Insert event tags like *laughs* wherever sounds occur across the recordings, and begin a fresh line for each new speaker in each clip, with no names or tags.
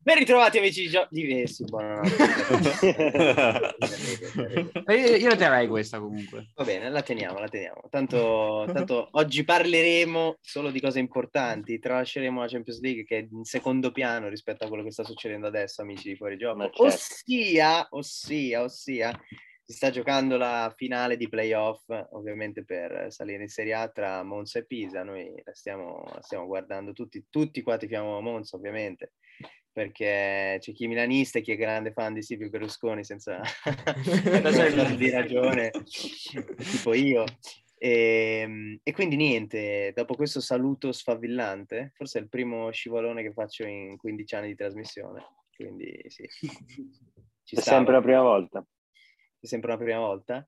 Ben ritrovati amici di, Gio- di... Eh, sì,
*laughs*
buonanotte.
Io, Eh, io la terrei questa comunque.
Va bene, la teniamo, la teniamo. Tanto, tanto oggi parleremo solo di cose importanti, tralasceremo la Champions League che è in secondo piano rispetto a quello che sta succedendo adesso, amici di Fuori Gioco.
Ma certo.
Ossia, ossia, ossia, si sta giocando la finale di playoff, ovviamente per salire in Serie A tra Monza e Pisa. Noi la stiamo, la stiamo guardando tutti, tutti qua tifiamo Monza, ovviamente perché c'è chi è milanista e chi è grande fan di Silvio Berlusconi senza senza di ragione, tipo io. Ehm, E, e quindi niente, dopo questo saluto sfavillante, forse è il primo scivolone che faccio in 15 anni di trasmissione, quindi sì. Ci
È
stava.
sempre la prima volta.
È sempre una prima volta.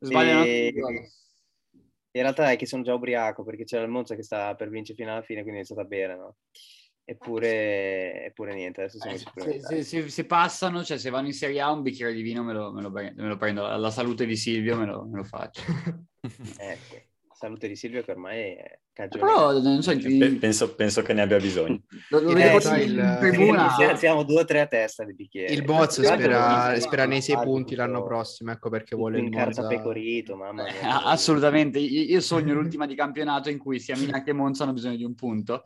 Sbagliano
E-
tutti, guarda.
In realtà è che sono già ubriaco perché c'era il Monza che stava per vincere fino alla fine, quindi è stata bere, no? Eppure, eppure niente, adesso siamo
Eh,
sicuri.
se, se- se- se passano, cioè se vanno in Serie A, un bicchiere di vino me lo, me lo pre- me lo prendo. La salute di Silvio me lo, me lo faccio.
Ecco. Salute di Silvio che ormai è cagione.
Però non so,
Pe-
ti-
penso, penso che ne abbia
*laughs*
bisogno.
lo, lo
Eh,
vedevo
sai,
in
il-
tribuna.
Siamo- Siamo due o tre a testa di bicchiere.
Eh,
Il Boz
Tanto
spera,
lo-
spera nei sei
Ah,
punti
tutto-
l'anno prossimo, ecco perché
tutto
vuole il
in carta
Monza. *laughs*
pecorito, mamma
Eh,
mia.
Assolutamente, io io sogno l'ultima di campionato in cui sia Milan che Monza hanno bisogno di un punto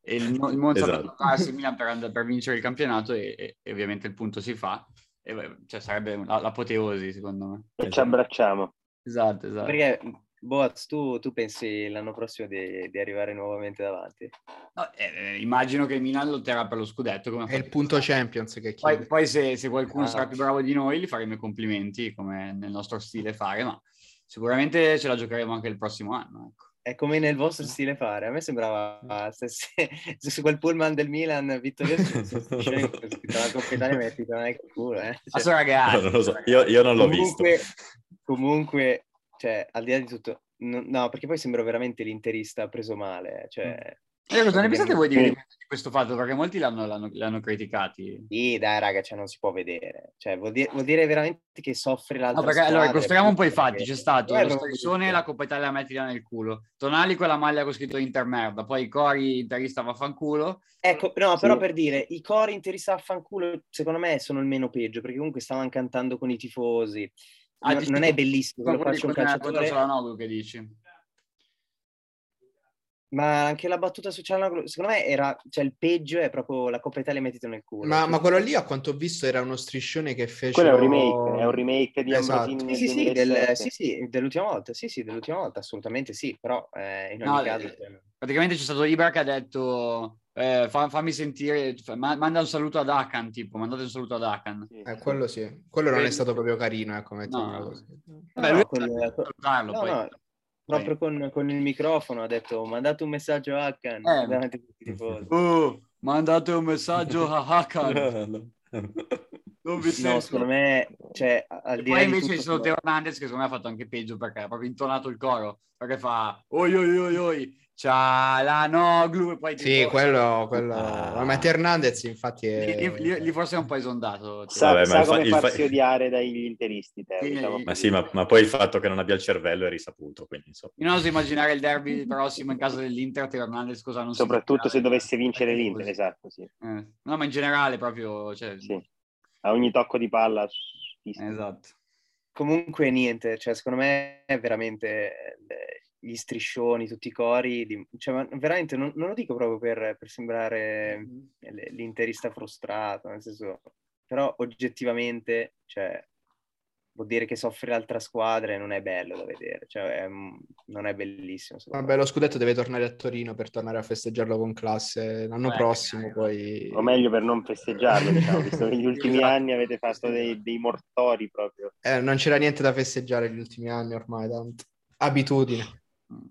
e il, Mo- il Monza
Esatto.
per toccarsi il Milan per, and- per vincere il campionato e, e- e ovviamente il punto si fa, E, beh, cioè, sarebbe la- l'apoteosi secondo me.
E ci abbracciamo.
Esatto, esatto.
Perché, Boaz, tu, tu pensi l'anno prossimo di, di arrivare nuovamente davanti?
No, eh, eh, immagino che il Milan lotterà per lo scudetto. Come ha
È il
fatto-
punto Champions che chiede.
Poi, poi se, se qualcuno
Ah.
sarà più bravo di noi gli faremo i complimenti come nel nostro stile fare, ma sicuramente ce la giocheremo anche il prossimo anno. Ecco.
È come nel vostro stile fare. A me sembrava se, se- se su quel pullman del Milan vittorioso scritta la Coppa Italia metti non è il culo, eh. Cioè,
Adesso Ah, ragazzi,
*laughs* non lo so, io, io non l'ho
comunque,
visto.
comunque, cioè, al di là di tutto, no, no, perché poi sembro veramente l'interista preso male, cioè,
Eh, cosa ne pensate
Mm.
voi di,
Sì.
di questo fatto? Perché molti l'hanno, l'hanno, l'hanno criticati.
sì, dai raga, cioè, non si può vedere, cioè, vuol dire, vuol dire veramente che soffre l'altra
No, perché,
squadra.
allora, costruiamo un po' i fatti. C'è stato
Eh,
lo
proprio
striscione,
tutto.
la Coppa Italia mettila nel culo. Tonali con la maglia con scritto Intermerda. Poi Cori, interista vaffanculo.
Ecco,
Eh,
no, però
Sì.
per dire, i cori interista a fanculo, secondo me, sono il meno peggio, perché comunque stavano cantando con i tifosi,
Ah,
No-
dici
non
tu- eh,
è bellissimo,
Con
lo faccio un
contro
calciatore...
Cialanoglu che dici.
Ma anche la battuta su Cialanoglu, secondo me era, cioè il peggio è proprio la Coppa Italia mettito nel culo.
Ma, ma quello lì, a quanto ho visto, era uno striscione che fece...
Quello è un remake, è un remake di
Esatto.
Ambrosini
Sì,
nel
sì, sì, del- sì,
2007.
sì, dell'ultima volta, sì, sì, dell'ultima volta, assolutamente sì, però eh, in ogni
No,
caso...
eh, Praticamente c'è stato Ibra che ha detto eh, fa- fammi sentire, fa- ma- manda un saluto ad Akan, tipo, mandate un saluto ad Akan.
Sì.
Eh, quello sì. Quello non è stato proprio carino, ecco, mettiamola
No.
così.
Vabbè,
No,
lui
con-
ha detto di salutarlo,
No,
poi.
no, proprio con, con il microfono ha detto mandate un messaggio a Hakan
Eh.
davanti a tutti i tifosi.
Oh, mandate un messaggio a
*laughs*
Akan. Dove sei?
No, secondo me, cioè, a- al di là
Poi
di
invece ci
tutto,
sono Teo Hernandez che secondo me ha fatto anche peggio perché ha proprio intonato il coro, perché fa oi oi oi oi, c'ha la Noglu e poi ti-
Sì, quello... quello...
Ah.
Ma Hernandez, infatti,
lì,
è... eh,
lì- lì- lì forse è un po' esondato. Teo.
Sa,
Vabbè, ma
sa
il fa-
come
il fa-
farsi odiare dagli interisti, te,
Sì,
diciamo.
*laughs* ma sì, ma, ma poi il fatto che non abbia il cervello è risaputo, quindi insomma.
Io non oso immaginare il derby prossimo in caso dell'Inter, Teo Hernandez cosa non si eh.
Soprattutto se
dichiara.
dovesse vincere l'Inter, esatto, sì.
Eh, No, ma in generale proprio, cioè,
Sì. A ogni tocco di palla...
Eh,
fischio.
esatto.
comunque niente, cioè, secondo me è veramente eh, gli striscioni, tutti i cori, di- cioè, ma veramente non, non lo dico proprio per, per sembrare
Mm-hmm.
l- l'interista frustrato, nel senso, però oggettivamente, cioè, vuol dire che soffre l'altra squadra e non è bello da vedere, cioè, è- non è bellissimo. secondo
Vabbè,
me.
lo scudetto deve tornare a Torino per tornare a festeggiarlo con classe l'anno
Beh,
prossimo,
magari.
poi...
O meglio per non festeggiarlo, diciamo, visto
*laughs*
che negli ultimi
Esatto.
anni avete fatto dei, dei mortori proprio.
Eh, non c'era niente da festeggiare negli ultimi anni ormai, tanto. Abitudine.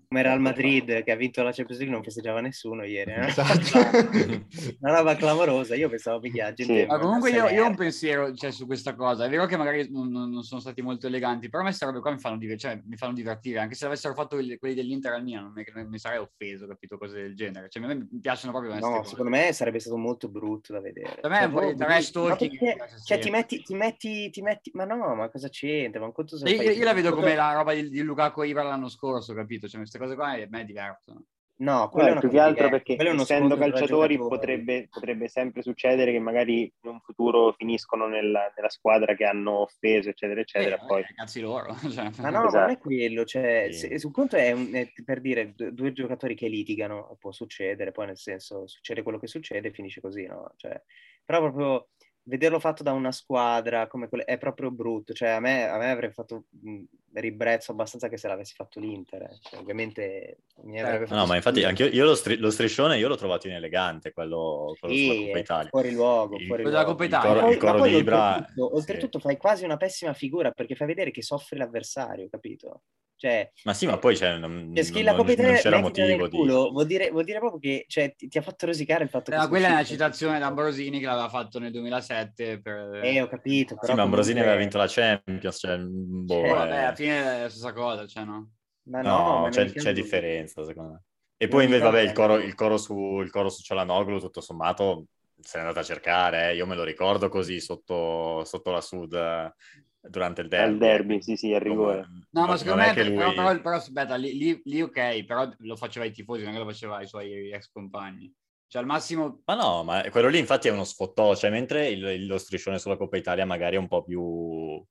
Come era il Madrid che ha vinto la Champions League non festeggiava nessuno ieri, eh?
Esatto.
*laughs* una roba clamorosa, io pensavo mica gente...
Sì.
Ma
guarda,
comunque
se
io,
ne
io ho
era.
un pensiero cioè, su questa cosa. È vero che magari non, non- non sono stati molto eleganti, però a me queste robe qua mi fanno, diver- cioè, mi fanno divertire. Anche se avessero fatto quelli, quelli dell'Inter al Milan, non mi, non mi sarei offeso, capito? Cose del genere. Cioè, a me mi piacciono proprio queste
No,
cose.
secondo me sarebbe stato molto brutto da vedere.
Per me è un po' di
proprio
trash
brutto. Ma
talking.
perché- Cioè, ti
Sì.
metti, ti metti, ti metti, ma no, ma cosa c'entra? Ma un conto se
Io,
fai-
io- io la vedo come la roba di, di Lukaku Ivar l'anno scorso, capito? Cioè, queste cose qua a eh, me divertono.
No, quello
No,
è una
più che
cosa
altro
diversa,
perché
quello è uno
essendo
scontro tra
calciatori
giocatori.
potrebbe, potrebbe sempre succedere che magari in un futuro finiscono nella, nella squadra che hanno offeso, eccetera, eccetera.
Eh,
poi
vabbè, cazzi loro. *laughs* cioè.
Ma Ah, no, ma non è
Esatto.
quello, cioè,
Sì.
se- se un conto è, un- è per dire due, due giocatori che litigano, può succedere, poi nel senso succede quello che succede e finisce così, no? Cioè, però proprio vederlo fatto da una squadra come quelle, è proprio brutto, cioè a me, a me avrei fatto mh, ribrezzo abbastanza che se l'avessi fatto l'Inter, eh. Cioè, ovviamente mi avrebbe fatto
No, Eh, ma infatti
schifo.
anche io, lo, stri- lo striscione io l'ho trovato inelegante, quello, quello
Sì,
sulla Coppa
è
Italia.
eh, fuori luogo,
Il-
fuori
Quello della
luogo.
Coppa
il
Italia.
coro-
Poi-
il
ma
coro
poi
di eh. Ibra...
oltretutto, oltretutto
sì.
fai quasi una pessima figura perché fai vedere che soffre l'avversario, capito? Cioè,
Ma sì, ma poi cioè, non,
Cioè, schi-
non-
la Coppa
non
Italia
c'era
mettitela nel
motivo di...
culo, vuol, dire, vuol dire proprio che cioè, ti, ti ha fatto rosicare il fatto che...
Eh,
sono
quella è una
uscito.
citazione da Ambrosini che l'aveva fatto nel 2007 per...
Eh, ho capito,
Sì,
però
ma
comunque-
Ambrosini aveva vinto la Champions, cioè, boh,
Eh,
Poi, vabbè,
eh.
alla fine è la stessa cosa, cioè no?
Ma
Ah,
No,
ma
c'è,
nel
c'è
caso-
differenza, secondo me. E
In
poi
ogni
invece,
caso
vabbè, il
eh,
è-
coro, il coro su, il coro su Cialanoglu, tutto sommato, se n'è andato a cercare, eh. Io me lo ricordo così, sotto, sotto la Sud, eh, durante il derby.
al derby, sì, sì, al rigore.
Come-
No, ma
non
secondo
è
me,
che
però,
lui-
però- però aspetta, lì, lì- lì ok, però lo faceva ai tifosi, non è che lo faceva ai suoi ex compagni. Cioè al massimo...
Ma no, ma quello lì infatti è uno sfottò, cioè mentre il- lo striscione sulla Coppa Italia magari è un po' più...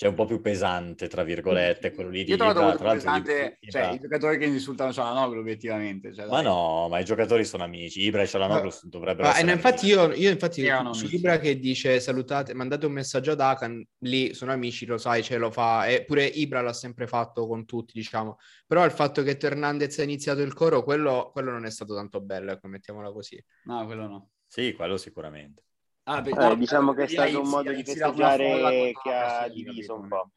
Cioè un po' più pesante, tra virgolette, quello lì di
Io trovo
Ibra,
molto
tra l'altro di-
pesante,
Ibra-
cioè, i giocatori che insultano Cialanoglu, obiettivamente. Cioè,
Ma
dai.
no, ma i giocatori sono amici, Ibra e Cialanoglu
Ma-
dovrebbero
Ma, eh,
essere
no, infatti
amici.
io, io infatti
Erano
su
amici.
Ibra che dice salutate, mandate un messaggio ad Akan, lì sono amici, lo sai, ce lo fa, eppure Ibra l'ha sempre fatto con tutti, diciamo. Però il fatto che Hernandez ha iniziato il coro, quello, quello non è stato tanto bello, ecco, mettiamola così.
No, quello no.
Sì, quello sicuramente.
Ah, beh,
Eh,
no,
diciamo che è
sì,
stato
sì,
un modo di
sì, da eh, una
festeggiare
folla contro
che
la
ha
Cassiani, capito?
diviso un po'.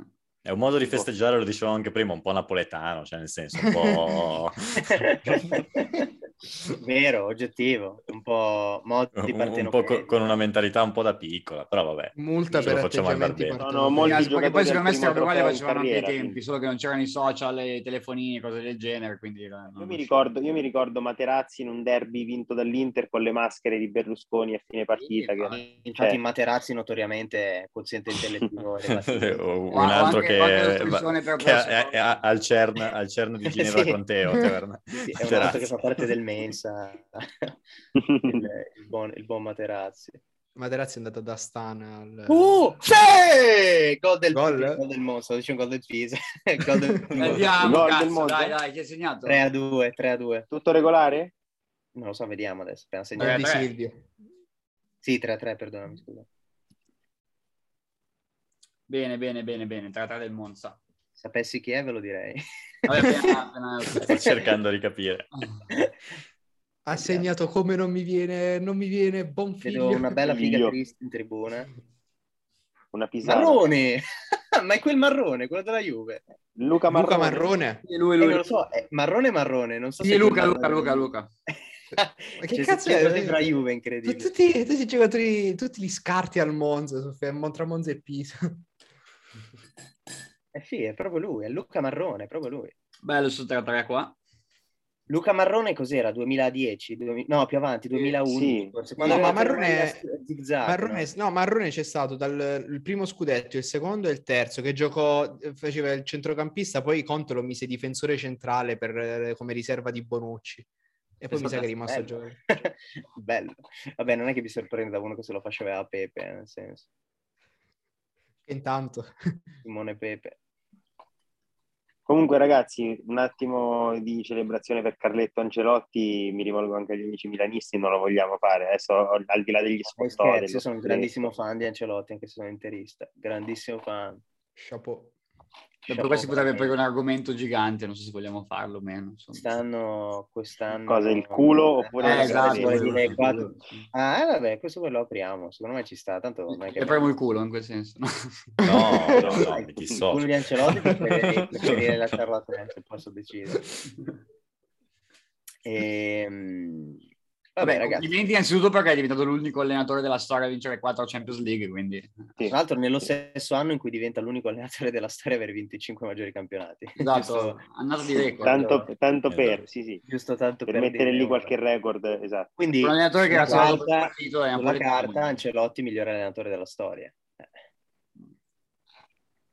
Eh.
È un modo di
Tipo-
festeggiare, lo dicevo anche prima, un po' napoletano, cioè nel senso un po'...
Vero, oggettivo, un po' modi
un,
*laughs* di
un po' co- con una mentalità un po' da piccola, però vabbè.
*laughs*
Mm.
Multa
Ce lo
per
facciamo andare
atteggiamenti
bene.
Sono
partenopeici.
molti
Ragazzi, perché poi
giocatori
secondo
al
me queste robe
primo
qua le facevano
trofeo in
anche ai
carriera,
tempi,
quindi.
solo che non c'erano i social, i telefonini, cose del genere, quindi... no,
Io
non
mi,
so.
ricordo, io mi ricordo Materazzi in un derby vinto dall'Inter con le maschere di Berlusconi a fine partita.
ma-
che-
Infatti
eh.
cioè,
Materazzi notoriamente è quoziente
*laughs*
intellettivo elevativo.
*laughs* un
o anche-
altro
o anche
che,
lo striscione per
che è,
prossimo.
è- è al, CERN, al CERN di Ginevra
*laughs* Sì.
con te, o Terna.
Sì, sì, è un
Materazzi.
altro che fa parte del
*laughs*
Mensa, il, il buon, il buon Materazzi.
Materazzi è andato da Astana al...
Uh, sì! Gol del,
Gol?
gol del Monza, dice un gol del Pisa. *laughs* gol del
Gol
Monza.
Andiamo,
Gol del
cazzo,
mondo.
dai, dai, chi ha segnato?
3 a 2, 3 a 2.
tutto regolare?
Non lo so, vediamo adesso. Appena
Gol
segnato.
di
Eh, beh.
Silvio.
Sì, 3 a 3, perdonami, scusa.
Bene, bene, bene, bene, 3-3 del Monza.
Sapessi chi è, ve lo direi. *laughs*
Vabbè, appena- appena-
Sto cercando di capire.
Ha segnato come non mi viene, non mi viene, buon figlio.
Vedo una bella figa
Figlio.
triste in tribuna.
Una pisata.
Marrone! *laughs* Ma è quel marrone, quello della Juve.
Luca Marrone.
Luca Marrone.
Sì, lui,
Eh,
lui.
non lo so, è marrone marrone, non so
Sì,
se...
Luca, Luca,
*laughs*
Luca, Luca.
Ma
che cazzo è? Sembra Juve, incredibile.
Tutti, tutti i giocatori, tutti gli scarti al Monza, su- tra Monza e Pisa.
Eh sì, è proprio lui, è Luca Marrone, è proprio lui.
Bello su 3-3 qua.
Luca Marrone cos'era? 2010? Duemi- No, più avanti, 2011.
sì.
forse,
No,
era
ma Marrone-
a zigzag,
Marrone, no, Marrone c'è stato dal il primo scudetto, il secondo e il terzo, che giocò, faceva il centrocampista, poi Conte lo mise difensore centrale per, eh, come riserva di Bonucci. E poi mi sa che è rimasto a
Bello.
giocare.
*laughs* Bello. Vabbè, non è che mi sorprende da uno che se lo faceva a Pepe, eh, nel senso.
Intanto, *laughs*
Simone Pepe.
Comunque, ragazzi, un attimo di celebrazione per Carletto Ancelotti. Mi rivolgo anche agli amici milanisti, non lo vogliamo fare. Adesso, al di là degli
Ma
sponsor. eh,
scherzo, io sono un grandissimo fan di Ancelotti, anche se sono interista. Grandissimo fan. Diciamo,
chapeau.
Beh, Per
Chapeau,
questo potrebbe
veramente.
poi un argomento gigante, non so se vogliamo farlo o meno. insomma.
Stanno quest'anno...
Cosa, il culo oppure
Eh,
la
esatto,
serie?
vuol dire quattro- Ah, eh, vabbè, questo poi lo apriamo. Secondo me ci sta, tanto non è che...
Le premo il culo in quel senso. no?
No,
*laughs*
no, no,
Dai,
di chi
il
so.
culo di Ancelotti
*laughs*
preferirei, preferirei lasciarlo a te, se posso decidere. Ehm, Vabbè,
Vabbè,
ragazzi,
complimenti innanzitutto perché è diventato l'unico allenatore della storia a vincere 4 Champions League, quindi
tra l'altro nello stesso anno in cui diventa l'unico allenatore della storia a aver vinto i 5 maggiori campionati. *laughs*
esatto,
giusto,
andato di record.
Tanto, tanto
Eh,
per, sì, sì.
giusto tanto per,
Per mettere
dire
lì
una.
qualche record, esatto.
Quindi,
Un allenatore che
sulla
era solo
carta-
partito e
sulla carta Ancelotti migliore allenatore della storia. Eh,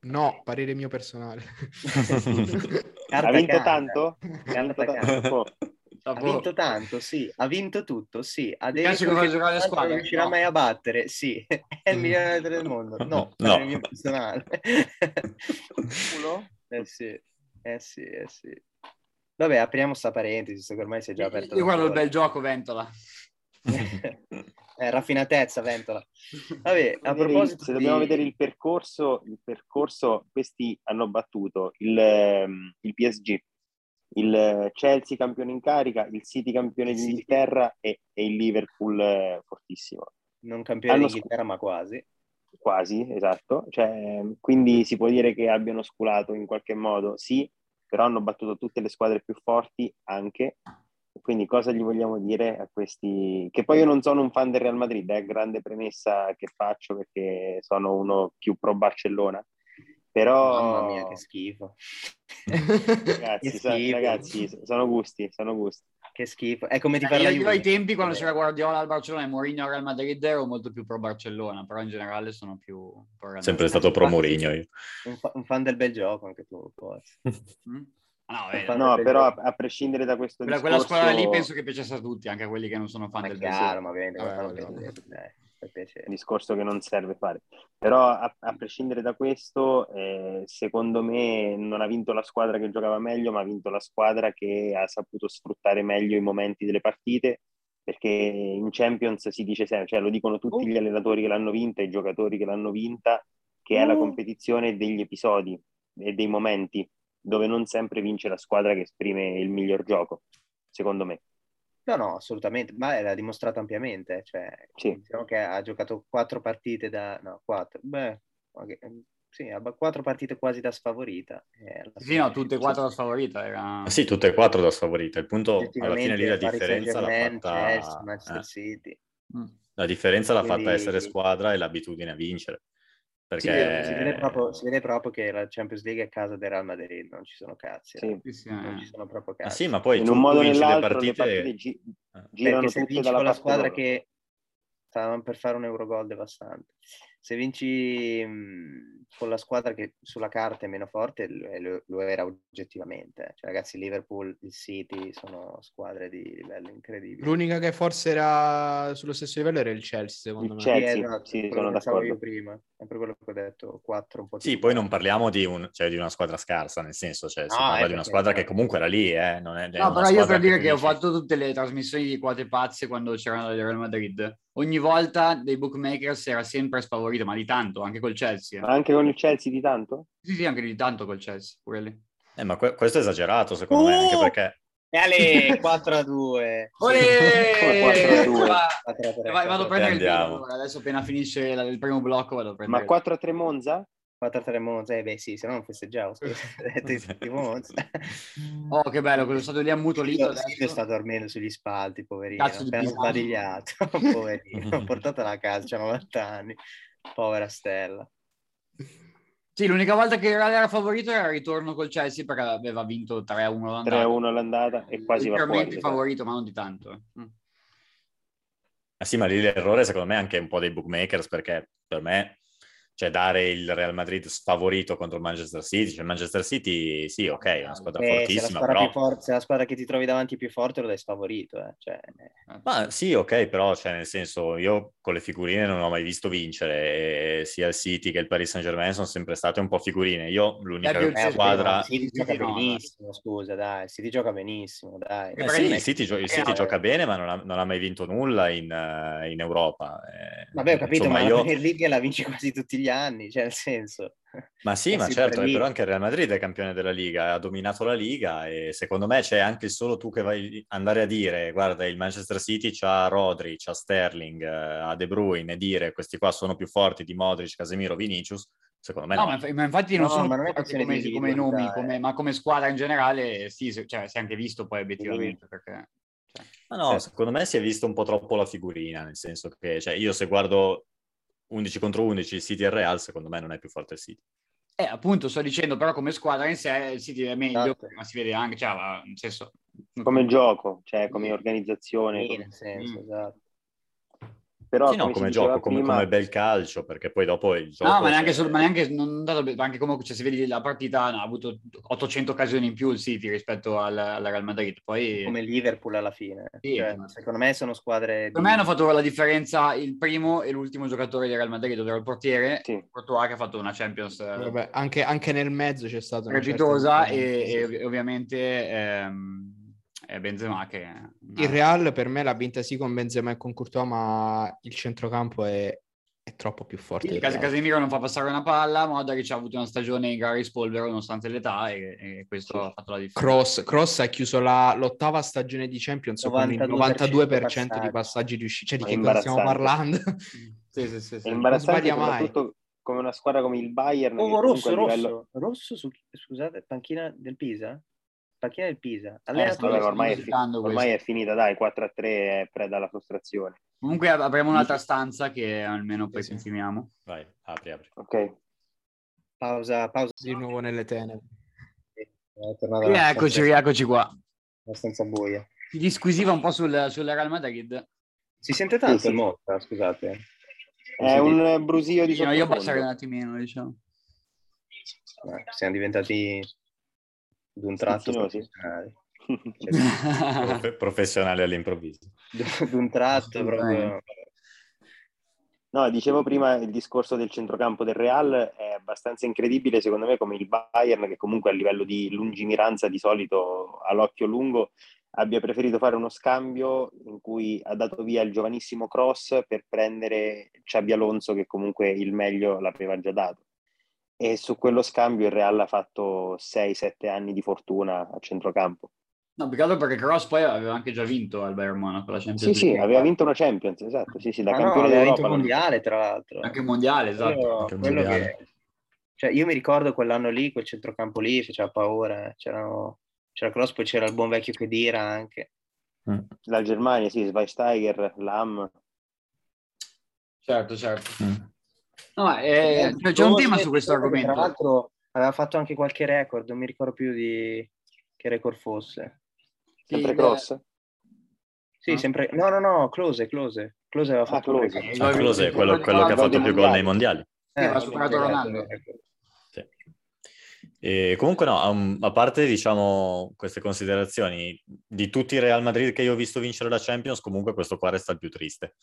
No, parere mio personale. *laughs*
Carta
Ha vinto
canta. *laughs*
tanto? È andato
Carta
tanto.
canta.
Oh,
Ha vinto tanto, sì, ha vinto tutto, sì. Ha detto
piace come
che
giocare a
tanto
squadra,
non riuscirà
no.
mai a battere, sì. *laughs* È il miglior allenatore del mondo. No,
No.
è il mio
*laughs*
personale.
culo?
eh sì, eh sì, eh sì. Vabbè, apriamo sta parentesi, so che ormai si è già aperto.
Io guardo il bel gioco, Ventola.
*laughs* Eh, raffinatezza, Ventola. Vabbè, a
Vedere il-
proposito
se
di-
dobbiamo vedere il percorso, il percorso, questi hanno battuto il, ehm, il PSG, il eh, Chelsea campione in carica, il City campione
Il City.
d'Inghilterra e, e il Liverpool eh, fortissimo.
non campione
Hanno
d'Inghilterra, ma quasi.
Quasi, esatto. Cioè, quindi si può dire che abbiano sculato in qualche modo, sì, però hanno battuto tutte le squadre più forti anche. Quindi cosa gli vogliamo dire a questi... Che poi io non sono un fan del Real Madrid, è grande premessa che faccio perché sono uno più pro Barcellona.
Oh.
Però...
Mamma mia, che schifo.
Ragazzi,
che
sa-
schifo.
ragazzi, sono gusti, sono gusti.
Che schifo. È come ti
Io,
parla
io ai tempi, quando
Vabbè.
c'era Guardiola al Barcellona e Mourinho al Real Madrid, ero molto più pro Barcellona, però in generale sono più... pro Real
Sempre
Madrid.
stato pro Mourinho io.
Un, fa- un fan del bel gioco anche tu, forse.
Mm? Ah, No,
Un
eh,
fan-
No, però a, a prescindere da questo...
quella, quella
discorso-
squadra lì penso che piacesse a tutti, anche a quelli che non sono fan
Ma è
del
chiaro, ma ovviamente
Vabbè,
fanno
vabbè,
per- eh, per
un
piacere.
discorso che non serve fare. Però a, a prescindere da questo, eh, secondo me non ha vinto la squadra che giocava meglio, ma ha vinto la squadra che ha saputo sfruttare meglio i momenti delle partite, perché in Champions si dice sempre, cioè lo dicono tutti
Oh.
gli allenatori che l'hanno vinta, i giocatori che l'hanno vinta, che
Oh.
è la competizione degli episodi e dei momenti dove non sempre vince la squadra che esprime il miglior gioco, secondo me.
No, no, assolutamente, ma l'ha dimostrato ampiamente, cioè,
Sì.
diciamo che ha giocato quattro partite da... no, quattro, beh, ok, sì, ha ba- quattro partite quasi da sfavorita. eh, alla
Sì,
fine-
no, tutte e quattro la sfavorita. Era...
Ma Ah, Sì, tutte e quattro da sfavorita. Il punto alla fine lì la
Paris
differenza l'ha
Saint-Germain,
fatta,
Chelsea, Manchester
eh,
City.
Mm.
la differenza l'ha fatta
Quindi-
essere squadra e l'abitudine a vincere.
Sì,
Perché
si, vede proprio, si vede proprio che la Champions League è casa del Real Madrid, non ci sono cazzi.
Sì.
Sì, sì,
Non ci
eh.
sono proprio
Ah,
cazzi.
sì, ma poi
In
tu,
un modo o
tu vinci le
nell'altro le
partite,
partite gi-
eh,
girano
Perché se
tutte
vinci
dalla
con la
parte
squadra
loro.
che stavano per fare un Eurogol devastante, se vinci mh, con la squadra che sulla carta è meno forte, lo, lo- lo era oggettivamente. Cioè, ragazzi, Liverpool, il City sono squadre di livello incredibile.
L'unica che forse era sullo stesso livello era il Chelsea, secondo
Il
me.
Sì,
Chelsea,
esatto,
sì,
quello
sono
che pensavo
d'accordo.
io prima, è per quello che ho detto, 4 un po'
Sì,
più.
poi non parliamo di, un- cioè, di una squadra scarsa, nel senso, cioè, si
No,
parla
eh,
di una
perché-
squadra che comunque era lì, eh, non è, è
No,
una
però io
squadra
per dire che ho
finisce-
fatto tutte le trasmissioni di quote pazze quando c'erano del Real Madrid. Ogni volta dei bookmakers era sempre sfavorito, ma di tanto, anche col Chelsea. eh.
Ma anche con il Chelsea di tanto?
Sì, sì, anche di tanto col Chelsea, pure lì.
Eh, ma que- questo è esagerato, secondo me,
Uh!
anche perché...
E
*laughs*
Ale, 4 a 2.
Olè!
Quattro a due.
Va-
Quattro a tre,
vai- vado
quattro a
a
tre.
prendere il vino,
Andiamo.
allora. adesso appena finisce la- il primo blocco vado a prendere.
Ma 4 a 3 Monza?
4 a 3 Monza, eh beh sì, se no non festeggiavo, scusa, ho
*laughs*
detto di tutti Monza.
Oh, che bello, quello stato lì ammutolito
Io,
adesso.
io sto dormendo sugli spalti, poverino.
Cazzo di
Appena
pisano.
sbadigliato, *laughs*
*laughs*
poverino. Ho portato la calcia a 90 anni. Povera Stella.
Sì, l'unica volta che il Real era favorito era il ritorno col Chelsea perché aveva vinto 3-1 l'andata.
3-1 all'andata e quasi va
Leggermente
fuori, cioè, esatto.
favorito, ma non di tanto. eh. Mm.
Ah, sì, ma lì l'errore secondo me è anche un po' dei bookmakers, perché per me, cioè, dare il Real Madrid sfavorito contro il Manchester City, cioè il Manchester City, sì, ok, è una squadra
Eh, se, la
fortissima,
squadra
però...
più for- se la squadra che ti trovi davanti è più forte lo dai sfavorito. eh, cioè, eh.
Ma sì, ok, però cioè, nel senso, io con le figurine non ho mai visto vincere, e sia il City che il Paris Saint-Germain sono sempre state un po' figurine. Io l'unica
Eh, più-
Eh,
squadra...
il City gioca
Sì, no,
benissimo, scusa, dai. Si gioca benissimo, dai.
Eh
Perché
sì,
non è-
il City, gio- il City
Eh,
gioca bene, ma non ha, non ha mai vinto nulla in, eh, in Europa. Eh,
Vabbè, ho capito,
insomma,
ma
io-
la Premier League la vinci quasi tutti gli anni, cioè nel senso...
Ma sì,
è
ma
sempre
certo, eh,
lì.
però anche il Real Madrid è campione della Liga, ha dominato la Liga e secondo me c'è anche solo tu che vai andare a dire, guarda, il Manchester City c'ha Rodri, c'ha Sterling, eh, ha De Bruyne, e dire questi qua sono più forti di Modric, Casemiro, Vinicius, secondo me
No,
no.
ma, inf- ma infatti non
No,
sono
ma non è
forti
questione
come,
di
come i nomi,
individualità,
come-
eh.
ma come squadra in generale, sì, se- cioè, si è anche visto poi obiettivamente. Perché, cioè,
Ma no,
Sì.
secondo me si è visto un po' troppo la figurina, nel senso che cioè, io se guardo 11 contro 11 il City e il Real, secondo me non è più forte il City.
Eh, appunto, sto dicendo, però come squadra in sé il City è meglio,
Esatto.
ma si vede anche, cioè, va- nel senso...
Come gioco, cioè come
Sì.
organizzazione.
Sì, nel senso,
Mm.
esatto.
Però,
Sì, no, come
si diceva
gioco, come,
prima-
come bel calcio, perché poi dopo il gioco...
No, ma neanche,
cioè,
solo, ma neanche, non dato, ma anche come cioè, se vedi la partita no, ha avuto 800 occasioni in più il City rispetto al- alla Real Madrid. Poi
come il Liverpool alla fine.
Sì,
Cioè,
ma-
Secondo me sono squadre... di-
per me hanno fatto la differenza il primo e l'ultimo giocatore del Real Madrid, ovvero il portiere,
Sì.
Courtois, che ha fatto una Champions eh,
Vabbè, anche, anche nel mezzo c'è certo stata una certa
strepitosa
differenza, sì,
e,
sì.
e ovviamente ehm, è Benzema che...
Il Real per me l'ha vinta sì con Benzema e con Courtois, ma il centrocampo è, è troppo più forte.
Sì,
del
Cas-
Real.
Casemiro non fa passare una palla, Modric ha avuto una stagione in gara di spolvero nonostante l'età e, e questo ha fatto la differenza.
Cross, Cross ha chiuso la- l'ottava stagione di Champions con il 92%
92%
di
passaggi.
passaggi riusciti. Cioè, di
Ma
che cosa stiamo
imbarazzante.
parlando?
*laughs* Sì, sì, sì,
È
sì. Eh,
imbarazzante
Non sbaglia mai.
soprattutto come una squadra come il Bayern. che
Oh,
comunque
rosso,
a
rosso,
livello-
rosso su, scusate, panchina del Pisa? Panchina del Pisa.
Eh,
Allenatore-
sto-
Vabbè, ormai, è fi-
musicando questo.
ormai è finita, dai, 4-3 è preda alla frustrazione.
Comunque ab- avremo un'altra stanza che almeno poi
Sì, sì.
continuiamo.
Vai, apri, apri.
Ok,
Pausa, pausa.
Di nuovo nelle tenere.
È tornata
E eccoci,
abbastanza-
rieccoci qua.
Abbastanza buia.
Si disquisiva un po' sul, sulla Real Madrid.
Si sente tanto
Sì, sì.
il Motta, scusate. Non
è
si
un
dice,
eh, brusio di
No, io passerei un
sottofondo.
attimino, diciamo.
ma Eh, siamo diventati d'un tratto
Schizzinosi.
professionali. *laughs*
*laughs*
*laughs*
Esatto,
Profe- professionale all'improvviso.
d'un tratto proprio.
Assolutamente.
No, dicevo prima il discorso del centrocampo del Real è abbastanza incredibile, secondo me, come il Bayern, che comunque a livello di lungimiranza di solito all'occhio lungo abbia preferito fare uno scambio in cui ha dato via il giovanissimo Cross per prendere Xabi Alonso, che comunque il meglio l'aveva già dato. E su quello scambio il Real ha fatto 6-7 anni di fortuna a centrocampo.
No, più che altro perché Cross poi aveva anche già vinto al Bayern Monaco la Champions
Sì, sì,
League.
aveva vinto una Champions, esatto, sì, sì, da
Ah, no,
campione
aveva
d'Europa.
vinto il mondiale, tra l'altro.
Anche il mondiale, esatto.
Quello-
Anche il
quello
mondiale.
che- cioè, io mi ricordo quell'anno lì, quel centrocampo lì, faceva paura. eh. C'erano- C'era Cross, poi c'era il buon vecchio Kedira anche.
La Germania, sì, Schweinsteiger, Lam,
Certo, certo.
Mm.
No, ma, eh, cioè, c'è un tema su questo
Tra
argomento.
l'altro aveva fatto anche qualche record, non mi ricordo più di che record fosse.
sempre
Il-
Cross.
Sì,
Ah. Eh,
sempre... No, no, no, Close, Close. Close aveva
Ah,
fatto un
Klose.
record.
Ah, Klose è quello, quello che ha fatto più gol nei mondiali.
Sì, aveva
Eh,
superato
esatto,
Ronaldo.
ecco.
Sì. E comunque no, um, a parte diciamo queste considerazioni, di tutti i Real Madrid che io ho visto vincere la Champions, comunque questo qua resta il più triste.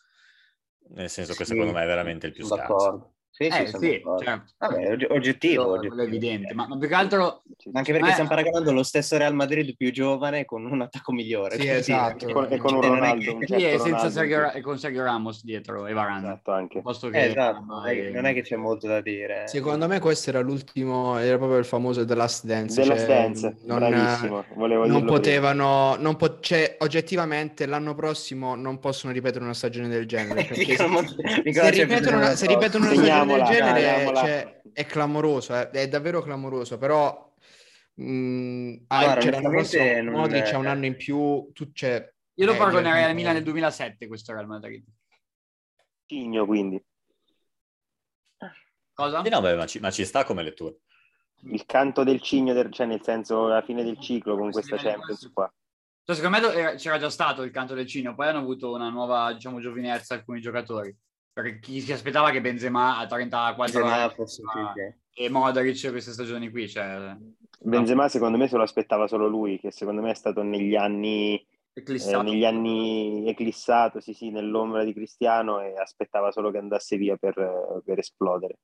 Nel senso che
Sì,
secondo me è veramente il più
sono
scarso.
d'accordo. Sì, sì,
Eh,
sono
sì,
d'accordo.
certo.
Vabbè, og- oggettivo,
Quello-
oggettivo.
quello è evidente, ma, ma più che altro
Sì, sì.
Anche perché
Eh.
stiamo paragonando lo stesso Real Madrid più giovane con un attacco migliore.
Sì,
quindi- *laughs*
esatto.
E con, e con un
Eh, non è
Ronaldo,
che-
un
sì,
certo
è senza
Ronaldo,
Sergio,
sì.
Ra- e con Sergio Ramos dietro e Varane.
Esatto, anche.
Piuttosto
Eh,
che-
esatto, non
ma-
è che- non è che c'è molto da dire. eh.
Secondo me questo era l'ultimo, era proprio il famoso The Last Dance.
The
cioè,
Last Dance,
non-
bravissimo, volevo
non
dirlo prima.
potevano, non po- cioè, oggettivamente l'anno prossimo non possono ripetere una stagione del genere. perché
*laughs* Dicono
se,
molto-
se
Nicola, c'è
ripetono
bisogno
una,
di
se
cosa.
ripetono una stagione del
Segniamola,
genere
segniamola.
cioè, è clamoroso, eh, è davvero clamoroso, però mh, ah,
Guarda,
cioè, l'anno
onestamente
prossimo
non-
Modric ha un anno in più, tu, cioè,
Io lo
eh,
paragonerei
diventa-
al Milan nel 2007, questo Real Madrid.
Cigno, quindi.
Cosa?
Sì, no, beh, ma, ci, ma ci sta come lettura.
Il canto del cigno, del- cioè nel senso la fine del ciclo con
Sì,
questa
livello
Champions
questo.
qua.
Cioè, secondo me do- era- c'era già stato il canto del Cino, poi hanno avuto una nuova, diciamo, giovinezza alcuni giocatori. Perché chi si aspettava che Benzema a
eh,
34
Benzema
anni
fosse
ma-
più che-
e Modric queste stagioni qui, cioè,
Benzema secondo me se lo aspettava solo lui, che secondo me è stato negli anni, eh,
eclissato.
negli anni eclissato, sì sì, nell'ombra di Cristiano e aspettava solo che andasse via per, per esplodere,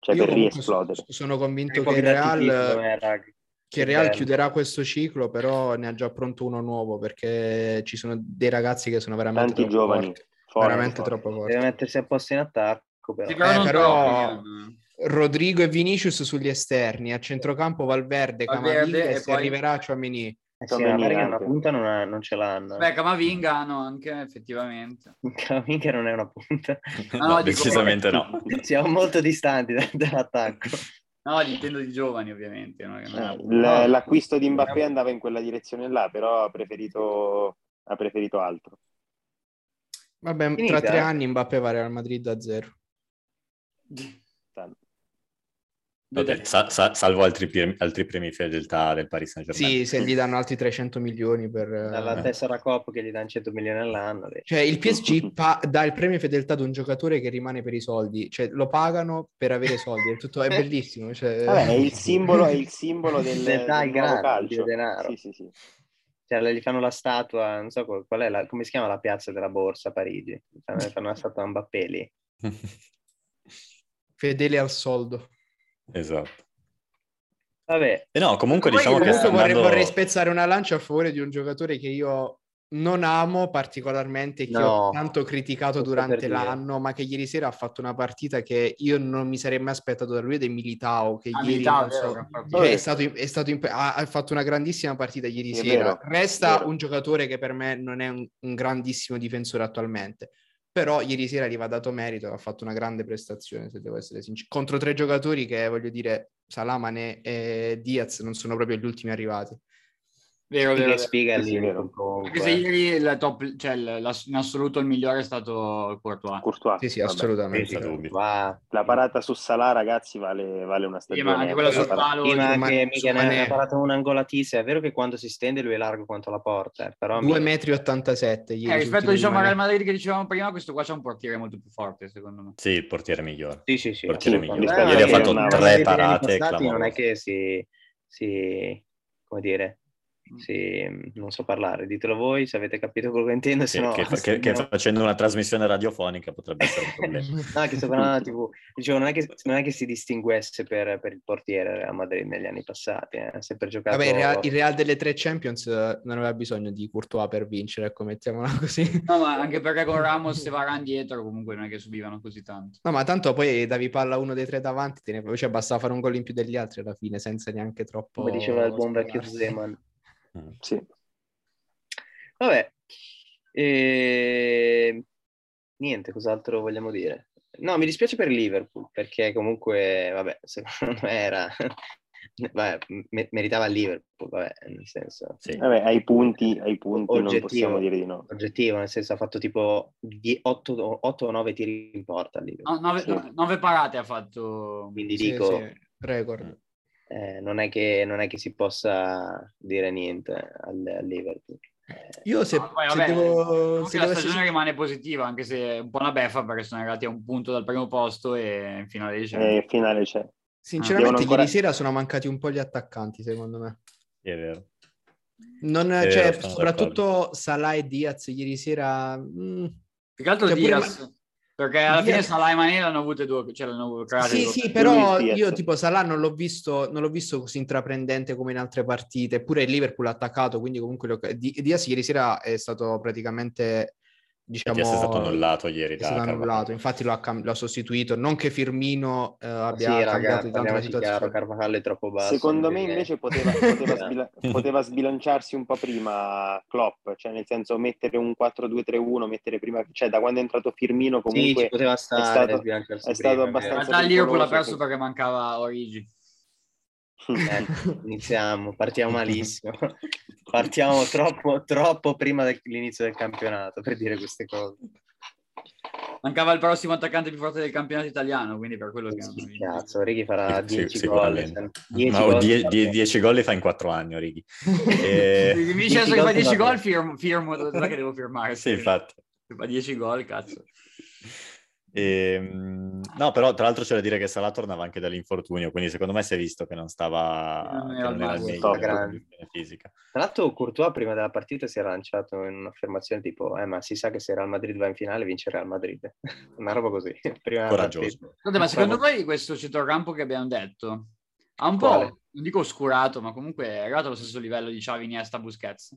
cioè
Io
per
comunque so-
riesplodere.
sono convinto
Anche
che il
Verratti titolo
Real...
era-
che il Real
eh, bello.
chiuderà questo ciclo, però ne ha già pronto uno nuovo perché ci sono dei ragazzi che sono veramente
Tanti
troppo
giovani,
forti,
forti,
veramente
forti.
troppo forti.
deve mettersi a posto in attacco però.
Sì, però
Eh,
non
però-
troppi, ehm.
Rodrigo e Vinicius sugli esterni, a centrocampo Valverde,
Valverde
Camavinga e
e
se
poi-
arriverà Chouamini.
Eh sì,
Come
ma perché
Milan.
una punta non, ha- non ce l'hanno.
Beh, Camavinga hanno anche, effettivamente.
Minchia non è una punta. *laughs*
No,
*laughs* No,
dico-
decisamente no.
Siamo molto distanti da- dall'attacco.
Eh.
No, intendo di giovani, ovviamente. no, che non
Eh,
è-
l- l'acquisto di Mbappé andava in quella direzione là, però ha preferito, ha preferito altro.
Vabbè,
Finita,
tra
eh?
tre
*laughs*
Eh,
anni Mbappé va al Real Madrid a zero.
Tanto.
Vabbè, sa- sa- salvo altri, pir- altri premi fedeltà del Paris Saint-Germain.
Sì, se gli danno altri 300 milioni per... eh,
Dalla tessera Coppa che gli danno 100 milioni all'anno. lì.
Cioè, il PSG pa- dà il premio fedeltà ad un giocatore che rimane per i soldi, cioè lo pagano per avere soldi, è, tutto, è bellissimo. cioè-
Vabbè, è
*laughs*
il simbolo, è il simbolo del,
*laughs*
del
Dai, grande,
nuovo calcio.
denaro.
Sì, sì, sì.
Cioè, le- gli fanno la statua, non so qual qual è, la, come si chiama la piazza della borsa a Parigi? Gli Fanno, gli fanno la statua a Mbappé lì.
Fedele al soldo.
*laughs* esatto.
Vabbè,
E no, comunque
Poi,
diciamo che
comunque
sta
vorrei,
andando...
vorrei spezzare una lancia a favore di un giocatore che io non amo particolarmente, che
No.
ho tanto criticato
Giusto
durante
per dire.
l'anno, ma che ieri sera ha fatto una partita che io non mi sarei mai aspettato da lui, ed è Militao, che
Ah,
ieri
Militao,
non so-
vero, che ha
cioè, è
Vabbè.
stato, è stato imp- ha, ha fatto una grandissima partita ieri
Sì, è
sera.
vero,
Resta
è vero.
un giocatore che per me non è un, un grandissimo difensore attualmente. Però ieri sera gli va dato merito, ha fatto una grande prestazione, se devo essere sincero. Contro tre giocatori che, voglio dire, Salamane e Diaz non sono proprio gli ultimi arrivati.
Vero, vero,
che
vero.
sfiga
Sì, sì,
lì.
vero.
comunque. eh.
Anche se ieri la top, cioè, la- la- in assoluto il migliore è stato Courtois.
Courtois,
Sì, sì,
vabbè.
assolutamente.
senza dubbi.
Va.
La parata su Salà, ragazzi, vale, vale una
Sì,
stagione. eh,
ma anche quella
La
sul
parata-
palo...
Sì, ma
Giovanni-
anche Mica ne
Giovanni-
ha parato un'angolatissima. È vero che quando si stende lui è largo quanto la porta, eh, però
2,87 metri e 87 ieri
Eh,
sul
rispetto
tiro di
diciamo, al
Mané.
Real Madrid che dicevamo prima, questo qua c'è un portiere molto più forte, secondo me.
Sì, il portiere migliore.
Sì, sì, sì.
Portiere
assolutamente.
migliore.
Eh,
Ieri ha
perché
fatto
non-
tre
non- degli anni
parate
passati Non è
clamorose.
che si, si- come dire,
Mm.
si- non so parlare, ditelo voi se avete capito quello che intendo, *laughs* se
Che,
no...
che- che- che
no,
facendo una trasmissione radiofonica potrebbe essere un
*laughs*
problema.
*laughs* che sto parlando alla TV. Dicevo, non è che, non è che si distinguesse per, per il portiere a Madrid negli anni passati, eh. se per giocare...
Vabbè, il Real, il Real delle tre Champions eh, non aveva bisogno di Courtois per vincere, ecco, mettiamola *laughs* così.
No, ma anche perché *laughs* con Ramos e Varane dietro comunque non è che subivano così tanto.
No, ma tanto poi davi palla a uno dei tre davanti, te ne... cioè bastava fare un gol in più degli altri alla fine, senza neanche troppo...
Come diceva il buon vecchio
sperare.
Zeman.
Sì.
Vabbè, e... niente, cos'altro vogliamo dire? No, mi dispiace per Liverpool, perché comunque, vabbè, *laughs* secondo me era... *laughs* vabbè, me- meritava il Liverpool, vabbè, nel senso...
Sì.
Eh,
Vabbè, ai punti, ai punti non
Oggettivo.
possiamo dire di no.
Oggettivo, nel senso ha fatto tipo 8 o 9 tiri in porta al Liverpool.
No, Ah, nove,
Sì.
no- nove parate ha fatto.
Quindi
Sì,
dico,
sì, record.
eh, non, è che, non è che si possa dire niente al, al Liverpool. Eh,
Io se,
No, poi,
se
vabbè,
devo...
comunque
Se
la
dovessi-
stagione rimane positiva, anche se è un po' una beffa perché sono arrivati a un punto dal primo posto e in finale di Champions.
Eh, finale c'è.
Sinceramente
Devono ancora-
ieri sera sono mancati un po' gli attaccanti, secondo me.
Sì, è vero.
Non-
È
cioè,
vero, sono
soprattutto Salah e Diaz ieri sera... mm,
Più che altro
Cioè, pure
Diaz,
ma-
perché alla fine
Diaz-
Salah e Mané l'hanno avute due, cioè l'hanno create
Sì,
due.
sì,
Lui
però
e Diaz.
ecco.
io tipo Salah non l'ho visto, non l'ho visto così intraprendente come in altre partite, eppure il Liverpool ha attaccato, quindi comunque le occasioni- Di- Diaz ieri sera è stato praticamente diciamo
Perché Cioè, è stato annullato ieri
è
da
stato
Carvalho.
annullato, infatti lo ha, cam- lo ha sostituito, non che Firmino eh, abbia
sì, raga,
cambiato di tanto la
parliamoci chiaro,
situazione.
Carvajal è troppo basso.
Secondo me
quindi-
invece poteva,
*laughs*
poteva
Eh.
sbila- poteva sbilanciarsi un po' prima Klopp, cioè nel senso mettere un 4-2-3-1, mettere prima, cioè da quando è entrato
Sì,
Firmino comunque *laughs*
ci poteva stare,
stato-
sbilanciarsi
è stato
prima,
In
abbastanza-
realtà il Liverpool l'ha perso
pericoloso, sì.
perché mancava Origi.
vero.
*laughs*
Ecco, iniziamo,
*laughs*
partiamo malissimo. partiamo troppo, troppo prima dell'inizio del campionato per dire queste cose.
Mancava il prossimo attaccante più forte del campionato italiano, quindi per
Eh
quello che hanno
Sì,
vinto.
Cazzo, Righi farà
Sì,
10 gol.
sicuramente.
se- 10
Ma oh,
gol
die-
se-
die- 10 gol li fa in 4 anni, Origi. Eh,
*laughs*
Mi
dieci
dice adesso che
gol
fa 10
sono
gol,
vabbè.
firmo, firmo, dov'è che devo
Eh,
firmare?
sì, infatti.
Se fa 10 gol, cazzo.
Ehm, no, però tra l'altro c'è da dire che Salah tornava anche dall'infortunio, quindi secondo me si è visto che non stava
Non
che
era al
non era al
massimo.
meglio della
Grande.
condizione fisica.
Tra l'altro Courtois prima della partita si era lanciato in un'affermazione tipo eh ma si sa che se Real Madrid va in finale vince Real Madrid. *laughs* Una roba così. *laughs* Prima della
Coraggioso.
partita.
Scusate,
Eh,
ma secondo voi questo centrocampo che abbiamo detto ha un
Quale?
po', non dico oscurato, ma comunque è arrivato allo stesso livello di Xavi, Iniesta, Busquets?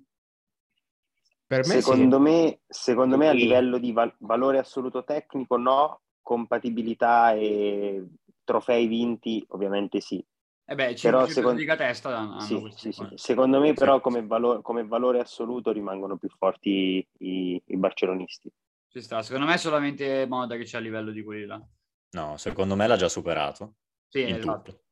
Per me
secondo, me, secondo me a
Sì.
livello di val- valore assoluto tecnico no, compatibilità e trofei vinti ovviamente sì.
Eh beh, 5
Però
secondo...
secondo-
di testa hanno
Sì,
questi
sì, sì.
qua.
Secondo me,
Sì.
però, come, valo- come valore assoluto rimangono più forti i, i barcellonisti.
Ci sta. Secondo me è solamente Modric a livello di quelli là.
No, secondo me l'ha già superato
Sì,
in
esatto.
tutto.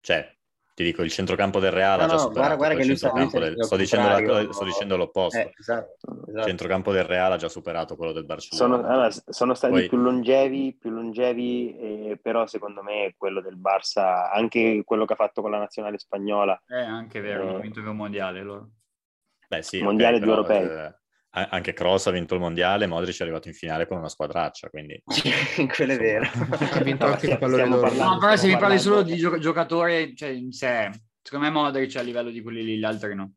Cioè, Ti dico, il centrocampo del Real ha
No,
già
no,
superato
guarda, guarda
poi
che
il
lui sta
centrocampo del...
dicendo
sto,
il
dicendo la-
contrario.
sto dicendo l'opposto.
Eh, esatto,
Il
esatto.
centrocampo del Real ha già superato quello del Barcellona.
Sono, eh, allora, sono stati
Poi-
più longevi, più longevi eh, però secondo me quello del Barça, anche quello che ha fatto con la nazionale spagnola,
È anche vero,
Eh.
hanno vinto anche un mondiale loro.
Beh, sì,
Mondiale
ok,
due
però,
europei.
eh, a- anche Cross ha vinto il mondiale, Modric è arrivato in finale con una squadraccia, quindi
*laughs* Quello è
*laughs*
vero.
Ha vinto
No,
anche il
stiamo
pallone d'oro.
parlando-
No, però se mi parli
stiamo parlando-
solo di gio- giocatore, cioè in sé, secondo me Modric è a livello di quelli lì, gli altri no.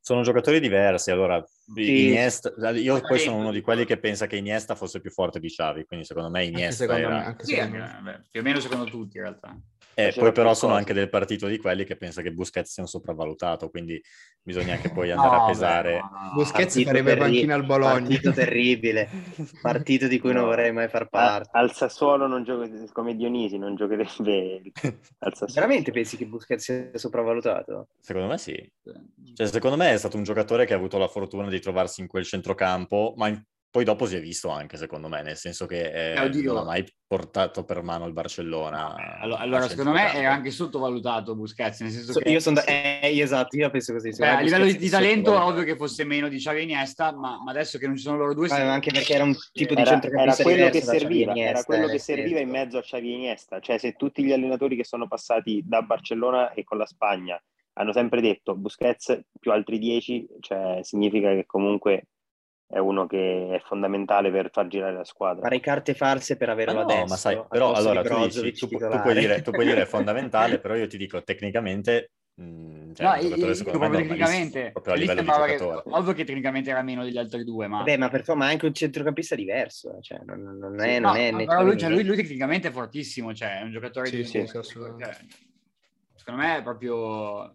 sono giocatori diversi. Allora, Iniesta- io poi sono uno di quelli che pensa che Iniesta fosse più forte di Xavi, quindi secondo me
Anche
Iniesta
secondo
era...
me, anche
eh.
Sì,
secondo
anche-
me.
vabbè, più o meno secondo tutti in realtà.
Eh,
Faceva
poi però
più
sono
cose.
anche del partito di quelli che pensa che Busquets sia un sopravvalutato, quindi bisogna anche poi andare a
No,
pesare.
beh, no, no, no.
Busquets
Partito
farebbe
terri-
panchina al Bologna.
*laughs*
Partito terribile, partito di cui non
No.
vorrei mai
Ah.
far
a-
parte.
al Sassuolo non gioca- come Dionisi non giocherebbe al Sassuolo.
Veramente pensi che Busquets sia sopravvalutato?
Secondo me sì.
Sì.
Cioè, secondo me è stato un giocatore che ha avuto la fortuna di trovarsi in quel centrocampo, ma in- poi dopo si è visto anche, secondo me, nel senso che eh,
Eh, oddio.
non ha mai portato per mano il Barcellona.
Allora,
al
allora, secondo me
centrocampo.
era anche sottovalutato Busquets, nel senso
So-
che
io sono da- eh, io esatto, io penso così.
Beh,
secondo
a
me
livello di,
Busquets
di
è
talento
sopravvalutato.
ovvio che fosse meno di Xavi e Iniesta, ma, ma adesso che non ci sono loro due...
Vabbè, ma Ah, anche perché era un tipo di
Era- era
centrocampista
quello che
diverso da Xavi
serviva,
Iniesta,
era quello
eh,
che
nel
serviva
senso.
in mezzo a Xavi e Iniesta, cioè se tutti gli allenatori che sono passati da Barcellona e con la Spagna hanno sempre detto Busquets più altri 10, cioè significa che comunque è uno che è fondamentale per far girare la squadra.
Fare carte farse per
Ma
averlo
no,
adesso.
ma sai,
eh,
al
però
posto di
allora tu, dici,
Brozovic
tu, pu- tu
titolare.
puoi dire, tu puoi dire
*laughs*
*laughs*
è fondamentale, però io ti dico tecnicamente, mh, cioè,
No,
è
io-
un giocatore
io
secondo me
proprio
normalissimo,
tecnicamente,
proprio a
lì
livello di
sembrava che-
giocatore.
ovvio che tecnicamente era meno degli altri due,
Ah.
ma...
Vabbè, ma per forma è anche un centrocampista diverso, cioè, non, non è,
Sì,
non
no,
è
no,
né
però lui,
Xavi
cioè,
né-
lui- lui tecnicamente è fortissimo, cioè è un giocatore
Sì,
di...
sì,
di-
sì, assolutamente.
cioè, secondo me è proprio...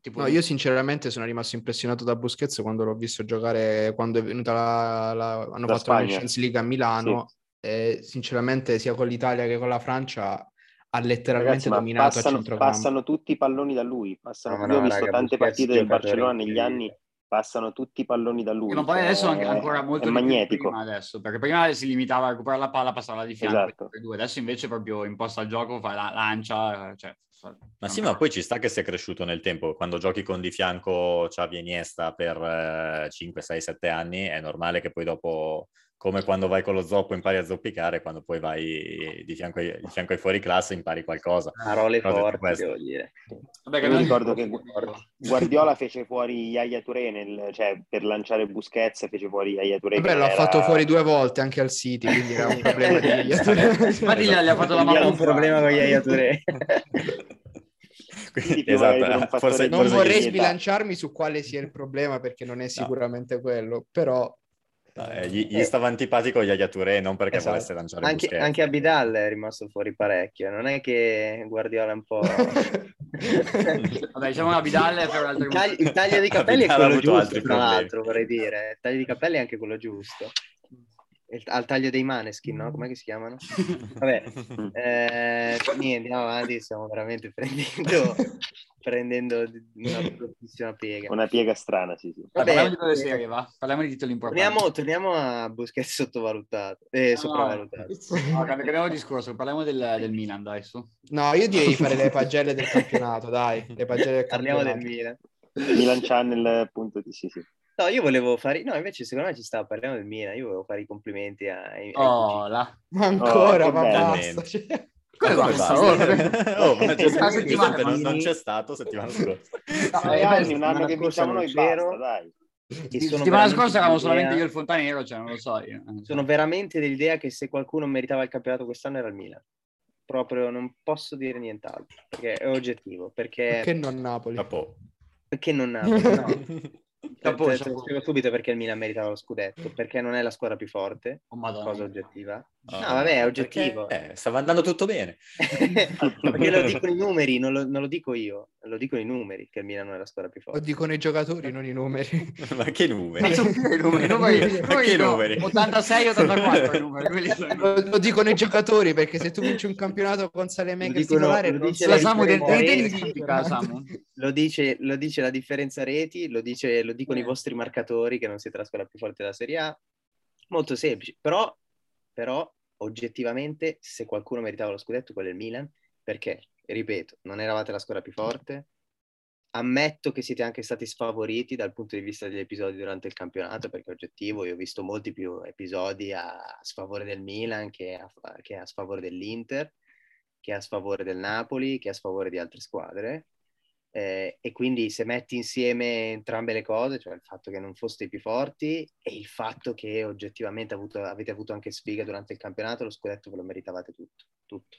Tipo
No, io sinceramente sono rimasto impressionato da Busquets quando l'ho visto giocare, quando è venuta la... la- hanno
La
fatto la
Spagna.
Nations League a Milano e sinceramente sia con l'Italia che con la Francia ha letteralmente
Ragazzi, ma
dominato a
passano,
centrocampo.
passano tutti i palloni da lui, passano-
No, ma
io ho
Ah, no,
visto
raga,
tante
Busquets
partite del
giocatore
Barcellona negli
incredibile.
anni, passano tutti i palloni da lui.
Sì, ma poi adesso
cioè,
anche- ancora molto
è
di più di
magnetico.
prima adesso, perché prima si limitava a recuperare la palla, passarla di fianco,
Esatto.
per due. adesso invece proprio imposta al gioco, fa la lancia, cioè,
Ma sì, ma poi ci sta che sia cresciuto nel tempo. Quando giochi con di fianco Xavi e Iniesta per eh, 5, 6, 7 anni, è normale che poi dopo, come quando vai con lo zoppo impari a zoppicare, quando poi vai di fianco ai, di fianco ai fuori classe impari qualcosa.
Parole
Però ho detto
forti,
questo.
devo dire.
Vabbè,
Io
non-
mi ricordo che Guardiola fece fuori Yaya Touré nel- cioè, per lanciare Busquets fece fuori Yaya Touré
Vabbè,
che
l'ha
era-
fatto fuori due volte anche al City, quindi era
*laughs*
un problema di
Infatti gli ha- gli ha fatto la
Gli ha
mappa
Abbiamo
un
un problema con Yaya
*laughs*
*laughs*
Touré.
Quindi,
più magari per un fattore-
Esatto, forse,
Non
forse gli-
vorrei
gli-
sbilanciarmi su quale sia il problema perché non è sicuramente quello, però
eh, gli, gli stava antipatico Yaya Touré, non perché
Esatto.
volesse lanciare
Anche,
Busquets.
anche Abidal è rimasto fuori parecchio. Non è che Guardiola è un
*laughs*
po'...
Vabbè, diciamo una Vidal per altri
Il taglio, il taglio di capelli è
Abidal ha
quello
avuto
giusto,
altri
tra
problemi.
l'altro, vorrei dire. Il taglio di capelli è anche quello giusto. Il- al taglio dei maneskin, no? Com'è che si
*laughs*
chiamano? Vabbè,
*laughs*
eh, niente, andiamo avanti, stiamo veramente *laughs* prendendo, prendendo una
*laughs*
bruttissima piega.
una piega strana, sì, sì.
Dai,
Vabbè,
parliamo di cose
eh,
serie, va? Parliamo di titoli importanti.
Torniamo, torniamo a Busquets sottovalutato, eh,
No,
sopravvalutato.
No, cambi- cambiamo discorso, parliamo del, del Milan, dai, su.
*laughs* No, io direi di fare le pagelle del campionato, dai, le pagelle del
Parliamo del
campionato.
Milan.
Milan Channel, punto di sì, sì.
No, io volevo fare... No, invece secondo me ci stava parlando del Milan. Io volevo fare i complimenti ai... ai
Oh, là.
Ma ancora,
Oh,
ma
bello.
basta. cioè.
Ma
Come va?
come *laughs* va? Oh,
Questa
ma c'è sempre questo
settimana-
che non, non c'è stato settimana scorsa.
No,
Eh,
Dai,
beh,
anni, un
settimana
anno che
scorsa
vinciamo
non
noi,
c'ero.
basta, dai.
tutti. E sono
Settimana
veramente
scorsa
dell'idea-
eravamo solamente io e il Fontanero, cioè non lo so io.
Sono veramente dell'idea che se qualcuno meritava il campionato quest'anno era il Milan. Proprio non posso dire nient'altro, perché è oggettivo. Perché,
Perché non Napoli?
Dopo.
perché non Napoli? *laughs* No. Te-
Chapeau,
te- te lo
chapeau.
spiego subito perché il Milan meritava lo scudetto, perché non è la squadra più forte,
Oh, madonna.
cosa oggettiva. No,
Ah,
vabbè, è
perché,
oggettivo.
eh, stava andando tutto bene.
Ma *laughs* perché lo dicono i numeri, non lo, non lo dico io, lo dicono i numeri che il Milan non è la squadra più
*laughs* Lo
forte.
dicono i giocatori, non i
*laughs*
numeri.
*laughs* Ma che
Ma
numeri?
sono più i numeri, i numeri- i numeri
Ma che
sono
numeri?
86, 84 i
*laughs*
numeri, quelli sono.
Lo, lo dicono i giocatori perché se tu vinci un campionato con
Lo
Salemega
dicono-
titolare
lo
non
dice
sei-
La Samu del
Moretti.
del- del- Samu.
Lo dice, lo dice la differenza reti, lo, dice- lo dicono i vostri marcatori che non siete la squadra più forte della Serie A. Molto semplice, però, però oggettivamente se qualcuno meritava lo scudetto quello è il Milan, perché ripeto, non eravate la squadra più forte. Ammetto che siete anche stati sfavoriti dal punto di vista degli episodi durante il campionato, perché oggettivo io ho visto molti più episodi a sfavore del Milan che a, che a sfavore dell'Inter, che a sfavore del Napoli, che a sfavore di altre squadre. Eh, e quindi se metti insieme entrambe le cose, cioè il fatto che non foste i più forti e il fatto che oggettivamente avuto, avete avuto anche sfiga durante il campionato, lo scudetto ve lo meritavate tutto, tutto.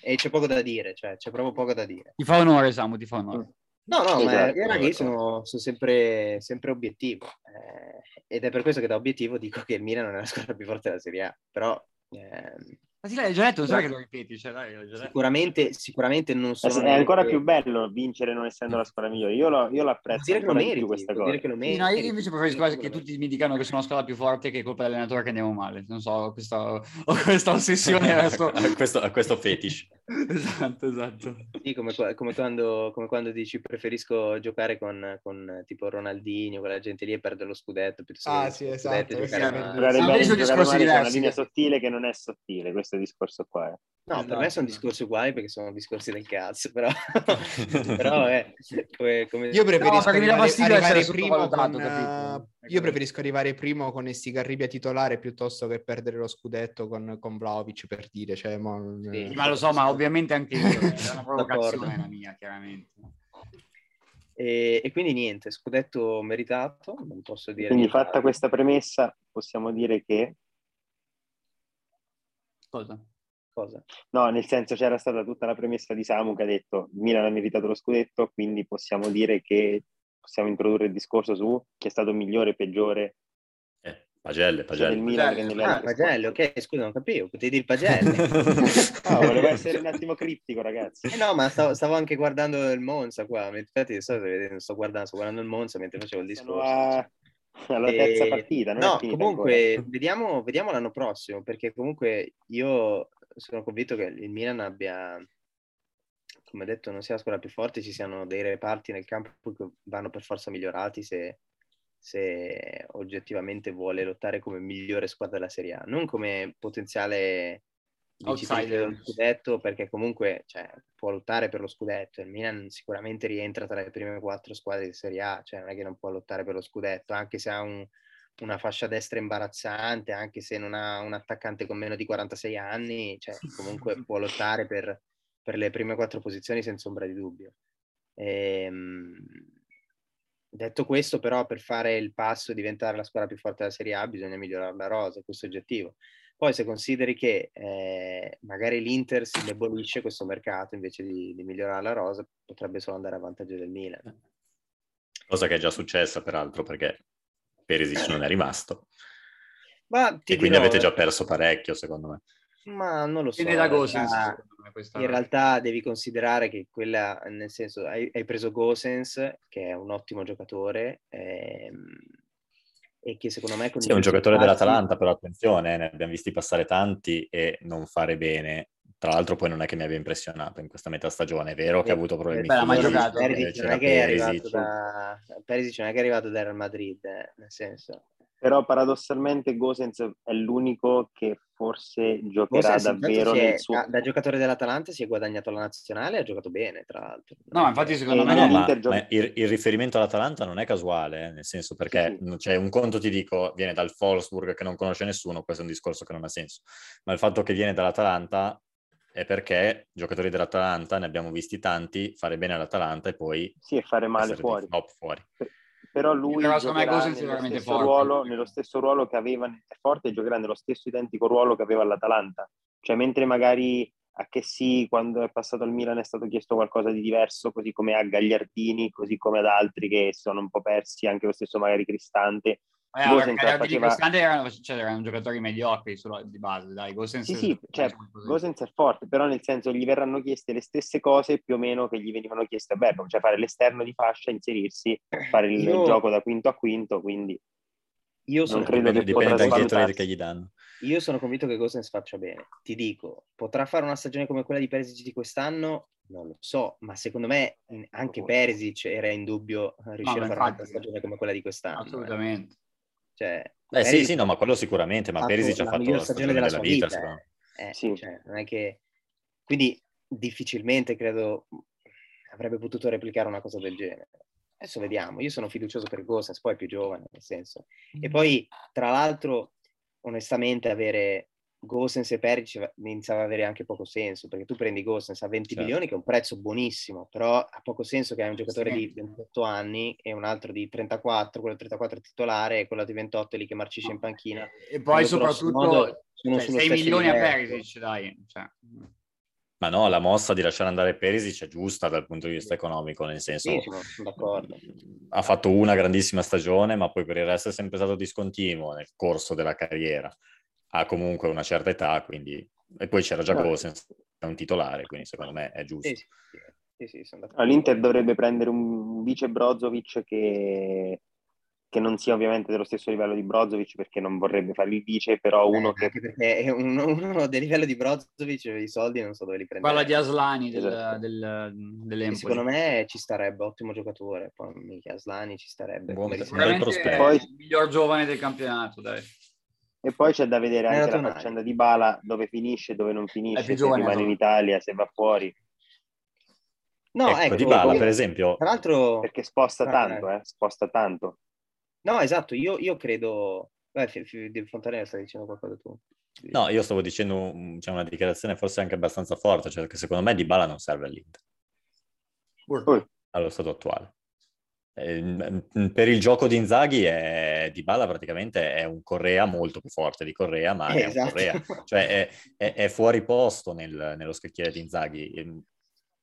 E c'è poco da dire, cioè c'è proprio poco da dire.
Ti fa onore, Samu, ti fa onore.
No, no, ma
Esatto,
io ragazzi
esatto.
sono, sono sempre, sempre obiettivo eh, ed è per questo che da obiettivo dico che il Milan non è la squadra più forte della Serie A, però ehm,
Ma sì, l'hai già detto, non so che lo ripeti, cioè, dai, l'hai già detto.
sicuramente, sicuramente non
Eh,
sono...
È ancora più bello vincere non essendo la squadra migliore. Io, lo, io
Vuol
l'apprezzo
dire che lo
ancora di
meriti,
più questa
vuol
cosa.
dire che lo
Sì,
meriti.
no, io invece preferisco quasi che tutti mi dicano che sono la squadra più forte e che è colpa dell'allenatore che andiamo male. Non so, ho questa, ho questa
*laughs*
ossessione verso...
*laughs* A questo, a questo fetish.
esatto, esatto.
Sì, come, qua- come quando, come quando dici preferisco giocare con, con, eh, tipo Ronaldinho, quella gente lì e perdere lo scudetto. piuttosto che
Ah,
lo
sì,
scudetto
esatto,
e
questa
giocare
è la
male.
verità.
Giocare
Ah,
bene,
invece sono
giocare
discorsi
male con una
diversi.
linea
certo.
sottile che non è sottile, questo discorso qua. eh.
No, per
Esatto,
me sono
esatto.
discorsi uguali perché sono discorsi del
*laughs*
cazzo, però, *laughs* però eh, come, come-
Io
No,
preferisco
perché mi dà
arrivare,
fastidio
arrivare
essere
primo con,
sottovalutato, capito?
Ecco.
eh, io preferisco arrivare primo con Estigarribia titolare piuttosto che perdere lo scudetto con, con Vlaovic per dire. Cioè, mo-
Sì,
Sì, Ma lo so, ma ovviamente anche io, eh, è una provocazione
D'accordo.
la mia, chiaramente.
E, e quindi niente, scudetto meritato, non posso dire...
Quindi
nient'altro.
fatta questa premessa possiamo dire che...
Cioè,
Cosa?
cosa.
No, nel senso c'era stata tutta la premessa di Samu che ha detto il Milan ha meritato lo scudetto, quindi possiamo dire che possiamo introdurre il discorso su chi è stato migliore e peggiore
Eh, pagelle,
sia del
pagelle.
Milan che
Pagelle.
nelle
Ah,
altre
pagelle,
squadre.
ok, scusa, non capivo, potevi dire pagelle. *laughs*
*laughs* Ah, volevo essere un attimo criptico, ragazzi.
Eh no, ma stavo, stavo anche guardando il Monza qua, infatti di solito vedete, sto guardando, sto guardando il Monza mentre facevo il
Sono
discorso.
a- alla
E-
terza partita, non
Eh, no,
è finita
comunque vediamo, vediamo l'anno prossimo, perché comunque io sono convinto che il Milan abbia, come detto, non sia la squadra più forte, ci siano dei reparti nel campo che vanno per forza migliorati se, se oggettivamente vuole lottare come migliore squadra della Serie A, non come potenziale vincitrice
Outsider.
dello scudetto, perché comunque cioè, può lottare per lo scudetto. Il Milan sicuramente rientra tra le prime quattro squadre di Serie A, cioè non è che non può lottare per lo scudetto, anche se ha un- una fascia destra imbarazzante, anche se non ha un attaccante con meno di 46 anni, cioè, comunque può lottare per, per le prime quattro posizioni senza ombra di dubbio. Ehm, detto questo, però, per fare il passo e diventare la squadra più forte della Serie A bisogna migliorare la rosa, questo è oggettivo. Poi se consideri che eh, magari l'Inter si indebolisce questo mercato invece di, di migliorare la rosa, potrebbe solo andare a vantaggio del Milan.
Cosa che è già successa, peraltro, perché Perisic non è rimasto.
Ma ti
e quindi
dirò, eh.
avete già perso parecchio, secondo me.
Ma non lo so.
Fine
in
da Gosens,
realtà-
secondo me, questa...
In realtà devi considerare che quella, nel senso, hai, hai preso Gosens, che è un ottimo giocatore, ehm, e che secondo me... con
Sì,
i
è un giocatore
risultati-
dell'Atalanta, però attenzione, eh, ne abbiamo visti passare tanti e non fare bene. Tra l'altro poi non è che mi abbia impressionato in questa metà stagione, è vero
Eh,
che ha avuto problemi
Beh, l'ha mai
fisici,
giocato.
eh,
Perisic non
c'era
è che è arrivato
Perisic.
da... Perisic non è che è arrivato dal Real Madrid, eh, nel senso...
Però paradossalmente Gosens è l'unico che forse giocherà
Gosens intanto certo
davvero
si è-
nel suo...
da, da giocatore dell'Atalanta si è guadagnato la nazionale e ha giocato bene, tra l'altro.
No, ma infatti secondo
Eh,
me...
Ma no,
no,
ma-
l'Inter gioca-
ma il, il riferimento all'Atalanta non è casuale, eh, nel senso perché
Sì,
cioè, un conto ti dico viene dal Wolfsburg che non conosce nessuno, questo è un discorso che non ha senso, ma il fatto che viene dall'Atalanta è perché giocatori dell'Atalanta ne abbiamo visti tanti fare bene all'Atalanta e poi
Sì, e fare male
essere dei
fuori.
flop fuori.
Però lui
Però secondo me
giocherà
Gosens è
nello,
veramente
stesso
forte.
ruolo, nello stesso ruolo che aveva, è forte e giocherà nello stesso identico ruolo che aveva all'Atalanta. Cioè, mentre magari a che sì, quando è passato al Milan è stato chiesto qualcosa di diverso, così come a Gagliardini, così come ad altri che sono un po' persi, anche lo stesso magari Cristante.
Eh,
Gosens
perché era-
faceva-
Cristante erano, cioè, erano giocatori mediocri solo di base, dai, Gosens...
Sì, sì, cioè, Gosens è forte, però nel senso gli verranno chieste le stesse cose più o meno che gli venivano chieste a Bergamo, cioè fare l'esterno di fascia, inserirsi, fare il
Io-
gioco da quinto a quinto, quindi
Io sono,
credo
convinto-
Dipende,
che
dipende
potrà
dal Gatorade
svalutarsi.
che gli danno.
io sono convinto che Gosens faccia bene. Ti dico, potrà fare una stagione come quella di Perisic di quest'anno? Non lo so, ma secondo me mh, anche Perisic era in dubbio eh, riuscire
ma
a fare una
infatti.
stagione come quella di quest'anno. eh.
Assolutamente.
Cioè,
Eh sì,
Perisic
sì, no, ma quello sicuramente, ma
fatto
Perisic ha
la
fatto
miglior
la stagione
della
della
sua
vita,
vita,
secondo me.
eh. Eh,
Sì.
cioè, non è che... Quindi difficilmente credo avrebbe potuto replicare una cosa del genere. Adesso vediamo, io sono fiducioso per Gosens, poi è più giovane, nel senso. E poi, tra l'altro, onestamente, avere Gosens e Perisic iniziava ad avere anche poco senso, perché tu prendi Gosens a 20
Certo.
milioni, che è un prezzo buonissimo, però ha poco senso che hai un giocatore
Sì.
di 28 anni e un altro di 34, quello di 34 è titolare e quello di 28 lì che marcisce in panchina.
E poi
Quando, grosso
soprattutto
modo, sono
cioè,
sullo
6
stesso
milioni a
livello. Eh,
Perisic, dai. Cioè.
Ma no, la mossa di lasciare andare Perisic è giusta dal punto di vista economico, nel senso
Sì, sono sono d'accordo.
ha fatto una grandissima stagione, ma poi per il resto è sempre stato discontinuo nel corso della carriera. Ha comunque una certa età, quindi... E poi c'era già
No.
Gosens, è un titolare, quindi secondo me è giusto.
Certo. Sì, sì, sì, sì, sì, sono d'accordo.
L'Inter dovrebbe prendere un vice Brozovic che, che non sia ovviamente dello stesso livello di Brozovic perché non vorrebbe fare il vice, però uno
Eh,
che...
anche perché è uno, uno del livello di Brozovic i soldi non so dove li prendere.
Parla di Aslani del,
Esatto.
del,
E
dell'Empoli.
secondo me ci starebbe, ottimo giocatore. Poi mica Aslani ci starebbe.
Buon
Come
personaggio.
dice-
Sicuramente
prospetto.
è
Poi-
il miglior giovane del campionato, dai.
E poi c'è da vedere anche la
Tonali.
faccenda di Bala, dove finisce, dove non finisce, se
giovane,
rimane in
no?
Italia, se va fuori,
Oh. No,
ecco,
ecco,
Di Bala,
poi-
per esempio,
Tra l'altro,
perché sposta
Ah,
tanto,
eh.
eh, sposta tanto.
no, esatto, io, io credo... Beh, F- F- Di Fontanella stai dicendo qualcosa tu.
No, io stavo dicendo mm, c'è una dichiarazione forse anche abbastanza forte, cioè che secondo me Dybala non serve all'Inter,
Poi,
allo stato attuale. Eh, mm, mm, per il gioco di Inzaghi è, Dybala praticamente è un Correa molto più forte di Correa, ma
Eh,
è
*laughs*
un Correa. Cioè è, è- è fuori posto nel- nello scacchiere di Inzaghi. Ehm,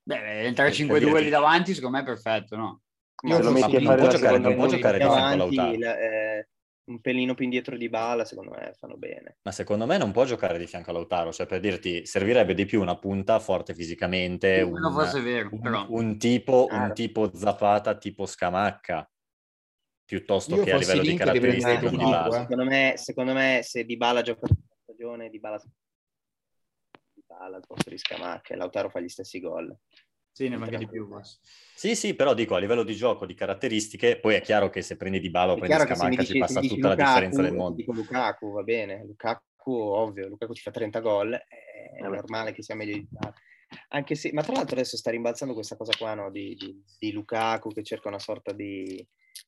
Beh, il 3-5-2 lì davanti, secondo me è perfetto, no?
Ma
se lo
non
metti a
so, non
fare la
può giocare-
seconda
non può
punta
giocare
di fianco
davanti,
Lautaro.
la- eh, un pelino più indietro di Bala, secondo me fanno bene.
Ma secondo me non può giocare di fianco a Lautaro, cioè per dirti servirebbe di più una punta forte fisicamente, un,
Quello forse è vero,
un-
però.
un tipo, un
Chiaro.
tipo Zapata, tipo Scamacca, piuttosto
Io
che a
fossi
livello di
l'Inter, li
Eh,
caratteristiche
prenderei
di
tutti e
base.
due, eh.
secondo, me, secondo me se Dybala gioca tutta la stagione Dybala Dybala al posto di Scamacca e Lautaro fa gli stessi gol
Sì, ne va anche di più. forse.
Sì, sì, però dico a livello di gioco, di caratteristiche, poi è chiaro che se prendi Dybala o
è
prendi
chiaro che se mi
Scamacca
dici, se
ci
mi
passa
dici
tutta la
Lukaku
differenza del
ti
mondo.
dico Lukaku va bene Lukaku ovvio Lukaku ci fa 30 gol è
Vabbè.
normale che sia meglio di Dybala. anche se, ma tra l'altro adesso sta rimbalzando questa cosa qua no, di, di, di Lukaku che cerca una sorta di,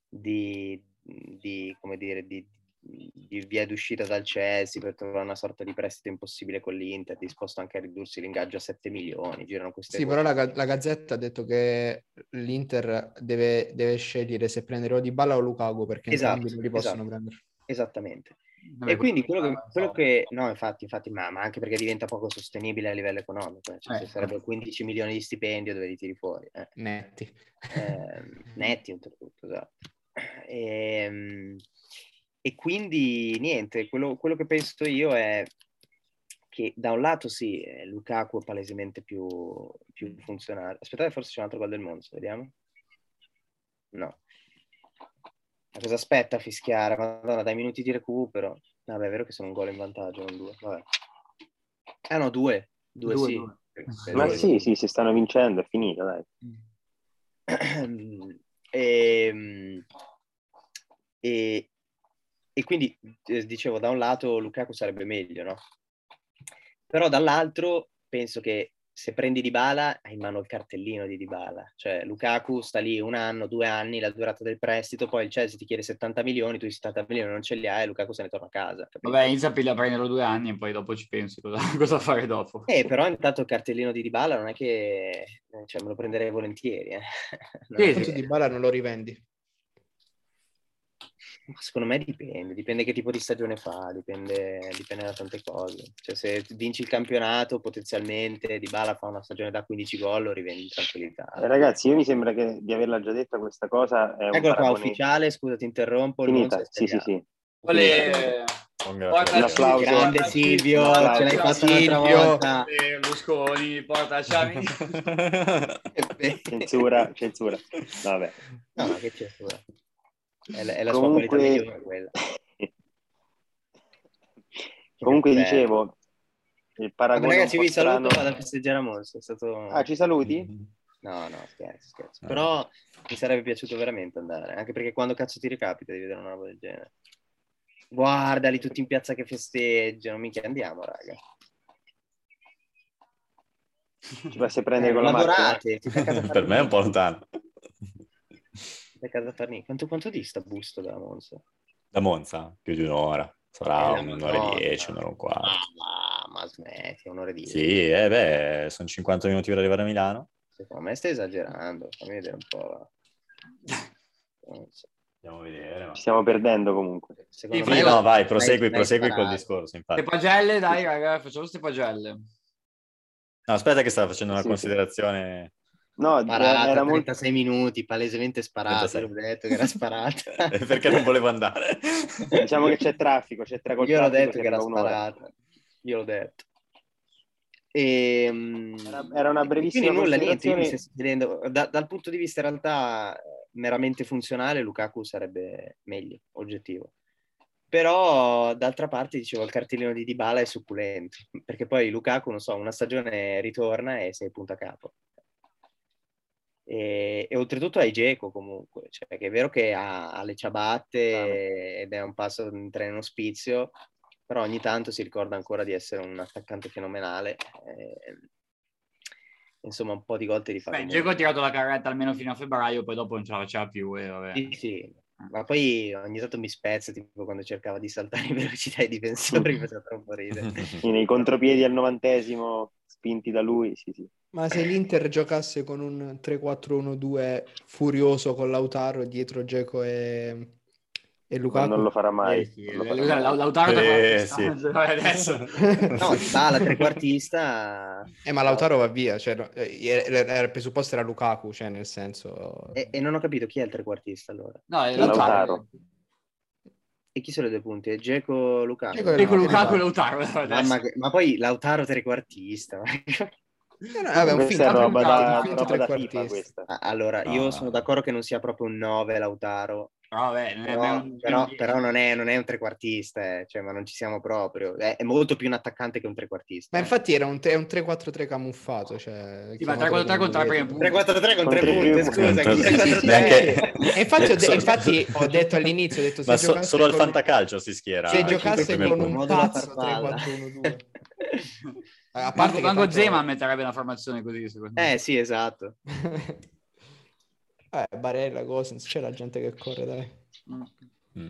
di, di, come dire di, di via d'uscita dal Chelsea per trovare una sorta di prestito impossibile con l'Inter disposto anche a ridursi l'ingaggio a 7 milioni girano queste
Sì,
voci.
però la, Ga- la Gazzetta ha detto che l'Inter deve, deve scegliere se prendere o Dybala o Lukaku perché
Esatto,
entrambi non li possono
esatto.
prendere.
esattamente
Vabbè,
e quindi quello che,
avanzato.
quello che- no, infatti, infatti ma, ma anche perché diventa poco sostenibile a livello economico, eh, cioè,
Eh.
se sarebbero 15 milioni di stipendio dove li tiri fuori, eh.
Netti.
Ehm, netti oltretutto, esatto. Ehm, E, quindi niente, quello, quello che penso io è che da un lato sì, eh, Lukaku è palesemente più, più funzionale. Aspettate, forse c'è un altro gol del Monza, vediamo. No. Ma cosa aspetta a fischiare? Madonna, dai minuti di recupero. Vabbè, è vero che sono un gol in vantaggio, non due. Vabbè. Ah no, due. Due,
Due,
sì.
due.
Eh,
Ma
due.
sì, sì, si stanno vincendo, è finita, dai.
Ehm, e, e quindi eh, dicevo da un lato Lukaku sarebbe meglio no? però dall'altro penso che se prendi Dybala hai in mano il cartellino di Dybala cioè Lukaku sta lì un anno, due anni la durata del prestito, poi il Chelsea ti chiede 70 milioni, tu i 70 milioni non ce li hai e Lukaku se ne torna a casa capito?
Vabbè, inizia a piglia- a prenderlo due anni e poi dopo ci pensi cosa, *laughs* cosa fare dopo.
Eh, però intanto il cartellino di Dybala non è che cioè, me lo prenderei volentieri eh. *laughs* Non
Sì,
è che-
sì.
Forse Dybala non lo rivendi.
Ma Secondo me dipende, dipende che tipo di stagione fa, dipende, dipende da tante cose. Cioè, se vinci il campionato, potenzialmente Dybala fa una stagione da 15 gol, lo rivendi in tranquillità.
Eh, ragazzi, io mi sembra che di averla già detta questa cosa è un
Eccola qua,
paragone-
ufficiale, scusa, ti interrompo. il
Finita,
Monza è
sì, sì,
*laughs* italiano.
sì.
Ole!
Congratulazioni.
Un
*laughs*
applauso.
Grande Silvio,
ce l'hai
fatta un'altra volta.
Berlusconi, portaci *laughs* a
*laughs*
Censura, censura. Vabbè.
Eh, No, ma che censura. È la, è la
Comunque-
sua qualità migliore quella.
Comunque
Beh.
dicevo, il
Vabbè,
paragone è un
ragazzi,
po'
vi saluto,
strano-
vado a festeggiare a Monza. È stato...
Ah, ci
Eh.
saluti?
No, no, scherzo, scherzo.
No.
Però mi sarebbe piaciuto veramente andare, anche perché quando cazzo ti ricapita di vedere una roba del genere. Guardali tutti in piazza che festeggiano, mica andiamo, raga.
Ci fa se
Eh,
prendere con la macchina.
Lavorate. siete a
*laughs*
casa a far
per me è un po'
niente,
lontano.
siete a casa a far niente. Quanto, quanto di sta busto della Monza?
Da Monza, più di un'ora.
Eh,
Sarà
la
Ah, un'ora
Madonna.
e dieci, un'ora e un quarto.
Ah, ma smetti, è un'ora di
Sì, eh beh, sono 50 minuti per arrivare a Milano.
Secondo me stai esagerando, fammi vedere un po'.
*laughs*
va. Non so.
Andiamo a vedere.
Ci stiamo perdendo comunque.
Secondo
Sì,
me
Sì,
la-
no, vai,
l'hai-
prosegui,
l'hai
prosegui col
imparato.
discorso,
Ste
infatti.
pagelle, dai, raga, facciamo ste pagelle.
No, aspetta che stavo facendo una
Sì, sì.
considerazione.
No,
Sparata,
era molto...
36 minuti, palesemente sparata,
36.
l'ho detto che era
*laughs*
sparata.
*laughs*
Eh,
Eh,
Perché non volevo andare.
Diciamo che c'è traffico, c'è tra col
*laughs* Io l'ho
traffico
detto
si
che era
arriva un'ora.
sparata. Io l'ho detto. Ehm,
Era- era una brevissima
quindi nulla, niente, io
considerazione.
mi stessi chiedendo, da- dal punto di vista in realtà eh, meramente funzionale Lukaku sarebbe meglio, oggettivo. Però d'altra parte dicevo il cartellino di Dybala è succulento, perché poi Lukaku, non so, una stagione ritorna e sei punto a capo. E, e oltretutto hai Geco comunque, cioè, che è vero che ha, ha le ciabatte ed è un passo in treno spizio, però ogni tanto si ricorda ancora di essere un attaccante fenomenale. eh, insomma, un po' di gol te li fa.
Beh,
comunque.
Diego ha tirato la carretta almeno fino a febbraio, poi dopo non ce la faceva più e vabbè.
Sì, sì. Ma poi ogni tanto mi spezza, tipo quando cercava di saltare *laughs* in velocità i difensori, mi faceva troppo ridere.
Sì, nei contropiedi al novantesimo, spinti da lui, sì, sì.
Ma se l'Inter giocasse con un 3-4-1-2 furioso con Lautaro dietro Dzeko e, e
Ma
Lukaku,
non lo farà mai.
Eh, sì,
Non lo farà
Scusa,
mai.
Lau- Lautaro da parte
Eh, sì.
sta- *laughs* vabbè, adesso.
*laughs*
*laughs*
No, Dybala, trequartista,
Eh, ma Lautaro va via, cioè, no, eh, era- era- il presupposto era Lukaku, cioè, nel senso...
e, e non ho capito chi è il trequartista allora.
No, è
Lautaro.
Lautaro.
E chi sono i due punti? Geco Lukaku?
Dzeko e
Dico
No,
Lukaku e
Lautaro.
Lautaro. *laughs* adesso.
Mamma che- ma poi Lautaro trequartista. *laughs* ma-
Eh, no, vabbè, un
Questa è
finto,
roba da,
un finto
roba da
trequartista.
FIFA questa.
Ah, Allora,
No,
io
no, Eh,
sono
no.
d'accordo che non sia proprio un 9 Lautaro,
Però, vabbè, non è-
però,
non è-
però- però non, è, non è un trequartista, eh, cioè, ma non ci siamo proprio. È, è molto più un attaccante che un trequartista. eh.
Ma infatti era un, tre- è un 3-4-3 camuffato, cioè...
Sì, ma 3-4-3
chiamatelo
con
come volete.
3-4-3
3 punti.
con
Con
3
tre
punti,
punti.
scusa. con
Sì, sì, sì,
3-4-3.
*laughs* neanche-
E
*laughs*
infatti, ho de-
Solo-
infatti ho detto all'inizio, ho detto se
Ma so-
giocasse
solo al
con-
fantacalcio si schiera.
se
eh,
giocasse
contro i
con
miei
un
punti.
Modulo
pazzo,
farfalla.
3-4-1-2. A parte
Manco,
che
manco
tanto-
Zeman metterebbe una formazione così, secondo me.
*laughs* Eh sì, esatto.
*laughs* Eh, Barella, Gosens, c'è la gente che corre, dai.
Mm.
Mm.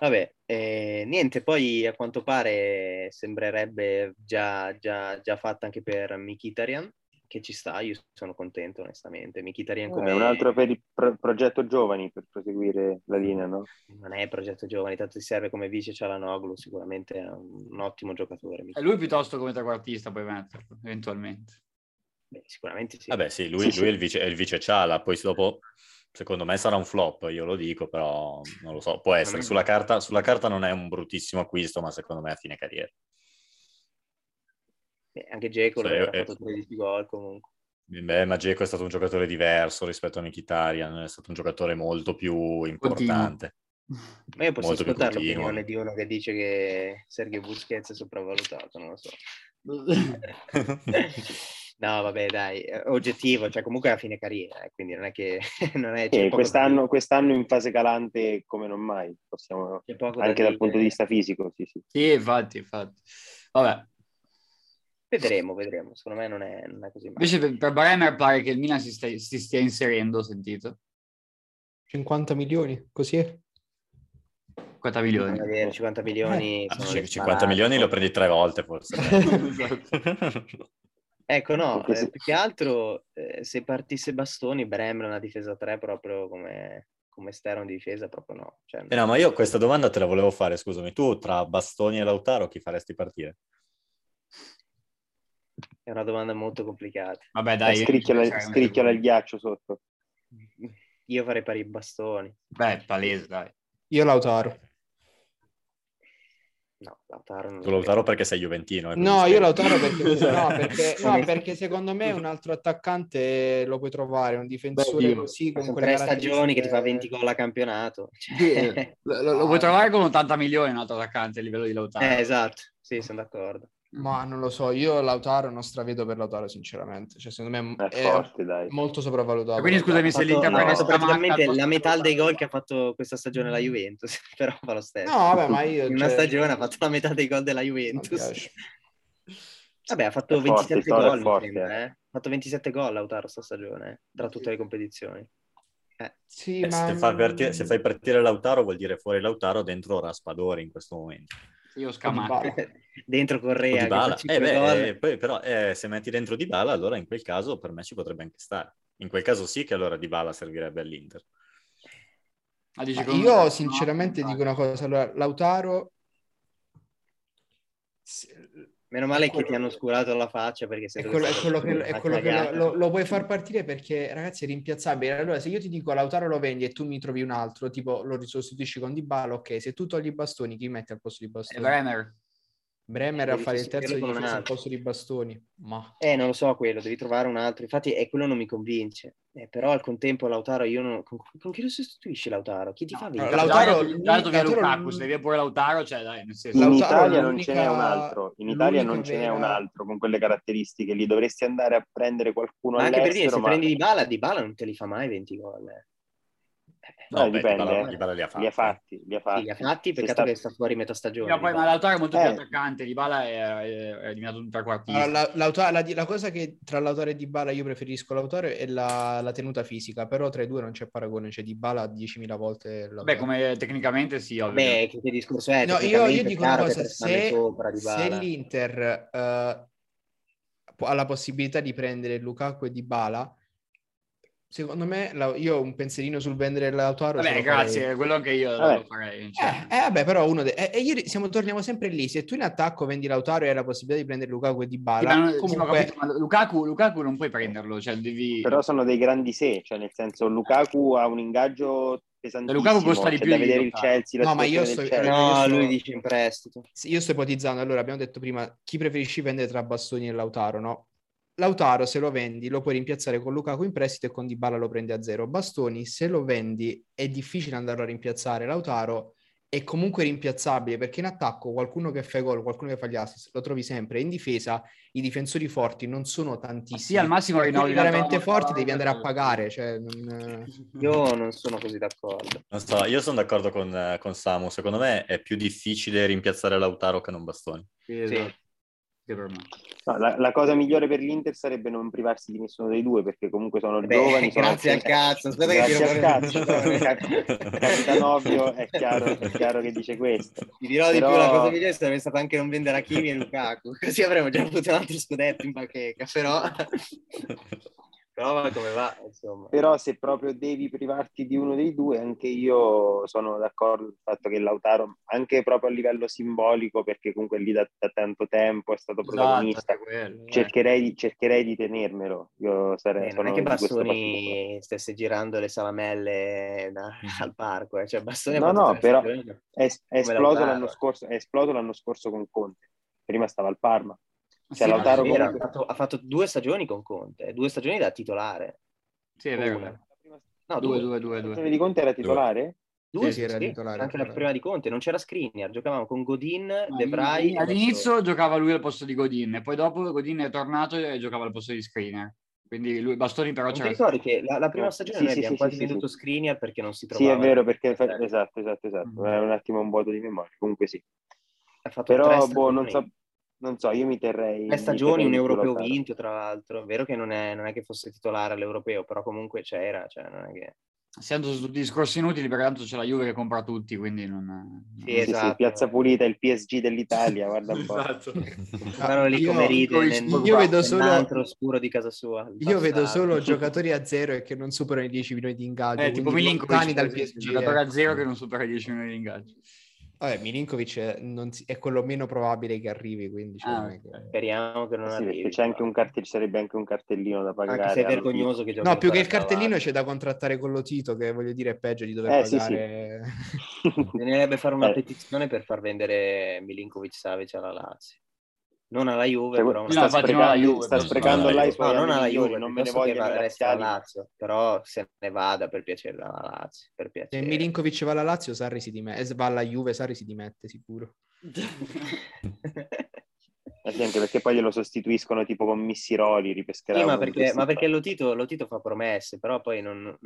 Vabbè, eh, niente, poi a quanto pare sembrerebbe già, già, già fatta anche per Mikitarian, che ci sta, io sono contento onestamente. Mikitarian come
È Eh, un altro per il pro- progetto giovani per proseguire la linea, no?
non è progetto giovane, tanto ti serve come vice Cialanoglu, sicuramente è un, un ottimo giocatore.
E
Eh,
Mkhitaryan.
lui piuttosto come trequartista puoi metterlo, eventualmente.
Beh, sicuramente sì.
Vabbè, sì,
Sì,
lui,
sì.
lui È, il vice, è il vice Ciala, poi dopo, secondo me, sarà un flop, io lo dico, però non lo so, può essere.
me-
Sulla carta, sulla carta non è un bruttissimo acquisto, ma secondo me è a fine carriera.
Beh, anche Jacob
Sì,
ha
eh.
fatto 13 gol comunque.
Beh, ma Dzeko è stato un giocatore diverso rispetto a Mkhitaryan, è stato un giocatore molto più importante.
Ma io posso
Molto più
ascoltare
continuo.
l'opinione di uno che dice che Sergio Busquets è sopravvalutato, non lo so.
*laughs*
No, vabbè, dai, eh, oggettivo, cioè comunque è a fine carriera, eh, quindi non è che *laughs* non è,
E
c'è, poco da,
quest'anno, quest'anno in fase calante come non mai, possiamo,
c'è poco da
anche
dire.
dal punto di vista fisico, sì, sì.
Sì, infatti, infatti. Vabbè.
Vedremo, vedremo, secondo me non è, non è così male.
Invece per, per Bremer pare che il Milan si, stia- si stia inserendo, ho sentito.
50 milioni, così è?
50
Bisogna
milioni.
vedere, 50 milioni.
eh. Ah,
sono
c-
le
50 milioni lo prendi tre volte forse.
Ecco, no,
Perché
eh,
se-
più che altro eh, se partisse Bastoni, Bremner una difesa 3 proprio come, come esterno di difesa, proprio no. Cioè,
Eh no, ma io questa domanda te la volevo fare, scusami. Tu tra Bastoni e Lautaro chi faresti partire?
È una domanda molto complicata.
Vabbè, dai. io-
Eh, scricchiola,
cioè,
scricchiola il ghiaccio sotto.
Io farei pari i Bastoni.
Beh, palese, dai.
Io Lautaro.
No, Lautaro non
Tu Lautaro perché sei Juventino. eh, quindi
No,
speri.
io Lautaro
*laughs*
*laughs*
perché,
Esatto.
no, perché, no,
Onest-
perché secondo me un altro attaccante lo puoi trovare, un difensore
Beh, io-
così con
Sono
quelle
tre stagioni che ti fa 20
caratteristiche-
gol a campionato. *laughs* Cioè,
Sì, Eh, lo, lo- lo
*laughs*
puoi trovare con 80 milioni un altro attaccante a livello di Lautaro.
eh, esatto, sì, sono d'accordo.
Ma non lo so, io Lautaro non stravedo per Lautaro sinceramente, cioè secondo me
È
è,
forte, dai.
molto sopravvalutato.
E quindi
Lautaro.
scusami
Ha
se
fatto,
l'Inter
ha
prende
fatto
sta manca,
praticamente
posso-
la metà dei gol che ha fatto questa stagione la Juventus, *laughs* però fa lo stesso.
No, vabbè, ma io
In una
cioè,
stagione ha fatto la metà dei gol della
non mi
Juventus.
piace.
Vabbè, ha fatto
È forte,
27
Toro è
gol, mi
forte.
sembra, eh. Ha fatto 27 gol Lautaro sta stagione, eh, tra tutte le competizioni.
Sì,
Eh,
ma...
se, fai partire, se fai partire Lautaro vuol dire fuori Lautaro, dentro Raspadori in questo momento.
Io scamacco.
Dentro
O
Correa, che fa
Dybala.
5
Eh, beh,
gol.
eh, poi però eh, se metti dentro Dybala, allora in quel caso per me ci potrebbe anche stare. In quel caso sì che allora Dybala servirebbe all'Inter.
Ah, dici
Ma
che-
io
no,
sinceramente
no,
dico una cosa, allora, Lautaro... se-
Meno male
È
che ti
quello-
hanno oscurato la faccia perché se
È quello, è quello che, è
la
quello che lo,
cagata.
lo- lo puoi far partire perché, ragazzi, è rimpiazzabile. Allora, se io ti dico Lautaro lo vendi e tu mi trovi un altro, tipo lo sostituisci con Dybala, ok, se tu togli i bastoni, chi metti al posto di
È
Eh,
bastoni?
Bremer.
Bremer a
Devi
fare il terzo di
sostituirlo con un
difesa al
altro.
posto di bastoni. Ma
Eh, non lo so quello, devi trovare un altro. Infatti, eh, quello non mi convince. Eh, però al contempo Lautaro, io non... Con, con chi lo sostituisci Lautaro? Chi ti fa vincere?
Lautaro-
Lautaro via
Lautaro-
Lukaku, se via pure Lautaro, cioè dai, nel senso...
In
Lautaro
Italia
è
non ce n'è
l'unica-
un altro, in Italia non
l'unica
ce n'è un
vera-
altro con quelle caratteristiche lì, dovresti andare a prendere qualcuno
Ma anche per dire,
all'estero,
se
ma
prendi Dybala, Dybala non te li fa mai 20 gol. eh.
No,
beh,
dipende,
Dybala,
eh.
Dybala li ha fatti.
li ha fatti, li ha
Sì,
fatti.
li ha fatti,
Se
peccato
sta-
che sta fuori metà stagione.
Ma poi, ma
Dybala.
Lautaro è molto più
Eh.
attaccante, Dybala è, è, è diventato un trequartista.
Allora, la, Lautaro- la, di- la cosa che tra Lautaro e Dybala io preferisco Lautaro è la, la tenuta fisica, però tra i due non c'è paragone, c'è Dybala 10.000 volte Lautaro.
Beh, come tecnicamente sì, ovvio.
Beh, che, che discorso è?
No, io,
Tecnicamente
io
è
dico una
chiaro che
cosa,
te stanno
se,
sopra
se
Dybala.
l'Inter eh, può- ha la possibilità di prendere Lukaku e Dybala, secondo me la- io un pensierino sul vendere Lautaro ce
Vabbè,
lo farei.
grazie, quello anche io
Vabbè.
lo farei.
Eh,
cioè.
eh, vabbè, però uno de- eh, eh, ieri siamo- torniamo sempre lì, se tu in attacco vendi Lautaro e hai la possibilità di prendere Lukaku e
Sì, ma
Dybala,
non- sì, ma ho
comunque
capito, ma Lukaku, Lukaku non puoi prenderlo, cioè devi...
Però sono dei grandi sé, cioè nel senso Lukaku ha un ingaggio pesantissimo,
Lukaku costa di
c'è
più
da
di
vedere il
Lautaro.
Chelsea, la
No, ma io
situazione
sto-
del Chelsea.
No,
io sto-
lui dice in prestito.
Mm.
Sì, Io sto ipotizzando, allora abbiamo detto prima chi preferisci vendere tra Bastoni e Lautaro, no? Lautaro se lo vendi lo puoi rimpiazzare con Lukaku in prestito e con Dybala lo prendi a zero. Bastoni se lo vendi è difficile andarlo a rimpiazzare, Lautaro è comunque rimpiazzabile perché in attacco qualcuno che fa i gol, qualcuno che fa gli assist lo trovi sempre, in difesa i difensori forti non sono tantissimi.
Sì, al massimo
Quelli
rinnovi
veramente
Lautaro,
forti devi
Lautaro,
andare a
Lautaro.
pagare, cioè non-
Io non sono così d'accordo.
Non so, io sono d'accordo con, eh, con Samu, secondo me è più difficile rimpiazzare Lautaro che non Bastoni.
Sì, esatto. Anche per me.
No, la, la cosa migliore per l'Inter sarebbe non privarsi di nessuno dei due, perché comunque sono
Beh,
giovani. sono
*laughs* grazie
*laughs*
al
anche-
cazzo, aspetta che
Grazie
tiro
al cazzo,
fuori il
però,
*laughs*
Cap- Capitanovio è chiaro,
*laughs*
è chiaro che dice questo.
Ti dirò di
Però-
più, la cosa migliore sarebbe stata anche non vendere Hakimi e Lukaku, *laughs* così avremmo già avuto un altro scudetto in bacheca, però... *laughs* però va come va, insomma.
Però se proprio devi privarti di uno dei due, anche io sono d'accordo sul fatto che Lautaro, anche proprio a livello simbolico, perché comunque lì da, da tanto tempo è stato protagonista,
Esatto, è quello, eh.
cercherei, di- cercherei di tenermelo. Io sarei,
Eh, non è
sono
che
di questo partito.
Bastoni stesse girando le salamelle da- al parco, eh. cioè Bastoni ha
No,
fatto
no,
tre
però
stagioni.
È, es- è
Come
esploso
Lautaro.
l'anno scorso, è esploso l'anno scorso con Conte. Prima stava al Parma.
Sì,
Cioè, Lautaro
Sì,
ma-
era- ha,
comunque-
fatto, ha fatto due stagioni con Conte, due stagioni da titolare.
Sì, è vero.
Una.
La prima
No,
Due,
due,
due, due,
stagione
due.
di Conte era titolare?
Due,
Sì,
sì,
sì, era
sì.
titolare,
anche la
titolare.
prima di Conte, non c'era Skriniar, giocavamo con Godin, De Vrij
All'in-
e Bastoni.
All'inizio giocava lui al posto di Godin, e poi dopo Godin è tornato e giocava al posto di Screener. Quindi lui, Bastoni però
Non ti
c'era...
ricordi che la, la prima stagione
Sì,
noi
sì,
abbiamo
sì,
quasi
sì, sì,
venduto
sì.
Skriniar perché non si
Sì,
trovava.
è vero, perché fa-
Eh,
esatto, esatto, esatto. È un attimo un vuoto di memoria. Comunque sì.
Ha fatto tre
Però
stagioni,
boh, non so, non so, io mi terrei
tre
mi
stagioni,
terrei
un
di più
europeo
Lautaro.
vinto tra l'altro. È vero che non è, non è che fosse titolare all'europeo, però comunque c'era. Cioè, non è che...
Siamo su discorsi inutili perché tanto c'è la Juve che compra tutti, quindi non...
Sì,
non-
Sì, sì,
Esatto.
Piazza Pulita, il PSG
*laughs*
dell'Italia, guarda un po'.
Erano lì
Ah, Io-
come ride nel,
io
vedo
nel
solo-
antro oscuro di casa sua. il
Io vedo
bastardo.
*laughs*
solo giocatori a zero e che non superano i 10 milioni di ingaggio,
Eh, tipo
quindi
Milinkovic,
lontani dal
dal PSG,
PSG.
giocatore
eh.
a zero che non supera i 10 milioni di ingaggi. *laughs*
Vabbè, Milinkovic è, non si- è quello meno probabile che arrivi, quindi cioè,
Ah,
non è che-
ok.
Speriamo che non
Sì,
arrivi.
perché c'è anche un carte- ci sarebbe anche un cartellino da pagare.
Anche se è
alla *laughs*
vergognoso che giochi
No, più che il
ancora a
cartellino
Cavani.
c'è da contrattare con lo Tito, che voglio dire è peggio di dover
Eh, sì,
pagare... *laughs*
fine.
Bisognerebbe fare una
Eh.
petizione per far vendere Milinkovic Savic alla Lazio. Non alla Juve,
Cioè,
però una-
No,
sta
infatti non alla
sprecando,
Juve,
sta
non
sprecando
alla
là i
Juve.
suoi
No, non
anni
alla
migliori,
Juve,
non me ne
piuttosto che
vogliono
va-
i
resta alla
razziali.
Lazio, però se ne vada per piacere dalla Lazio, per
Se
piacere.
Milinkovic va alla Lazio, Sarri si dimette, eh, va alla Juve, Sarri si dimette sicuro.
Eh sì, anche perché poi glielo sostituiscono tipo con Missiroli, ripescherà
*laughs* Sì, ma
uno di
perché,
questi
ma perché
qua.
Lotito, Lotito fa promesse, però poi non-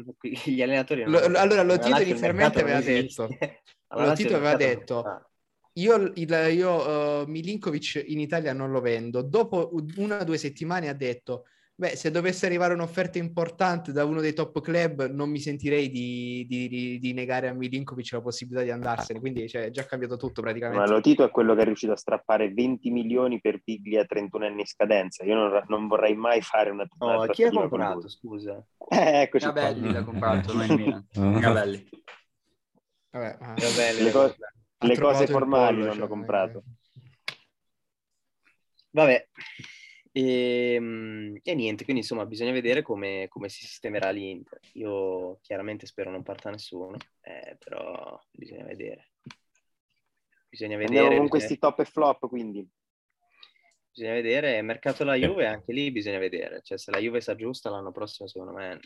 gli allenatori... Non
Lo- lo- allora,
Alla
Lotito
Lazio il
inizialmente
mercato non
aveva
esiste.
detto-
*laughs* Alla Lazio
Lotito
il
aveva
mercato
detto,
non
Io, il- io, eh, Milinkovic in Italia non lo vendo. Dopo una o due settimane ha detto: Beh, se dovesse arrivare un'offerta importante da uno dei top club, non mi sentirei di, di- di- di negare a Milinkovic la possibilità di andarsene. Quindi cioè, è già cambiato tutto
Ma
praticamente.
lo Tito è quello che è riuscito a strappare 20 milioni per Biglia 31 anni in scadenza. Io non, non vorrei mai fare una
No,
una
chi ha
trattativa con
comprato,
lui.
scusa?
Eh, eccoci qua.
Gabelli l'ha comprato, non il
*laughs*
Milan.
Mm.
Gabelli.
Vabbè, ma- *laughs*
Vabbè,
Le cose-
ha
le
trovato
cose
il
formali
pollo,
l'hanno
cioè,
comprato.
Vabbè. Ehm, E, niente, quindi insomma bisogna vedere come, come si sistemerà l'Inter. Io chiaramente spero non parta nessuno, eh, però bisogna vedere. Bisogna
Andiamo
vedere,
con
bisogna,
questi top e flop, quindi.
bisogna vedere. Mercato la Juve, anche lì bisogna vedere. Cioè se la Juve si aggiusta l'anno prossimo secondo me...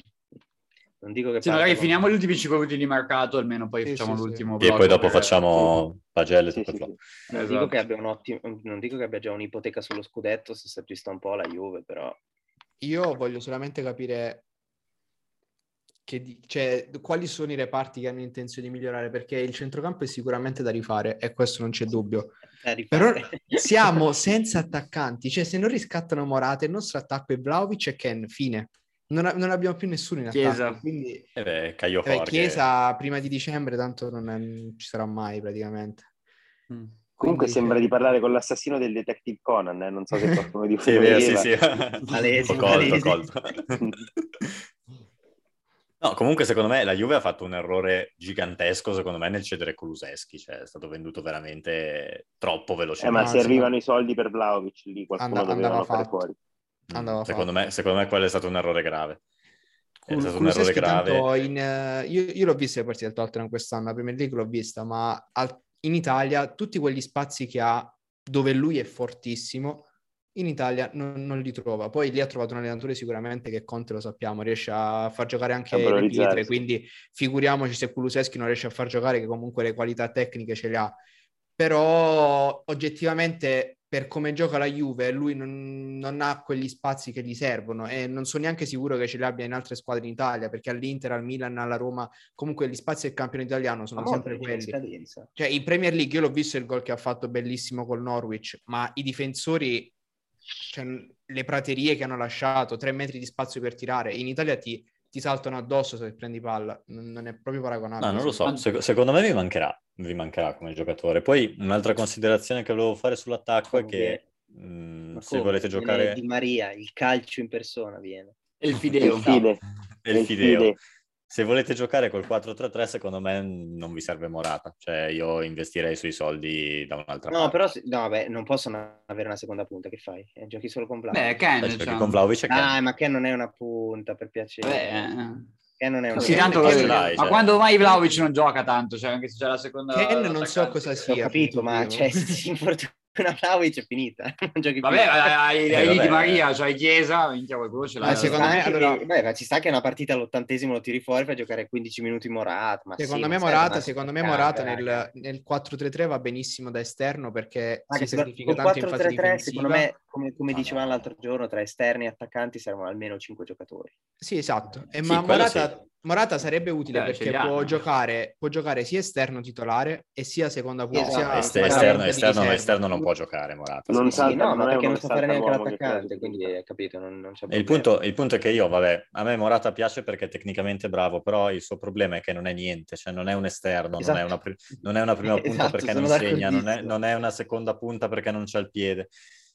Non dico che...
Sì,
parta
magari
con-
finiamo gli ultimi 5 minuti di mercato, almeno poi
Sì,
facciamo
sì, sì.
l'ultimo
E
blocco
poi dopo
per-
facciamo pagelle.
Sì,
tutto il
sì, sì.
Non,
Esatto.
dico che abbia un ottimo, non dico che abbia già un'ipoteca sullo scudetto se si aggiusta un po' la Juve, però
Io voglio solamente capire che di- cioè, quali sono i reparti che hanno intenzione di migliorare, perché il centrocampo è sicuramente da rifare, e questo non c'è dubbio.
da rifare.
Però
*laughs*
siamo senza attaccanti, cioè se non riscattano Morata, il nostro attacco è Vlaovic e Ken, fine. Non, a- non abbiamo più nessuno in attacco,
Chiesa.
quindi
Eh beh, Caio
eh,
Jorge.
Chiesa prima di dicembre tanto non, è- non ci sarà mai praticamente.
Mm.
Comunque
Quindi,
sembra
cioè-
di parlare con l'assassino del detective Conan, eh, non so se qualcuno di voi
Sì, è vero, sì,
voleva.
sì.
Palese,
Ho colto, ho
palese.
colto. No, comunque secondo me la Juve ha fatto un errore gigantesco, secondo me, nel cedere Kuluseschi, cioè è stato venduto veramente troppo
Eh, ma
velocemente.
No,
se
sì.
arrivano i soldi per Vlaovic lì qualcuno
Andava-
doveva
andava
fare
fatto.
fuori.
Mm,
andava
secondo,
fatto.
me, secondo me quello è stato un errore grave. È
Kul-
stato un errore
Kulusevski
grave.
tanto in, eh, io, io l'ho vista le partite del Tottenham quest'anno, la Premier League l'ho vista, ma al- in Italia tutti quegli spazi che ha, dove lui è fortissimo, in Italia non, non li trova. Poi lì ha trovato un allenatore sicuramente che Conte lo sappiamo, riesce a far giocare anche
A
le
valorizzare,
pietre,
sì.
quindi figuriamoci se Kuluseschi non riesce a far giocare che comunque le qualità tecniche ce le ha. Però oggettivamente per come gioca la Juve lui non, non ha quegli spazi che gli servono e non sono neanche sicuro che ce li abbia in altre squadre in Italia perché all'Inter, al Milan, alla Roma comunque gli spazi del campione italiano sono
Ma
sempre
Modric è in
quelli
scadenza.
cioè in Premier League io l'ho visto il gol che ha fatto bellissimo col Norwich, ma i difensori, cioè, le praterie che hanno lasciato, tre metri di spazio per tirare, in Italia ti, ti saltano addosso se prendi palla, non non è proprio
Ah,
paragonabile.
No, non lo so,
Anzi-
Sec- secondo me vi mancherà, vi mancherà come giocatore. Poi un'altra considerazione che volevo fare sull'attacco è che mh,
Ma
se
come?
volete
Viene
giocare...
Di Maria, il calcio in persona viene.
E il
Il
Fideo.
fide,
È il fideo. Se volete giocare col 4-3-3, secondo me non vi serve Morata. Cioè, io investirei sui soldi da un'altra
No,
parte.
però se- no, beh, non possono avere una seconda punta, che fai? Eh, giochi solo con Vlaovic.
Beh, Ken,
Eh, perché
diciamo.
con Vlaovic è
Ah, ma che non è una punta, per piacere.
Beh, eh.
Che non è una
sì, tanto
punta.
ce l'hai,
ma
cioè.
quando mai Vlaovic non gioca tanto, cioè anche se c'è la seconda...
Ken non so
l'attaccante.
cosa
Ho
sia.
capito, ma
appunto,
cioè,
io.
se si infortuna Vlaovic è finita. *laughs* Non giochi
Vabbè,
più.
hai, hai
Eh,
lì Di
vabbè.
Maria, cioè Chiesa, minchia qualcuno ce l'ha.
Ma
Ma
secondo
ci
me,
sta che-
allora-
beh, ma ci sta che una partita all'ottantesimo lo tiri fuori, fai giocare 15 minuti Morata.
Ah,
Ma
Secondo
sì,
me
ma sai,
Morata,
ma-
secondo me
Cioè,
raga,
Morata
raga.
nel, nel 4-3-3 va benissimo da esterno perché
Raga,
si sacrifica
col
tanto in fase
4-3-3,
difensiva.
secondo me, come, come
Ah,
dicevamo
no.
l'altro giorno, tra esterni e attaccanti servono almeno 5 giocatori.
Sì, esatto. E
Sì,
ma
quello
Morata, Morata sarebbe utile
Eh, ce
perché
li hanno.
può giocare, può giocare sia esterno titolare e sia seconda punta.
Esatto.
est-
sia
Est-
seconda
esterno,
punta di
esterno,
riserva.
esterno non può giocare Morata. secondo
Non sa-
Sì,
me.
no, ma
non è
perché
uno
non
che
sa fare
salta
neanche
l'uomo, che fa la
l'attaccante,
difesa.
quindi hai capito, non, non c'è
E il,
problema.
punto, il punto è che io, vabbè, a me Morata piace perché è tecnicamente bravo, però il suo problema è che non è niente, cioè non è un esterno, non, è
Esatto.
una pri- non è una prima punta
*laughs* Esatto,
perché
sono
non segna, non è,
d'accordissimo.
non è una seconda punta perché non c'ha il piede.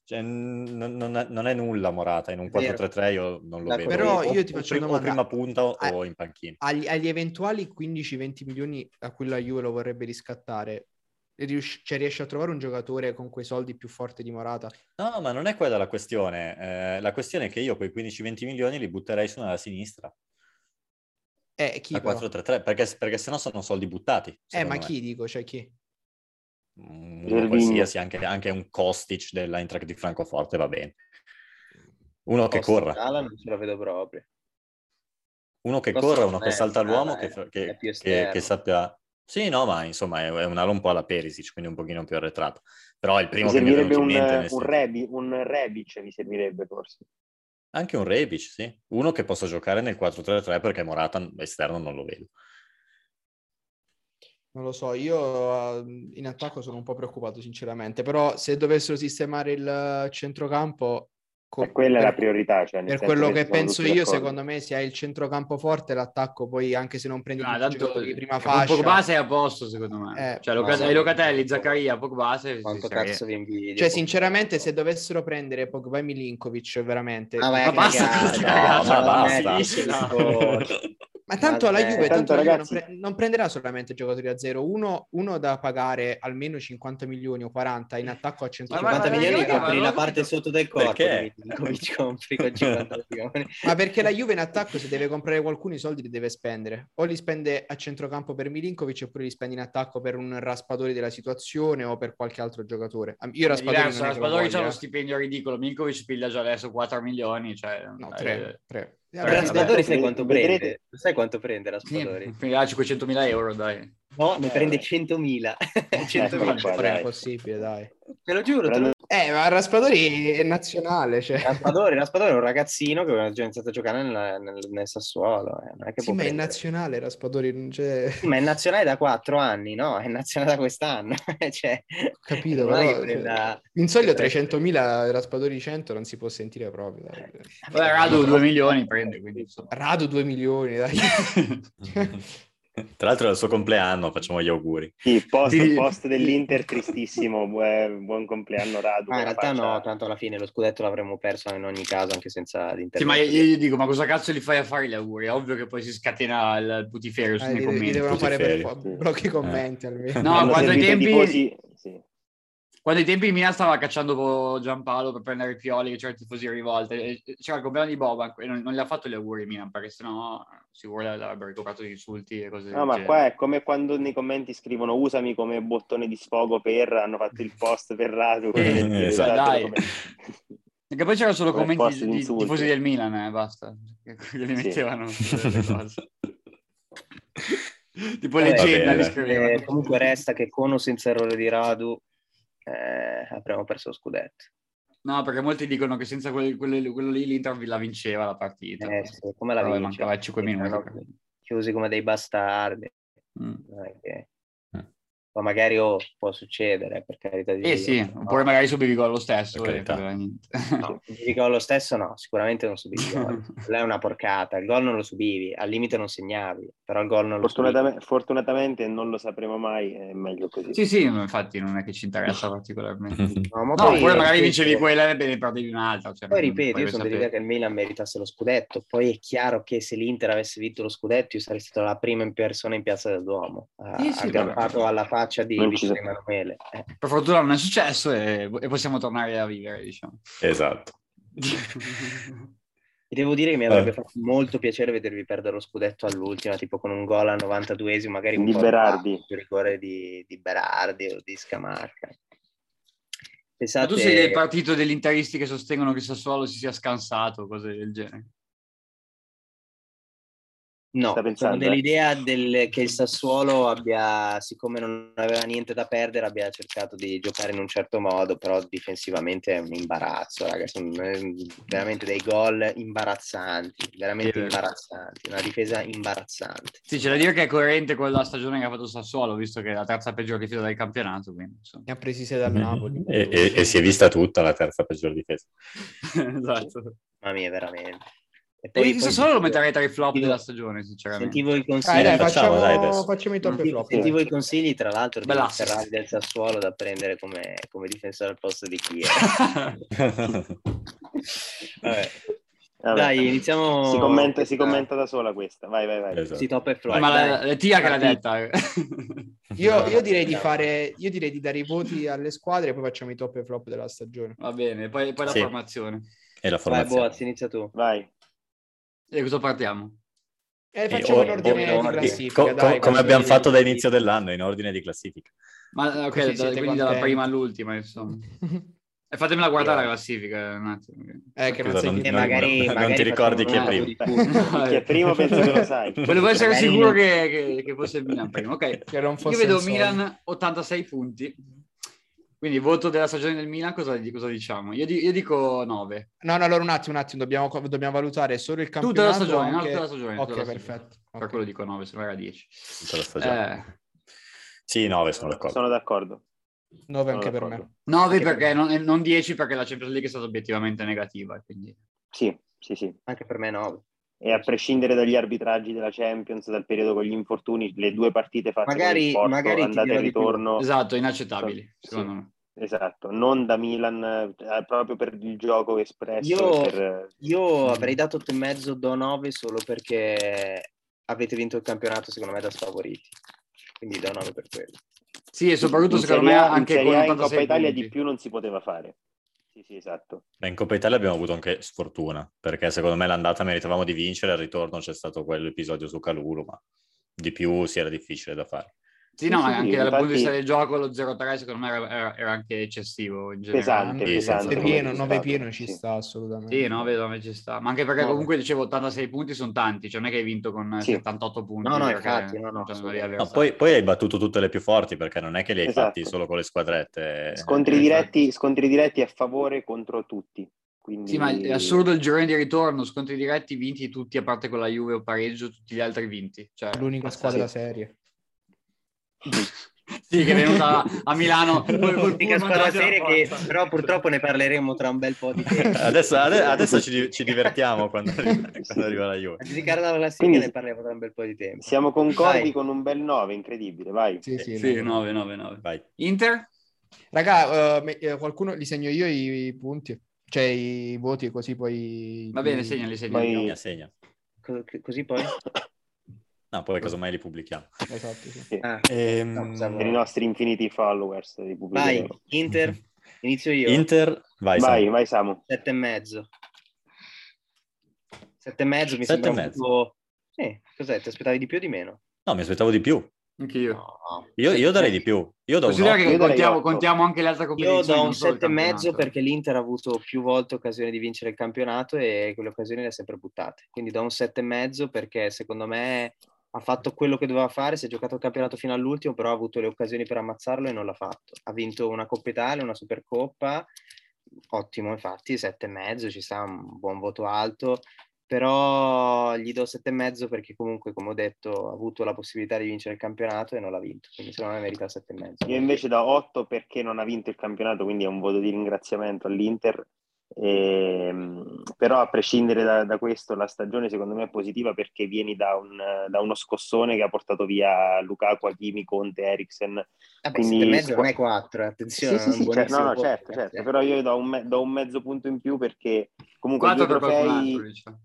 Cioè, n- non, non è, non è nulla Morata, in un
È vero.
4-3-3 io non lo vedo.
D'accordo.
Però
O-
io ti
o
faccio
pri-
una
o
domanda.
prima punta o,
Ah,
o in panchina.
Agli, agli eventuali 15-20 milioni a cui la Juve lo vorrebbe riscattare, rius- cioè riesce a trovare un giocatore con quei soldi più forte di Morata?
No, ma non è quella la questione. eh, la questione è che io quei 15-20 milioni li butterei su una sinistra,
Eh, chi
la
però?
4-3-3, perché, perché sennò sono soldi buttati.
Eh, ma
secondo me.
chi dico? Cioè chi?
uno
Gervinho.
qualsiasi, anche, anche un Kostic dell'Eintracht di Francoforte va bene. Uno che
Costa
corra,
Sala non ce la vedo proprio.
uno che
Kostic
corra, uno
non
che
è-
salta l'uomo,
ah,
che,
è-
fa- che-
è più
che-
esterno.
che sappia... Sì, no, ma insomma è, è un'ala un po' alla Perisic, quindi un pochino più arretrato. Però è il primo
Mi
che mi è
servirebbe
venuto in
un,
mente. nel
un,
senso-
Rebi- un Rebic, mi servirebbe forse.
Anche un Rebic, sì. Uno che possa giocare nel 4-3-3 perché Morata esterno non lo vedo.
Non lo so, io eh, in attacco sono un po' preoccupato sinceramente, però se dovessero sistemare il centrocampo... co-
E Cioè, quella è la
per-
priorità. Cioè, nel
Per
senso
quello che
sono
penso
tutti
io,
d'accordo.
secondo me, se hai il centrocampo forte, l'attacco poi, anche se non prendi
Ah,
tutti i
tanto
giocatori di prima
con
fascia...
Pogba sei a posto secondo me
Eh,
cioè
ma
Locatelli,
sì.
Locatelli Zaccaria Pogba sei,
Quanto
sei-
cazzo vi invidio.
Cioè, sinceramente, se dovessero prendere Pogba e Milinkovic, veramente...
Ah, vai a
ma basta
*laughs*
cagare,
con sta
no,
ragazza,
ma
non
basta.
si dice, no.
Ma tanto la
Vabbè.
Juve, tanto
Tanto,
la Juve
ragazzi-
non, pre- non prenderà solamente giocatori a zero, uno, uno da pagare almeno 50 milioni o 40 in attacco a
Ma-
50
centrocampo.
ma-
milioni
raga, ma
compri
non
la
ho
parte
capito.
sotto del corpo.
Perché?
di Milinkovic, compri con 50
*laughs*
milioni.
Ma perché la Juve in attacco se deve comprare qualcuno i soldi li deve spendere. O li spende a centrocampo per Milinkovic oppure li spende in attacco per un raspadori della situazione o per qualche altro giocatore. Am- Io
È
raspadori
diverso,
non ne trovo
Raspadori c'ha
voglia,
lo
eh.
stipendio ridicolo Minkovic piglia già adesso 4 milioni cioè
No,
eh,
tre, tre. Eh,
Vabbè,
Però
vabbè,
Raspadori sai
vedrete-
quanto
vedrete-
prende? Lo Sai quanto prende Raspadori?
sì, piglia 500.000 euro dai
No, ne
Eh,
prende
eh.
100.000. *laughs*
Eccolo
vabbè,
100.000.
qua,
però è
dai.
impossibile, dai.
Te lo giuro. te lo-
Eh, ma Raspadori è nazionale, cioè.
Raspadori, Raspadori è un ragazzino che aveva già iniziato a giocare nella- nel, nel Sassuolo. eh, non è che
Sì,
può
ma è
prendere.
nazionale Raspadori, non c'è...
Sì, ma è nazionale da 4 anni, no? È nazionale da quest'anno. *laughs* cioè,
*laughs* Capito,
non è
però... cioè,
che prenda-
In solito 300.000 Raspadori 100 non si può sentire proprio.
Eh,
dai.
Vabbè, Radu 2 milioni prende
*laughs*
quindi insomma.
Radu 2 milioni, dai.
*laughs* Tra l'altro è il suo compleanno, facciamo gli auguri.
Sì, post,
Sì.
post dell'Inter tristissimo, bu- buon compleanno Radu.
Ma in
buona
realtà
faccia.
no, tanto alla fine lo scudetto l'avremmo perso in ogni caso, anche senza
Sì, ma
l'intervento.
io, io gli dico, ma cosa cazzo li fai a fare gli auguri? È ovvio che poi si scatena il putiferio
Eh,
sui
li- li
commenti.
devono
tutti
fare per
feri.
forza.
Eh.
Blocchi i
*laughs*
commenti almeno.
No,
Hanno
quando ai
servito
tempi-
tifosi- sì.
Quando ai tempi il Milan stava cacciando Giampaolo per prendere i Pioli, che c'erano i tifosi rivolti, e c'era il compleanno di Boban e non, non gli ha fatto gli auguri Milan, perché sennò sicuro l'avrebbero ricoperto di insulti e cose
No, ma
del
qua
genere.
è come quando nei commenti scrivono usami come bottone di sfogo per, hanno fatto il post per
*laughs*
Radu.
Eh,
esatto.
dai.
come-
Perché poi c'erano solo
Come
commenti
posti
di, di
d'insulti.
tifosi del Milan, eh, basta. Che li mettevano sulle
*laughs*
cose. tipo
Eh,
Vabbè,
leggenda
vabbè,
li
dai.
scrivevano.
Eh, comunque resta che con o senza errore di Radu eh, avremmo perso lo scudetto.
No, perché molti dicono che senza quel- quello, quello lì l'Inter la vinceva la partita.
Eh, sì, come la
Però
vince?
mancava 5 minuti.
Erano Chiusi come dei bastardi.
Mm.
non è che-
Mm.
Ma magari oh, può succedere, per carità di
Eh
Dio.
sì,
No,
oppure magari subivi gol lo stesso.
Per
eh,
carità.
però niente.
*laughs*
no, Dico lo stesso no, sicuramente non subivi gol. Quella è una porcata, il gol non lo subivi, al limite non segnavi, però il gol non lo subivi.
Fortunatamente, fortunatamente non lo sapremo mai, è meglio
*laughs*
così.
sì, sì, ma infatti non è che ci interessa
*laughs*
particolarmente.
No, ma
No, oppure magari
ripeto,
vincevi quella e ne perdevi un'altra. Cioè,
eh, Poi
non
ripeto,
puoi
io sono dell'idea
sapere.
che il Milan meritasse lo scudetto, poi è chiaro che se l'Inter avesse vinto lo scudetto io sarei stata la prima in persona in Piazza del Duomo, a-
Sì, sì,
aggrappato
vabbè.
alla faccia di
Non ci
Vittorio
sono.
Emanuele. Eh,
Per fortuna non è successo e, e possiamo tornare a
*laughs*
vivere, diciamo.
*laughs* Esatto.
E devo dire che mi avrebbe
Eh.
fatto molto piacere vedervi perdere lo scudetto all'ultima, tipo con un gol al 92esimo, magari un
Di
po'
Berardi.
sul rigore di, di Berardi o di Scamarca.
Ma
Pensate...
tu sei del partito degli interisti che sostengono che Sassuolo si sia scansato, cose del genere.
No,
Sta
sono
pensando, eh.
dell'idea del- che il Sassuolo abbia, siccome non aveva niente da perdere, abbia cercato di giocare in un certo modo, però difensivamente è un imbarazzo, raga, sono eh, veramente dei gol imbarazzanti, veramente
Sì, è vero.
imbarazzanti, una difesa imbarazzante.
Sì, c'è da dire che è coerente con la stagione che ha fatto Sassuolo, visto che è la terza peggior difesa del campionato. Quindi, insomma. *laughs*
Ne ha presi sei dal Napoli.
*laughs* E, e- e si è vista tutta la terza peggior difesa.
esatto.
Mamma mia, veramente. E
E il Sassuolo lo metterei tra i flop
sentivo-
della stagione, sinceramente.
Sentivo i consigli.
Dai, dai,
facciamo,
facciamo,
dai, adesso.
facciamo i top e
Sentivo,
flop.
sentivo
dai.
i consigli, tra l'altro, di
Bella assist.
Ferrari del Sassuolo da prendere come, come difensore al posto di Chiesa. *laughs*
*laughs*
Vabbè.
Vabbè.
Dai, iniziamo.
Si commenta, si
questa-
commenta da sola questa, vai, vai, vai.
Esatto.
Sì, top e flop.
Ma
dai.
la, la Tia che l'ha detta. *laughs*
Io,
No,
io
no,
direi di
no.
fare, io direi di dare i voti alle squadre e poi facciamo i top e flop della stagione.
Va bene, poi, poi la
Sì.
formazione.
E la
Vai,
formazione.
Boaz, inizia tu.
Vai.
E cosa partiamo?
E
Eh,
facciamo
o-
in ordine
o-
di
o-
classifica.
co- co- come
dai, così-
abbiamo fatto da inizio dell'anno, in ordine di classifica.
Ma ok,
Così
da-
siete
quindi dalla
contenti.
prima all'ultima, insomma. E fatemela guardare la classifica un attimo.
*laughs* Eh, che
Scusa,
non sai
non-
chi-
E
non-
magari,
non *laughs*
magari
ti ricordi
facciamo
chi è
un
primo.
altro di punti.
Chi è primo penso che
*laughs*
lo sai.
Volevo essere
Magari
sicuro
non-
che, che- che fosse il Milan prima. Ok,
*laughs* che non
io
fosse
vedo
un solo.
eh.
Milan 86 punti. Quindi voto della stagione del Milan, cosa, cosa diciamo? Io, di- io dico 9.
No, no, allora un attimo, un attimo, dobbiamo, dobbiamo valutare solo il campionato.
Tutta la stagione, no,
anche-
tutta la stagione.
Ok,
tutta la stagione.
perfetto.
Per quello dico 9, se non era 10.
Tutta la stagione.
Eh,
Sì, 9 sono d'accordo.
Sono d'accordo.
9
Sono
anche per
d'accordo.
me.
9
Anche per
perché
me.
non, e non 10 perché la Champions League è stata obiettivamente negativa. Quindi...
Sì, sì, sì.
Anche per me 9.
E a prescindere dagli arbitraggi della Champions, dal periodo con gli infortuni, le due partite fatte
Magari-
con il Porto,
magari ti
andata e
dirò di più.
ritorno,
Esatto, inaccettabili,
Sì.
secondo me.
esatto, non da Milan, eh, proprio per il gioco espresso.
Io-
e per- eh,
Io avrei dato 8,5, do 9 solo perché avete vinto il campionato, secondo me, da sfavoriti. Quindi do 9 per quello.
Sì, e soprattutto
in
secondo me
Serie A- in
anche
Serie
con
A, in
86
Coppa Italia
punti.
di più non si poteva fare. Sì, sì, esatto.
Beh, in Coppa Italia abbiamo avuto anche sfortuna, perché secondo me l'andata meritavamo di vincere, al ritorno c'è stato quell'episodio su Calulu, ma di più si era difficile da fare.
Sì, no,
Sì, sì,
anche
sì,
dal punto di
infatti-
vista del gioco lo 0-3 secondo me era, era- era anche eccessivo in generale.
Pesante,
Sì,
pesante.
sì,
Se
come
pieno, 9
risultato,
pieno ci
sì.
sta assolutamente.
Sì, 9, 9 ci sta. Ma anche perché
Nove.
comunque dicevo 86 punti sono tanti, cioè non è che hai vinto con eh,
Sì.
78 punti.
No,
cioè,
no,
perché
infatti, no, no,
c'erano
assolutamente.
degli
No,
avversari.
poi, poi hai battuto tutte le più forti, perché non è che li hai
Esatto.
fatti solo con le squadrette.
Scontri,
Eh,
diretti, scontri diretti a favore contro tutti. Quindi...
Sì, ma è assurdo il girone di ritorno, scontri diretti vinti tutti, a parte con la Juve o pareggio, tutti gli altri vinti. Cioè,
L'unica squadra seria.
sì, che è venuta
*laughs*
a Milano. col- col
L'unica squadra
pullman davanti alla
serie che
porta.
però purtroppo ne parleremo tra un bel po' di *laughs* tempo.
*laughs* Adesso, ade- adesso ci, ci divertiamo quando, quando arriva la Juve.
A giudicare la classifica
Quindi-
ne parleremo tra un bel po' di tempo.
Siamo concordi
Vai.
con un bel 9, incredibile, vai.
Sì, Eh, sì,
Sì,
no.
9, 9, 9.
Vai.
Inter?
Raga, eh, me- eh, qualcuno li segno io i, i punti, cioè i voti così poi...
Va bene, segnali, segnali.
Poi-
Segna, segna.
Co- così
*laughs*
poi?
No, poi casomai li pubblichiamo.
Esatto, sì.
Ah, no,
Ehm,
pensavo-
Per i nostri infiniti followers li
Vai,
pubblicheremo.
Inter, inizio io.
Inter, vai.
Vai,
Sam.
vai Samu.
7 e mezzo. 7 e mezzo mi
Sette
sembra
e
un
mezzo.
po'... Sì, cos'è? Ti aspettavi di più o di meno?
No, mi aspettavo di più.
Anch'io.
No.
Io, io darei di più. Io do un
eh. Considera
otto.
che
Io darei
contiamo,
otto.
contiamo anche le altre
Io
competizioni.
do un
non solo il
7 e mezzo
campionato.
perché l'Inter ha avuto più volte occasione di vincere il campionato e quelle occasioni le ha sempre buttate. Quindi do un 7 e mezzo perché secondo me ha fatto quello che doveva fare, si è giocato il campionato fino all'ultimo, però ha avuto le occasioni per ammazzarlo e non l'ha fatto. Ha vinto una Coppa Italia, una Supercoppa, ottimo infatti, 7 e mezzo, ci sta un buon voto alto, però gli do 7 e mezzo perché comunque, come ho detto, ha avuto la possibilità di vincere il campionato e non l'ha vinto, quindi secondo me merita 7 e mezzo.
Io invece da 8 perché non ha vinto il campionato, quindi è un voto di ringraziamento all'Inter. Ehm, però a prescindere da, da questo la stagione secondo me è positiva perché vieni da, un, da uno scossone che ha portato via Lukaku, Hakimi, Conte, Eriksen
Vabbè,
Quindi-
sette e mezzo non è 4, attenzione.
Sì,
è
sì,
un
sì, certo,
buonissimo
no, no,
voto,
certo,
ragazzi,
certo,
eh.
però io do un, me- do un mezzo punto in più perché comunque
4
due
per qualcun
trofei,
altro, diciamo.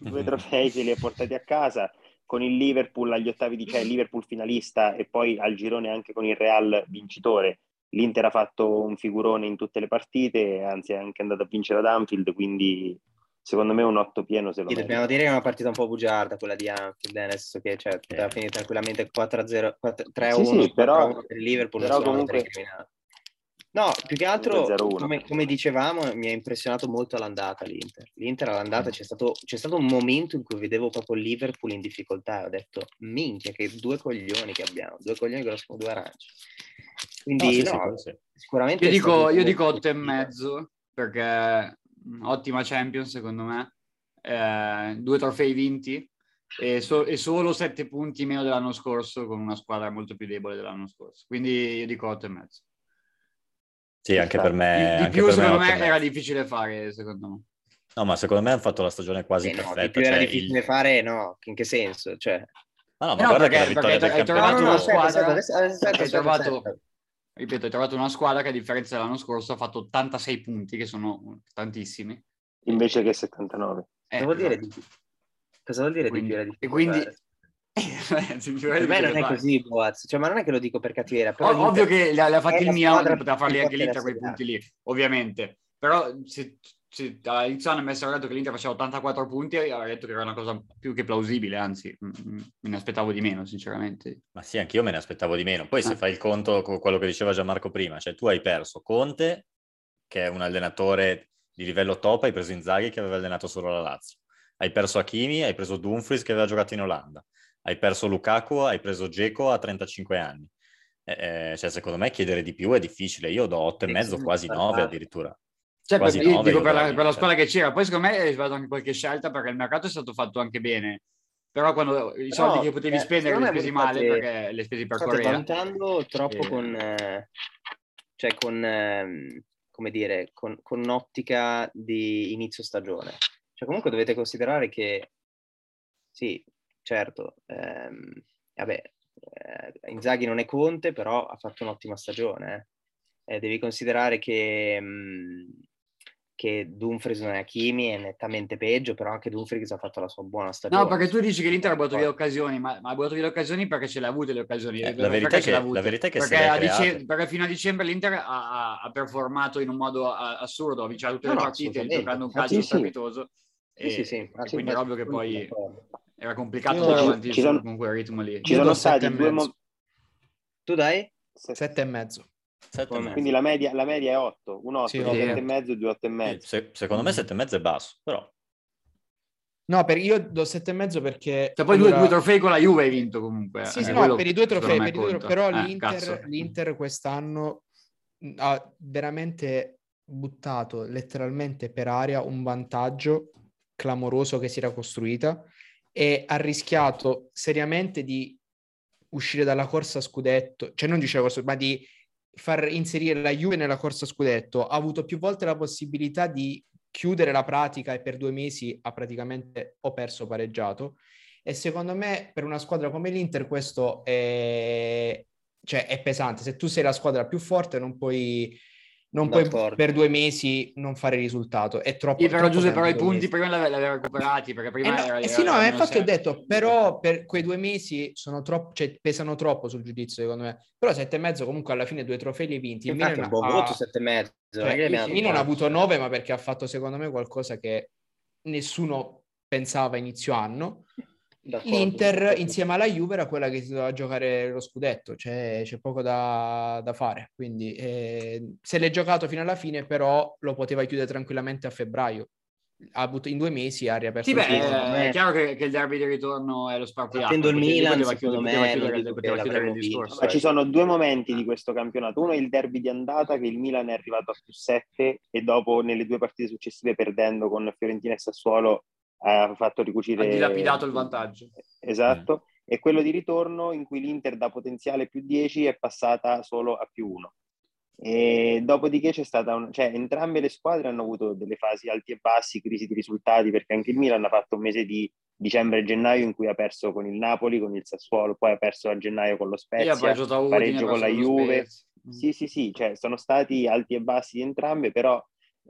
Mhm.
due trofei se li ha portati a casa con il Liverpool agli ottavi di cioè il Liverpool finalista e poi al girone anche con il Real vincitore. L'Inter ha fatto un figurone in tutte le partite, anzi è anche andato a vincere ad Anfield, quindi secondo me un otto pieno se lo
Sì,
merita.
dobbiamo dire che è una partita un po' bugiarda quella di Anfield, eh, nel senso che cioè, poteva
Eh.
finire tranquillamente 4-0, 4 3-1,
Sì, sì, però-
4-1 per il Liverpool,
però
non sono
comunque-
tre criminali. No, più che altro,
0-1.
come, come dicevamo, mi ha impressionato molto all'andata l'Inter. L'Inter
Mm.
all'andata c'è stato, c'è stato un momento in cui vedevo proprio il Liverpool in difficoltà e ho detto, minchia, che due coglioni che abbiamo, due coglioni che lo sono due aranci.
*laughs* No,
Quindi,
sì,
no,
sì, quello sì.
sicuramente...
Io
è stato
dico,
un
io
momento
dico 8 e
positivo.
mezzo perché mh, ottima Champions secondo me, Eh, due trofei vinti e, so- e solo 7 punti meno dell'anno scorso con una squadra molto più debole dell'anno scorso. Quindi io dico 8 e mezzo.
Sì, anche per
Di-
me.
di
Eh, anche
più
per
secondo
otto e
me,
mezzo.
era difficile fare, secondo me.
No, ma secondo me hanno fatto la stagione quasi
Eh no,
perfetta.
di più era
cioè,
difficile
il-
fare, no, in che senso? Cioè,
Ma no, ma
Eh no,
guarda
perché-
che la vittoria
perché
del
hai
campionato...
trovato una squadra-
adesso- adesso-
Perché hai
aspetta,
trovato-
aspetta.
Ripeto, hai trovato una squadra che a differenza dell'anno scorso ha fatto 86 punti, che sono tantissimi.
Invece che 79.
Eh,
Cosa vuol dire
esatto.
di più? Cosa vuol dire di più? era
Quindi-
di più
e quindi...
fare?
*laughs* Sì, mi pare
Per me
di
non è
fare.
così, Boaz. Cioè, ma non è che lo dico per cattiveria.
Ov- ovvio che le ha
è
fatti il
la
Milan,
squadra
poteva
più
farli anche
forte della
l'Inter quei
Serie A.
punti lì, ovviamente. Però se, se all'inizio hanno messo detto che l'Inter faceva 84 punti, avrei detto che era una cosa più che plausibile, anzi, mm, mm, me ne aspettavo di meno, sinceramente.
Ma sì, anch'io me ne aspettavo di meno. Poi se
Ah.
fai il conto con quello che diceva Gianmarco prima, cioè tu hai perso Conte, che è un allenatore di livello top, hai preso Inzaghi che aveva allenato solo la Lazio. Hai perso Hakimi, hai preso Dumfries che aveva giocato in Olanda. Hai perso Lukaku, hai preso Dzeko a 35 anni. Eh, eh, cioè secondo me chiedere di più è difficile. Io do 8 e
Sì,
mezzo,
sì,
quasi
per
9
fare.
addirittura.
Cioè,
Quasi
per, io
nove,
dico
io
per la,
direi,
per la
cioè.
squadra che c'era. Poi secondo me è sbagliato anche qualche scelta perché il mercato è stato fatto anche bene. Però quando i soldi che potevi
eh,
spendere li
secondo me
spesi
voi
male
state-
perché li spesi per
State
Corea.
valutando troppo
Eh.
con, eh, cioè con, ehm, come dire, con, con un'ottica di inizio stagione. Cioè comunque dovete considerare che, sì, certo, ehm, vabbè, eh, Inzaghi non è Conte, però ha fatto un'ottima stagione. eh. Eh, devi considerare che, mh, che Dumfries non è Hakimi, è nettamente peggio, però anche Dumfries ha fatto la sua buona stagione.
No, perché tu dici che l'Inter ha buttato via occasioni, ma, ma ha buttato via le occasioni perché ce l'ha avute le occasioni.
Eh,
Perché
la verità è
ce l'ha
che-
avute?
la verità è che se
perché,
le ha
a dice-
create.
perché fino a dicembre l'Inter ha- ha, ha performato in un modo a- assurdo, ha vinto tutte
No,
le
no,
partite
assolutamente.
giocando un
Ah,
calcio
sì, sì.
strepitoso.
Sì,
e-
sì, sì,
e
ah, sì,
quindi è
ma-
ovvio che poi era complicato
Io-
andare
ci-
avanti
ci sono-
con quel ritmo lì.
Ci
Io
sono
do sette
stati
e
due
mezzo.
mo-
Tu dai?
se-
Sette e mezzo.
Sette e
Come?
mezzo.
quindi la media, la media è 8, un 8,
Sì,
7
otto.
e mezzo, 2, 8 e
Eh,
mezzo.
se- secondo me
Mm.
7 e mezzo è basso, però
No, per, io do sette e mezzo perché...
Cioè, poi due,
allora-
due trofei con la Juve hai vinto comunque.
Sì,
eh,
sì,
quello
no, per i due
secondo
trofei,
me
per i due
conta.
trofei, però
Eh,
l'Inter,
cazzo.
l'Inter quest'anno mm, ha veramente buttato letteralmente per aria un vantaggio clamoroso che si era costruita e ha rischiato seriamente di uscire dalla corsa a scudetto, cioè non di uscire dalla corsa, ma di far inserire la Juve nella corsa a scudetto. Ha avuto più volte la possibilità di chiudere la pratica e per due mesi ha praticamente o perso o pareggiato. E secondo me per una squadra come l'Inter questo è, cioè, è pesante. Se tu sei la squadra più forte non puoi, non puoi
D'accordo.
per due mesi non fare risultato. È troppo...
Sì, però
troppo
Giuseppe,
tempo,
però i
due
punti
mesi.
prima li aveva recuperati perché
Eh
prima
no,
era-
eh sì, no,
era-
eh, infatti ho
era-
detto, però per quei due mesi sono troppo, cioè, pesano troppo sul giudizio, secondo me. Però sette e mezzo comunque alla fine due trofei li hai vinti. Il
Infatti,
Milan
un buon
ha-
voto 7 e mezzo. non è
cioè,
che
il
l'abbiamo
Milan ha
dato.
avuto 9, ma perché ha fatto secondo me qualcosa che nessuno pensava inizio anno.
D'accordo.
L'Inter insieme alla Juve era quella che si doveva giocare lo scudetto, cioè c'è poco da, da fare. Quindi eh, se l'è giocato fino alla fine, però lo poteva chiudere tranquillamente a febbraio. Ha avuto, in due mesi ha riaperto
Sì,
il
beh,
giro.
secondo
è
me-
chiaro che, che il derby di ritorno è lo spartiacque.
Partendo il
quindi
Milan,
poteva
secondo
chiudere-
me,
poteva
non
chiudere,
dico
poteva
che
chiudere il
l'avremmo
discorso. eh.
vinto,
eh, Ma ci sono due momenti di questo campionato. Uno è il derby di andata che il Milan è arrivato a più 7 e dopo nelle due partite successive perdendo con Fiorentina e Sassuolo ha fatto ricucire...
Ha dilapidato il vantaggio.
Esatto. E quello di ritorno in cui l'Inter da potenziale più 10 è passata solo a più 1. E dopodiché c'è stata un... cioè entrambe le squadre hanno avuto delle fasi alti e bassi, crisi di risultati, perché anche il Milan ha fatto un mese di dicembre e gennaio in cui ha perso con il Napoli, con il Sassuolo, poi ha perso a gennaio con lo
Io
Spezia,
ho preso da Udine,
pareggio con la
ho preso lo
Juve.
Spezia.
sì, sì, sì, cioè sono stati alti e bassi di entrambe, però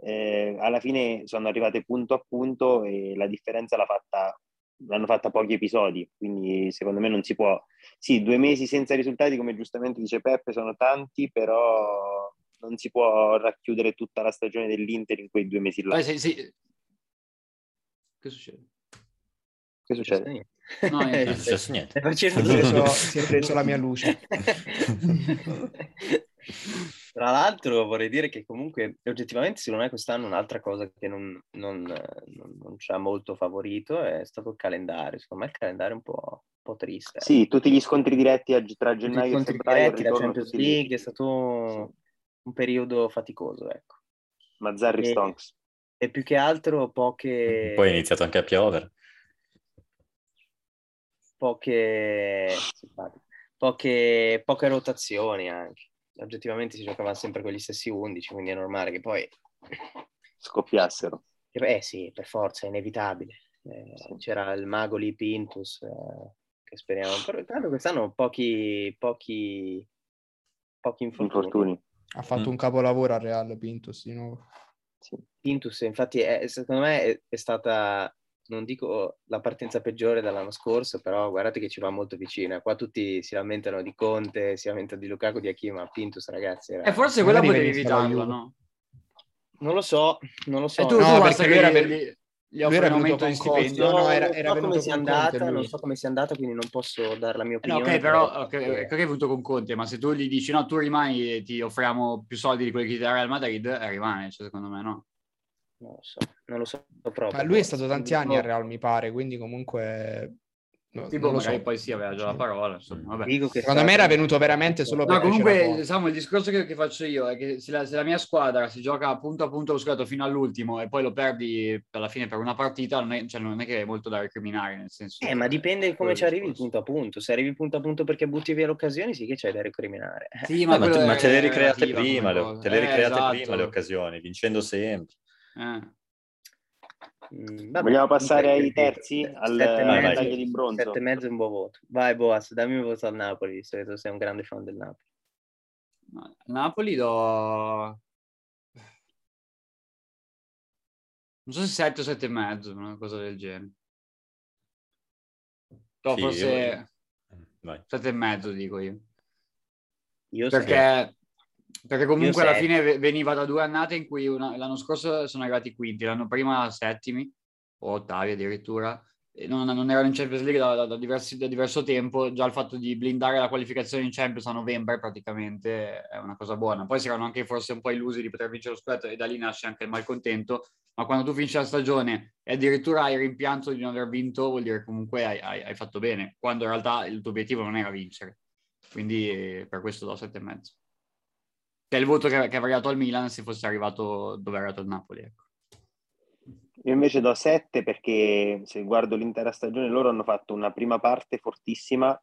eh, alla fine sono arrivate punto a punto e la differenza l'ha fatta, l'hanno fatta pochi episodi, quindi secondo me non si può... Sì, due mesi senza risultati, come giustamente dice Peppe, sono tanti, però non si può racchiudere tutta la stagione dell'Inter in quei due mesi là.
Poi Mm. Eh, sì, sì. Che succede?
Che
Non c'è
succede?
niente. *laughs*
No, niente.
eh,
non è successo niente.
Stai facendo-
Si
*laughs*
è preso- si è preso la mia luce.
Tra l'altro vorrei dire che comunque oggettivamente secondo me quest'anno un'altra cosa che non, non- non- non ci ha molto favorito è stato il calendario. Secondo me il calendario è un po', un po' triste.
Sì, tutti gli scontri diretti a- tra
Tutti i
gennaio e
incontri
febbraio.
diretti, la
ritorno
Champions
tutti lì.
League è stato un periodo faticoso, ecco.
Mazzarri
E-
Stonks.
E più che altro poche...
Poi è iniziato anche a piovere.
poche, simpatico, poche, poche rotazioni anche. Oggettivamente si giocava sempre con gli stessi 11, quindi è normale che poi...
Scoppiassero.
che- Eh sì, per forza, è inevitabile. Eh,
Sì.
c'era il mago lì Pintus, eh, che speriamo... Però tanto quest'anno pochi, pochi, pochi infortuni.
Infortuni.
Ha fatto
Mm.
un capolavoro al Real Pintus di nuovo.
Sì.
Pintus, infatti, è- secondo me è, è stata... Non dico la partenza peggiore dall'anno scorso, però guardate che ci va molto vicina. Qua tutti si lamentano di Conte, si lamentano di Lukaku, di Achima, Pintus, ragazzi.
Eh,
era-
E Eh, forse quella
Magari
potevi
venisse la
evitarla,
Juve.
no?
Non lo so, non lo so.
E tu,
Eh, No,
tu
perché
basta
lui
che
era
gli,
per-
gli, gli
lui
offri
era
un aumento
venuto
di
con Costa.
stipendio.
no, era-
non
era
so
venuto
come sia
con Conte
andata,
lui.
non so come sia andata, quindi non posso dare la mia
Eh no,
opinione.
ok, però ok, eh, ok, che hai avuto con Conte, ma se tu gli dici no, tu rimani e ti offriamo più soldi di quelli che ti dà Real Madrid, eh, rimane, cioè, secondo me no.
Non lo so, non lo so proprio.
Ah, Ma lui è stato tanti anni al Real, mi pare, quindi comunque
No, tipo, magari so. poi sì, aveva già la parola. Insomma, vabbè.
Dico che Secondo me era venuto veramente solo per.
No, comunque, Samu, il discorso che, che, faccio io è che se la, se la, mia squadra si gioca punto a punto lo scudetto fino all'ultimo e poi lo perdi alla fine per una partita, non è, cioè, non è che è molto da recriminare. Nel senso,
eh, ma dipende come ci arrivi punto a punto. Se arrivi punto a punto perché butti via le occasioni, sì che c'è da recriminare.
Sì, Eh, ma, no, ma, tu, ma te le ricreate, prima le, te le eh, ricreate esatto. prima le occasioni, vincendo sempre.
Eh.
Vabbè, Mm, Vogliamo passare ai terzi, al medaglia di bronzo.
7 e mezzo un buon voto. Vai Boas, dammi un voto al Napoli, visto che tu sei un grande fan del Napoli.
No, Napoli do... Non so se 7 o 7 e mezzo, una cosa del genere. Do sì, forse io... 7 e mezzo, dico io. io Perché... So perché comunque alla fine veniva da due annate in cui una, l'anno scorso sono arrivati quinti, l'anno prima settimi o ottavi addirittura, non, non, erano in Champions League da, da, da, diversi, da, diverso tempo, già il fatto di blindare la qualificazione in Champions a novembre praticamente è una cosa buona, poi si erano anche forse un po' illusi di poter vincere lo scudetto e da lì nasce anche il malcontento, ma quando tu finisci la stagione e addirittura hai rimpianto di non aver vinto vuol dire che comunque hai, hai, hai fatto bene, quando in realtà il tuo obiettivo non era vincere, quindi per questo do sette e mezzo che è il voto che, che avrei dato al Milan se fosse arrivato dove è arrivato il Napoli. Ecco.
Io invece do 7 perché se guardo l'intera stagione loro hanno fatto una prima parte fortissima,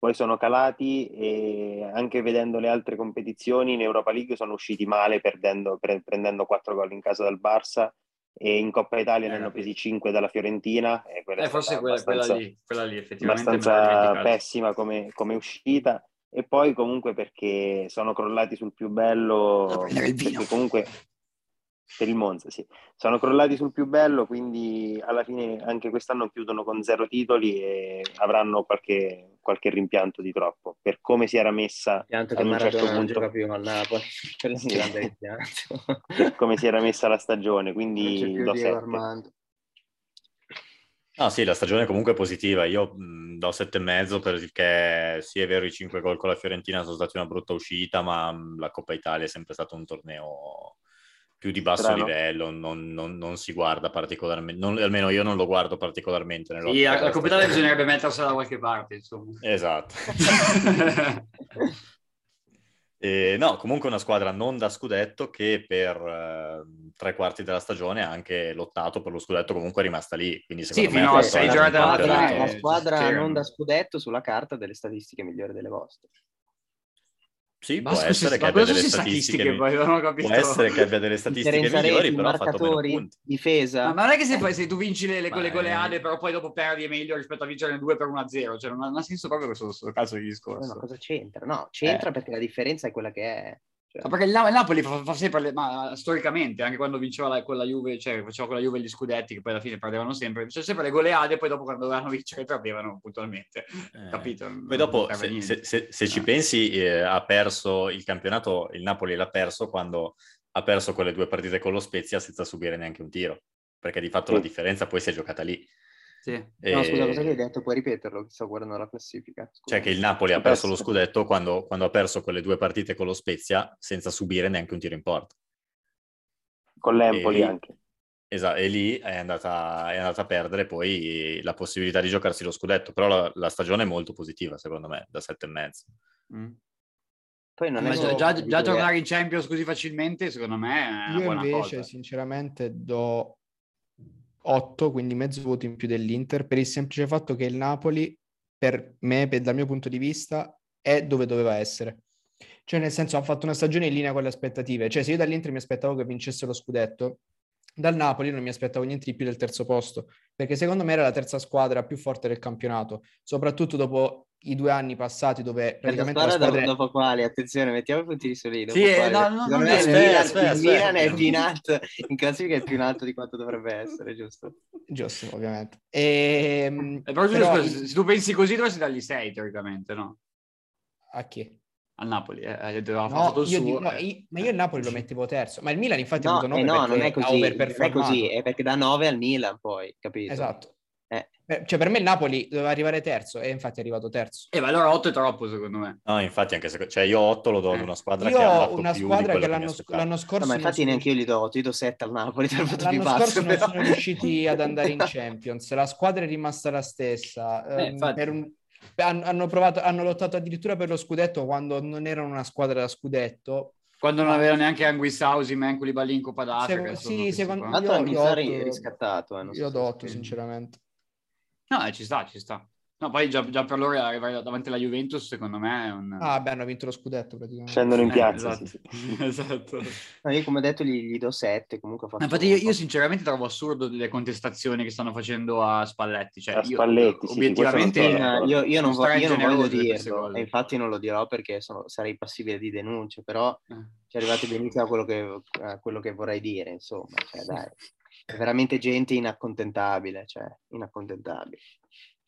poi sono calati e anche vedendo le altre competizioni in Europa League sono usciti male perdendo, pre- prendendo 4 gol in casa dal Barça e in Coppa Italia eh, ne hanno presi 5 dalla Fiorentina. E
eh, forse quella, quella, lì, quella lì effettivamente.
Abbastanza pessima come, come uscita e poi comunque perché sono crollati sul più bello perché comunque per il Monza sì sono crollati sul più bello quindi alla fine anche quest'anno chiudono con zero titoli e avranno qualche, qualche rimpianto di troppo per come si era messa
rimpianto che un Maradona certo punto, non più al Napoli *laughs* per sì.
per *laughs* come si era messa la stagione quindi do 7
Armando. Ah sì, la stagione comunque è positiva. Io mh, do sette e mezzo perché sì, è vero, i cinque gol con la Fiorentina sono stati una brutta uscita, ma mh, la Coppa Italia è sempre stato un torneo più di basso Strano. livello, non, non, non, si guarda particolarmente, non, almeno io non lo guardo particolarmente.
Sì, la, la Coppa Italia bisognerebbe mettersela da qualche parte, *laughs* insomma.
Esatto. Eh, no, comunque una squadra non da scudetto che per eh, tre quarti della stagione ha anche lottato per lo scudetto, comunque è rimasta lì. Quindi secondo
sì,
me
fino a sei giorni dalla
fine. Eh, La squadra non da scudetto sulla carta delle statistiche migliori delle vostre.
Sì, può essere, che abbia, statistiche, mi... può essere che abbia delle statistiche Differenza migliori, reti, però ha fatto meno punti.
difesa.
Ma non è che se, poi, se tu vinci le, le, con le goleade, però poi dopo perdi è meglio rispetto a vincere 2 per 1 0, cioè non ha, non ha senso proprio questo, questo caso di discorso.
No, cosa c'entra? No, c'entra eh. perché la differenza è quella che è.
Cioè... Ma perché il Napoli fa, fa sempre, le, ma storicamente, anche quando vinceva la, con la Juve, cioè faceva con la Juve gli scudetti che poi alla fine perdevano sempre, c'è sempre le goleade, poi dopo quando dovevano *laughs* vincere perdevano puntualmente, eh. Ah. capito?
Poi dopo, se, se, se, se eh. ci pensi, eh, ha perso il campionato, il Napoli l'ha perso quando ha perso quelle due partite con lo Spezia senza subire neanche un tiro, perché di fatto sì. la differenza poi si è giocata lì.
Sì. E...
eh.
No, scusa, cosa hai detto? Puoi ripeterlo? Sto guardando la classifica. Scusa.
Cioè che il Napoli ha perso lo scudetto quando, quando, ha perso quelle due partite con lo Spezia senza subire neanche un tiro in porta.
Con l'Empoli e... anche.
Esatto, e lì è andata, è andata, a perdere poi la possibilità di giocarsi lo scudetto, però la, la stagione è molto positiva secondo me, da sette e mezzo.
Mm. Poi non è già, già, già tornare in Champions così facilmente secondo me
Io invece cosa. sinceramente do 8, quindi mezzo voto in più dell'Inter, per il semplice fatto che il Napoli, per me, per, dal mio punto di vista, è dove doveva essere. Cioè, nel senso, ha fatto una stagione in linea con le aspettative. Cioè, se io dall'Inter mi aspettavo che vincesse lo scudetto, dal Napoli non mi aspettavo niente di più del terzo posto, perché secondo me era la terza squadra più forte del campionato, soprattutto dopo i due anni passati dove praticamente
la squadra, la squadra... dopo, quali attenzione mettiamo i punti di solino
sì, eh, no, no,
non è il Milan, è più in alto *laughs* in classifica è più in alto di quanto dovrebbe essere giusto
giusto ovviamente Ehm, e,
eh, però, però... Scusa, se tu pensi così dovresti dargli 6 teoricamente no?
a chi?
al Napoli eh,
no, io dico, no, io, ma io il Napoli lo mettevo terzo ma il Milan infatti
no,
ha avuto 9
no, non è così, non è così è perché da 9 al Milan poi capito
esatto
eh
Eh, Cioè, per me il Napoli doveva arrivare terzo, e infatti è arrivato terzo.
E eh, ma allora 8 è troppo, secondo me.
No, infatti, anche se... cioè, io 8 lo do ad
Eh.
una squadra
Io
che ha
ho
fatto
una
più di quello
squadra che
che mi
l'anno,
aspettavo.
l'anche scorso...
ma
non
infatti
sono-
neanche io gli do 8, io do 7 al Napoli, *laughs* te l'ho fatto più
L'anno
basso.
scorso non
però.
sono riusciti ad andare in Champions, la squadra è rimasta la stessa.
Eh,
ehm,
infatti.
per un- han- hanno, provato, hanno lottato addirittura per lo scudetto quando non erano una squadra da scudetto.
Quando non aveva neanche Anguissausi, Mencoli, Balin, Coppa d'Africa.
Secondo-
insomma,
sì,
questi
secondo-
qua.
Tanto
io-
anche
io
Sarri
otto-
è riscattato. eh, non
Io
so
do
se-
8, sinceramente.
No, eh, ci sta, ci sta. No, poi già, già per loro arrivare davanti alla Juventus, secondo me è un...
Ah, beh, hanno vinto lo scudetto praticamente.
Scendono in
Eh,
piazza.
esatto.
sì, sì.
*laughs*
*laughs*
esatto.
No, io come detto gli, gli do 7, comunque ha fatto...
Ma Infatti io, io sinceramente trovo assurdo le contestazioni che stanno facendo a Spalletti. Cioè,
A
io-
Spalletti, sì, sì,
obiettivamente...
questo non
Eh, io, io non,
Sono
vo- io non voglio
stragenerose queste
dirlo,
cose.
e infatti non lo dirò perché sono- sarei passibile di denunce, però
eh,
ci arrivate benissimo a quello che, a quello che vorrei dire, insomma, cioè, dai. è veramente gente inaccontentabile, cioè, inaccontentabile.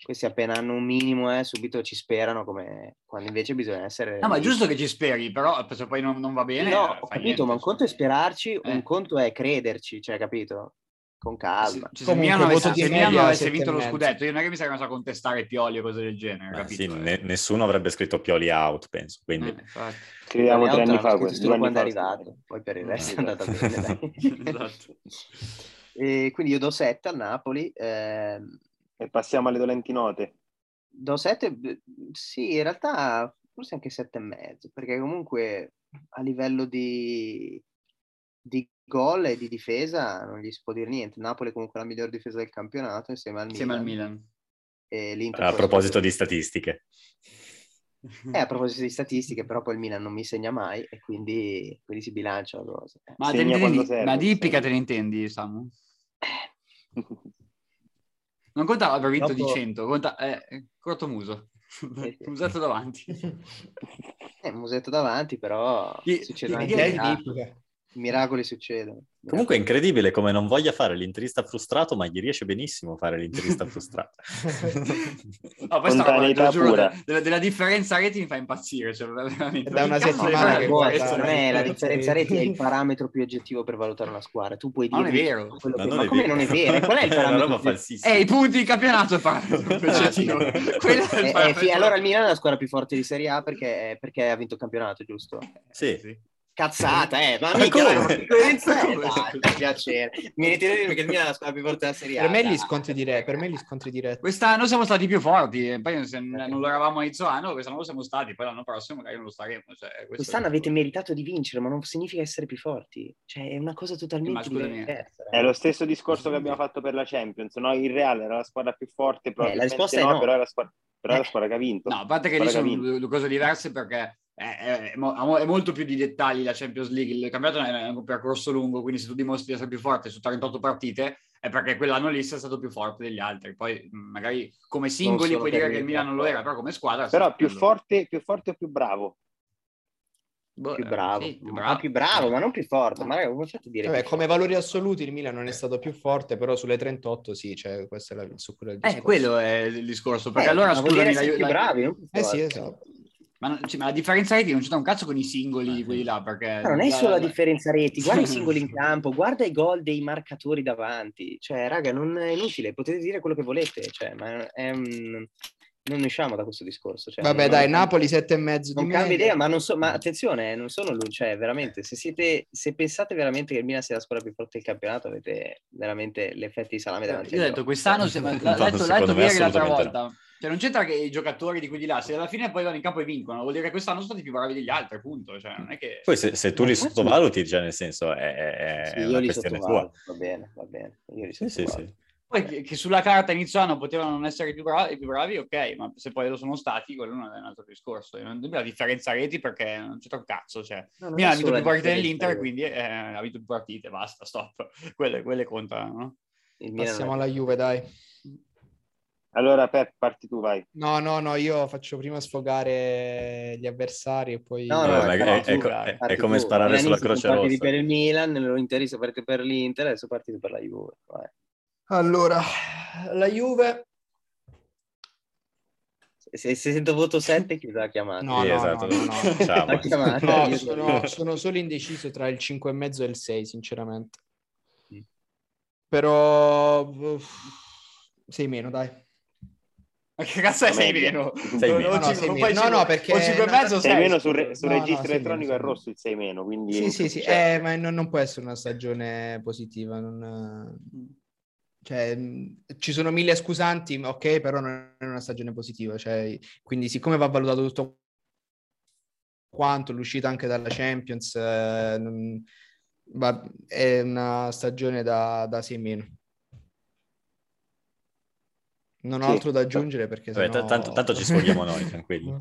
Questi appena hanno un minimo, eh, subito ci sperano, come quando invece bisogna essere...
No, ma è giusto che ci speri, però se poi non, non va bene...
No,
eh,
ho
fai
capito,
niente,
ma un
insomma.
conto è sperarci,
Eh.
un conto è crederci, cioè, capito? Con calma.
Se, cioè, se
Comunque,
Milano avesse,
voto di
se
media
Milano avesse
sette e
vinto lo
mezzo.
scudetto, io non è che mi sarei messo a contestare Pioli o cose del genere,
Ma
capito?
Ah, Eh, sì, ne- nessuno avrebbe scritto Pioli out, penso. Quindi,
Eh, infatti. *laughs*
Scriviamo
Leao
tre anni
l'hanno
fa.
scritto
questo,
solo
due anni
quando è
fa,
arrivato, poi per il resto è andata bene. dai.
*laughs* Esatto.
E quindi io do 7 al Napoli. ehm,
E passiamo alle dolenti note.
do 7, sì, in realtà forse anche 7 e mezzo, perché comunque a livello di, di gol e di difesa non gli si può dire niente. Napoli è comunque la miglior difesa del campionato insieme al
Insieme al
Milan.
Milan.
E l'Inter
a
forse-
proposito di statistiche,
Eh, a proposito di statistiche, però poi il Milan non mi segna mai e quindi, quindi si bilancia la cosa. Eh,
Ma, te
Segna
ne intendi-
quando serve,
ma di
sì.
Ippica te ne
*laughs*
intendi, Samu? Non conta aver vinto
Dopo-
di 100, conta eh, corto muso.
sì.
*laughs* Musetto davanti.
*laughs* Eh, musetto davanti, però
Io-
succedono
io-
anche
io-
i miracoli. miracoli succedono.
comunque è incredibile come non voglia fare l'interista frustrato, ma gli riesce benissimo fare l'interista frustrato.
*laughs*
No, questa roba, te
Spontaneità
lo giuro,
pura.
de- della, della differenza reti mi fa impazzire. Cioè, veramente.
È da una
Cazzo Eh, di
settimana
Ma
fare
che eh.
guarda,
questo?
guarda,
non è la differenza
Sì.
reti è il parametro più oggettivo per valutare una squadra. Tu puoi
Ma non è
dirmi
vero.
quello
Ma
che-
non
ma
è
come
vero.
non è vero? Qual è
*laughs*
il
È una
parametro? *laughs*
roba
più-
falsissima.
Eh, i punti di campionato cioè, è il
*laughs*
parametro oggettivo. Quello è il
Eh, eh,
parametro.
sì, allora il Milan è la squadra più forte di Serie A perché, perché ha vinto il campionato, giusto?
Sì.
Cazzata, eh, ma
Eh. Ma
mica
come?
dai, ma che coerenza è?
Come?
Dai, per piacere. Mi ritiro di dire che il Milan è la squadra più forte della Serie A.
Per me gli
dai.
scontri diretti, per me gli scontri diretti.
Quest'anno siamo stati più forti, e poi se non lo eravamo a inizio anno, quest'anno lo siamo stati, poi l'anno prossimo magari non lo saremo. Cioè, questo
Quest'anno
è-
avete meritato di vincere, ma non significa essere più forti. Cioè, è una cosa
Ma
totalmente
scusami,
diversa.
È lo stesso discorso che abbiamo fatto per la Champions. No? Il Real era la squadra più forte, probabilmente
risposta è no.
però è la squadra, però è la
Eh.
squadra che ha vinto.
No, a parte che
Guarda
lì
che ha
sono
vinto.
due due cose diverse perché è, è- è mo- è molto più di dettagli la Champions League, il campionato è un percorso lungo, quindi se tu dimostri di essere più forte su 38 partite è perché quell'anno lì sei stato più forte degli altri, poi mh, magari come singoli
solo
puoi
per
dire
il
che il Milan non lo era, però come squadra...
Però
sì,
più
quello-
forte, più forte o più bravo?
boh,
più
eh,
bravo,
sì, più
ma più bravo, ma non più forte. Ma raga, come fate a dire?
Vabbè,
più
come
forte?
valori assoluti il Milan non è stato più forte, però sulle 38 sì, cioè, questa è la, su quello è il
Eh,
discorso.
quello è il discorso, perché
Eh,
allora
ma vuol dire
scusami, la-
essere più
la-
bravi, non più
Eh sì,
forti.
esatto.
ma, non- cioè, ma la differenza reti non c'è un cazzo con i singoli di quelli là, perché...
Ma non è solo la differenza reti, guarda
*laughs*
i
Sì.
singoli in campo, guarda i gol dei marcatori davanti. Cioè, raga, non è inutile, potete dire quello che volete, cioè, ma è un- non ne usciamo da questo discorso. cioè,
Vabbè,
non-
dai,
non-
Napoli 7 e mezzo.
Non
di
cambia
media.
idea, ma, non so, ma attenzione, eh, non sono lui, cioè veramente, se, siete, se pensate veramente che il Milan sia la squadra più forte del campionato, avete veramente l'effetto di salame davanti.
Eh, Io ho
agli
detto,
occhi.
*laughs*
quest'anno sembra, l'ha
No,
detto, l'ha
secondo
detto
me
Vieri l'altra
assolutamente
volta. Cioè, non c'entra che i giocatori di quelli là, se alla fine poi vanno in campo e vincono, vuol dire che quest'anno sono stati più bravi degli altri, punto. Cioè, non è che...
Poi se, se tu
Ma
li
infatti-
sottovaluti, già nel senso, è, è- è
Eh, Sì,
una
io li
questione
sottovaluto,
tua.
va bene, va bene. Io li
Sì, sì,
sottovaluto.
sì.
Poi che, che sulla carta inizio anno potevano non essere più bravi, più bravi, ok, ma se poi lo sono stati, quello non è un altro discorso. Io Non dobbiamo differenziare reti perché non c'entra un cazzo, cioè.
No, non
Milan
è
ha vinto
solo
più
la
partite
differenza
dell'Inter,
reti.
quindi eh, ha vinto più partite, basta, stop. *laughs* Quelle, quelle contano, no?
Il Milan
Passiamo
non è-
alla Juve, dai.
Allora, Pep, parti tu, vai.
No, no, no, io faccio prima sfogare gli avversari e poi...
No, no,
Vabbè,
no,
ma è-
no,
è-
tu,
Eh, ecco, è co-
dai,
è-
parti
è come
tu.
sparare sulla
Milanisti sono
Croce
partiti
Rossa.
per il Milan, lo interista parte per l'Inter, adesso partite per la Juve. vai.
Allora, la Juve...
Se, se sento voto 7 chiudo la chiamata.
No,
Sì,
no,
esatto.
no, no,
*laughs*
no.
Ciao.
La chiamata,
No,
io-
sono, sono solo indeciso tra il 5 e mezzo e il 6, sinceramente.
Mm.
Però... uff, Sei meno, dai.
Ma che cazzo è sei
Media.
meno?
Sei
O-
meno.
o
No,
no,
cinque-
sei
o
meno.
fai
No,
cinque-
no, perché-
O 5 e mezzo
no,
6
sei.
meno sul, re-
no,
sul
no,
registro
sei
elettronico
meno,
è
sei
rosso il 6 meno, quindi
Sì, sì, sì, eh,
cioè,
ma non, non può essere una stagione positiva. non- cioè, mh, ci sono mille scusanti, ma ok, però non è una stagione positiva. cioè, quindi, siccome va valutato tutto quanto, l'uscita anche dalla Champions, eh, non- va- è una stagione da, da sei meno. Non ho
Sì.
altro da aggiungere perché
Vabbè,
sennò-
t- tanto- tanto ci sfoghiamo
*laughs*
*laughs*
noi, *laughs* tranquilli.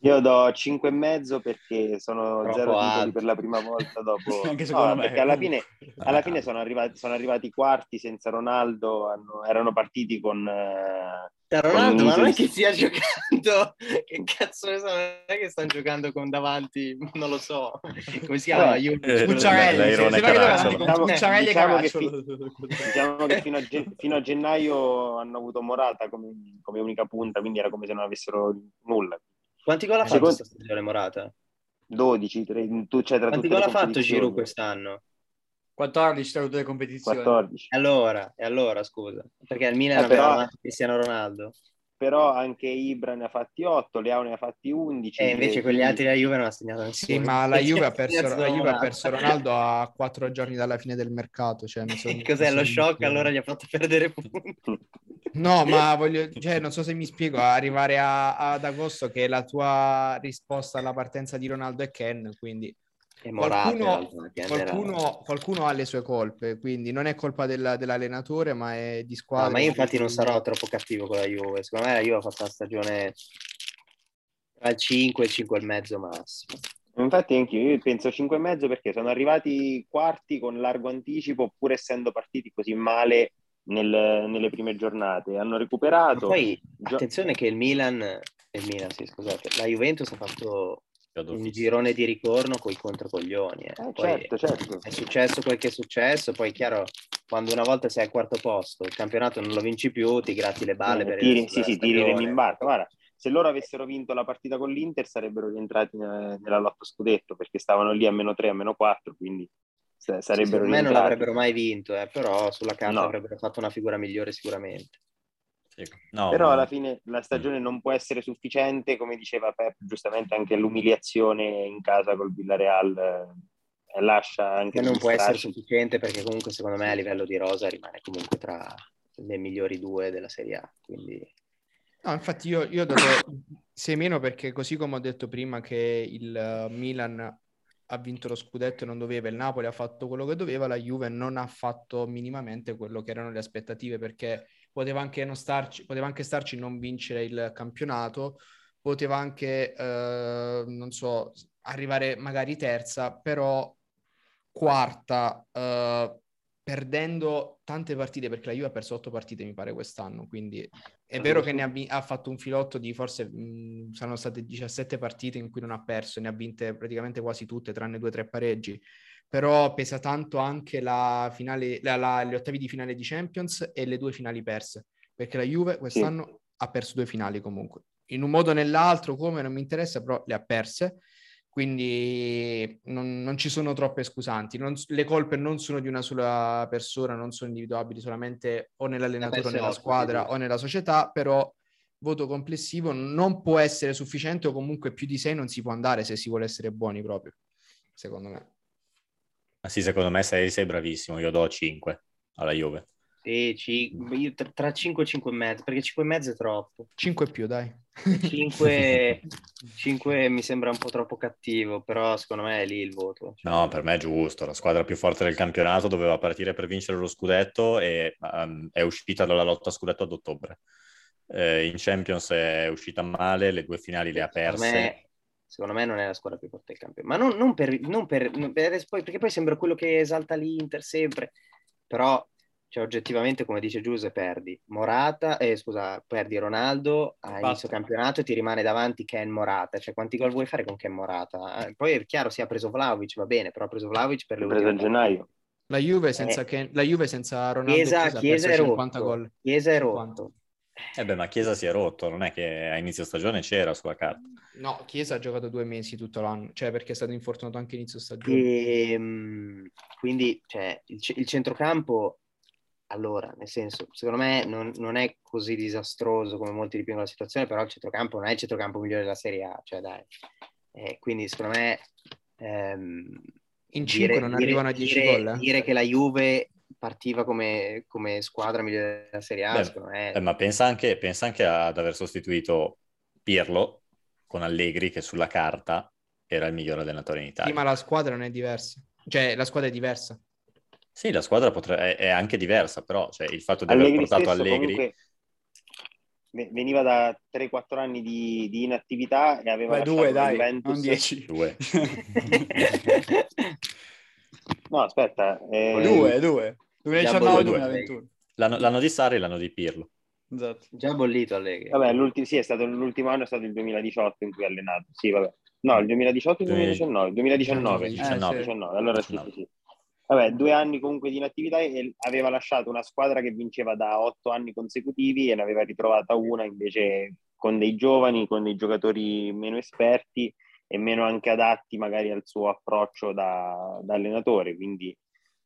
Io do 5 e mezzo perché sono
Troppo
zero titoli
alto.
per la prima volta dopo.
Anche secondo
No,
me.
Perché alla fine, alla
Ah.
fine sono, arrivati, sono arrivati quarti senza Ronaldo, hanno- erano partiti con... eh,
Cioè, Ronaldo,
Mm,
ma non è
sì.
che stia giocando, *laughs* che cazzo ne so, non è che stanno giocando con davanti, non lo so, come si chiama?
Eh,
Io-
Cioè, Dai,
Cucciarelli, sì,
Irone
sembra che
Caracciolo.
davanti con
Diciamo-
Cucciarelli e
diciamo che
Caracciolo.
diciamo
*laughs*
che fino a,
*laughs*
gen- fino a gennaio hanno avuto Morata come, come unica punta, quindi era come se non avessero nulla.
Quanti gol ha fatto
Secondo-
questa stagione Morata?
12, 13, tu c'è cioè tra
Quanti
tutte
gol
le
ha fatto
competizioni.
eh.
Giroud quest'anno?
14 tra tutte le competizioni.
14.
E allora, e allora, scusa, perché al Milan
Eh, però-
aveva Cristiano Ronaldo
Però anche Ibra ne ha fatti 8, Leao ne ha fatti 11.
e Eh, invece
quindi-
quegli altri la Juve non ha segnato
Sì,
nessuno.
ma la Juve, ha perso,
Segnato
la Juve ha
Ronaldo.
perso Ronaldo a quattro giorni dalla fine del mercato. Cioè,
*laughs*
non so-
Cos'è
non so
lo shock?
dire.
Allora gli ha fatto perdere
*laughs*
punti.
No,
*laughs*
ma voglio, cioè, non so se mi spiego, arrivare a- ad agosto che la tua risposta alla partenza di Ronaldo è Ken, quindi
E Morata, in
qualcuno,
realtà, che era-
qualcuno, qualcuno ha le sue colpe, quindi non è colpa della- dell'allenatore, ma è di
No,
squadra.
ma io infatti non
quindi-
sarò troppo cattivo con la Juve. Secondo me la Juve ha fatto una stagione tra il 5 e il 5 e mezzo massimo.
Infatti anch'io io penso 5 e mezzo perché sono arrivati quarti con largo anticipo pur essendo partiti così male nel- nelle prime giornate. Hanno
Ma
recuperato.
poi
Gio-
attenzione che il Milan, il Milan, sì, scusate, la Juventus ha fatto un
Adolfo.
girone di ritorno con i controcoglioni. eh. Poi
Eh, certo, certo.
È successo quel che è successo, poi è chiaro, quando una volta sei al quarto posto, il campionato non lo vinci più, ti gratti le balle
Eh,
per
tiri,
il resto
sì, sì,
della
tiri
stagione.
remi in barca. Guarda, se loro avessero vinto la partita con l'Inter sarebbero rientrati ne- nella lotta scudetto perché stavano lì a meno 3, a meno 4, quindi sa- sarebbero
Secondo me non
rientrati.
l'avrebbero mai vinto, eh, però sulla carta
No.
avrebbero fatto una figura migliore sicuramente.
Sì. No,
Però
ma-
alla fine la stagione non può essere sufficiente, come diceva Pep, giustamente anche l'umiliazione in casa col Villareal eh, lascia anche
che non
degli
può essere
strascichi.
sufficiente perché comunque secondo me a livello di rosa rimane comunque tra le migliori due della Serie A quindi
No, infatti io, io ho dato sei meno perché così come ho detto prima che il eh, Milan ha vinto lo scudetto e non doveva, il Napoli ha fatto quello che doveva, la Juve non ha fatto minimamente quello che erano le aspettative perché poteva anche, non starci, poteva anche starci non vincere il campionato, poteva anche, eh, non so, arrivare magari terza, però quarta, eh, perdendo tante partite perché la Juve ha perso otto partite mi pare quest'anno, quindi... È vero che ne ha, vi- ha fatto un filotto di forse mh, sono state 17 partite in cui non ha perso, ne ha vinte praticamente quasi tutte, tranne due o tre pareggi. Però pesa tanto anche la finale, la- la- le ottavi di finale di Champions e le due finali perse, perché la Juve quest'anno ha perso due finali comunque. In un modo o nell'altro, come non mi interessa, però le ha perse. Quindi non, non ci sono troppe scusanti. Non s- le colpe non sono di una sola persona, non sono individuabili solamente o nell'allenatore o
perse
nella
otto,
squadra
quindi.
o nella società, però voto complessivo non può essere sufficiente o comunque più di 6 non si può andare se si vuole essere buoni proprio, secondo me.
Ah, sì, secondo me sei, sei bravissimo, io do 5 alla Juve.
sì, ci- io tra- tra 5 e 5 e mezzo perché 5 e mezzo è troppo
5 più, dai.
5, 5 mi sembra un po' troppo cattivo però secondo me è lì il voto Cioè,
No, per me è giusto, la squadra più forte del campionato doveva partire per vincere lo scudetto e ehm, è uscita dalla lotta scudetto ad ottobre. Eh, in Champions è uscita male, le due finali le ha
secondo
perse.
me, secondo me non è la squadra più forte del campionato ma non, non per, non per- non per- adesso poi- perché poi sembra quello che esalta l'Inter sempre però cioè, oggettivamente come dice Giuse perdi Morata eh, scusa perdi Ronaldo a
Basta.
inizio campionato e ti rimane davanti Ken Morata cioè quanti gol vuoi fare con Ken Morata Eh, poi è chiaro si è preso Vlaovic va bene però ha preso Vlaovic per le
L'ho preso a
ultime
gennaio.
*laughs* La Juve senza, Ken- la Juve senza Ronaldo e
Eh. Chiesa,
Chiesa ha
Chiesa è
perso 50
rotto
gol.
Chiesa è
50.
rotto
Eh beh, ma Chiesa si è rotto, non è che a inizio stagione c'era sulla carta.
No, Chiesa ha giocato due mesi tutto l'anno, cioè perché è stato infortunato anche inizio stagione.
Ehm, E, mh, quindi cioè, il, ce- il centrocampo allora, nel senso, secondo me non, non è così disastroso come molti dipingono la situazione, però il centrocampo non è il centrocampo migliore della Serie A, cioè dai. Eh, quindi secondo me... Ehm,
in 5 non arrivano a 10 gol. eh?
dire che la Juve partiva come, come squadra migliore della Serie A,
Beh,
secondo me...
Eh, ma pensa anche, pensa anche ad aver sostituito Pirlo con Allegri, che sulla carta era il miglior allenatore in
Sì,
Italia.
ma la squadra non è diversa. Cioè, la squadra è diversa.
Sì, la squadra potre- è, è anche diversa, però cioè, il fatto di aver
Allegri
portato
stesso
Allegri...
comunque ve- veniva da 3-4 anni di, di inattività e aveva
Beh,
lasciato
due,
la
dai,
Juventus.
non 10.
Due.
No, aspetta, eh,
due, due. 2019,
Già
due, due.
2021.
L'anno, l'anno di Sarri e l'anno di Pirlo.
Esatto.
*laughs* Già bollito Allegri.
vabbè, l'ulti- sì, è stato l'ultimo anno è stato il 2018 in cui ha allenato. Sì, vabbè. No, il 2018 il 2019, 2019.
19.
19, Eh allora sì,
19.
sì, sì. Vabbè, due anni comunque di inattività e aveva lasciato una squadra che vinceva da otto anni consecutivi e ne aveva ritrovata una invece con dei giovani, con dei giocatori meno esperti e meno anche adatti magari al suo approccio da, da allenatore. Quindi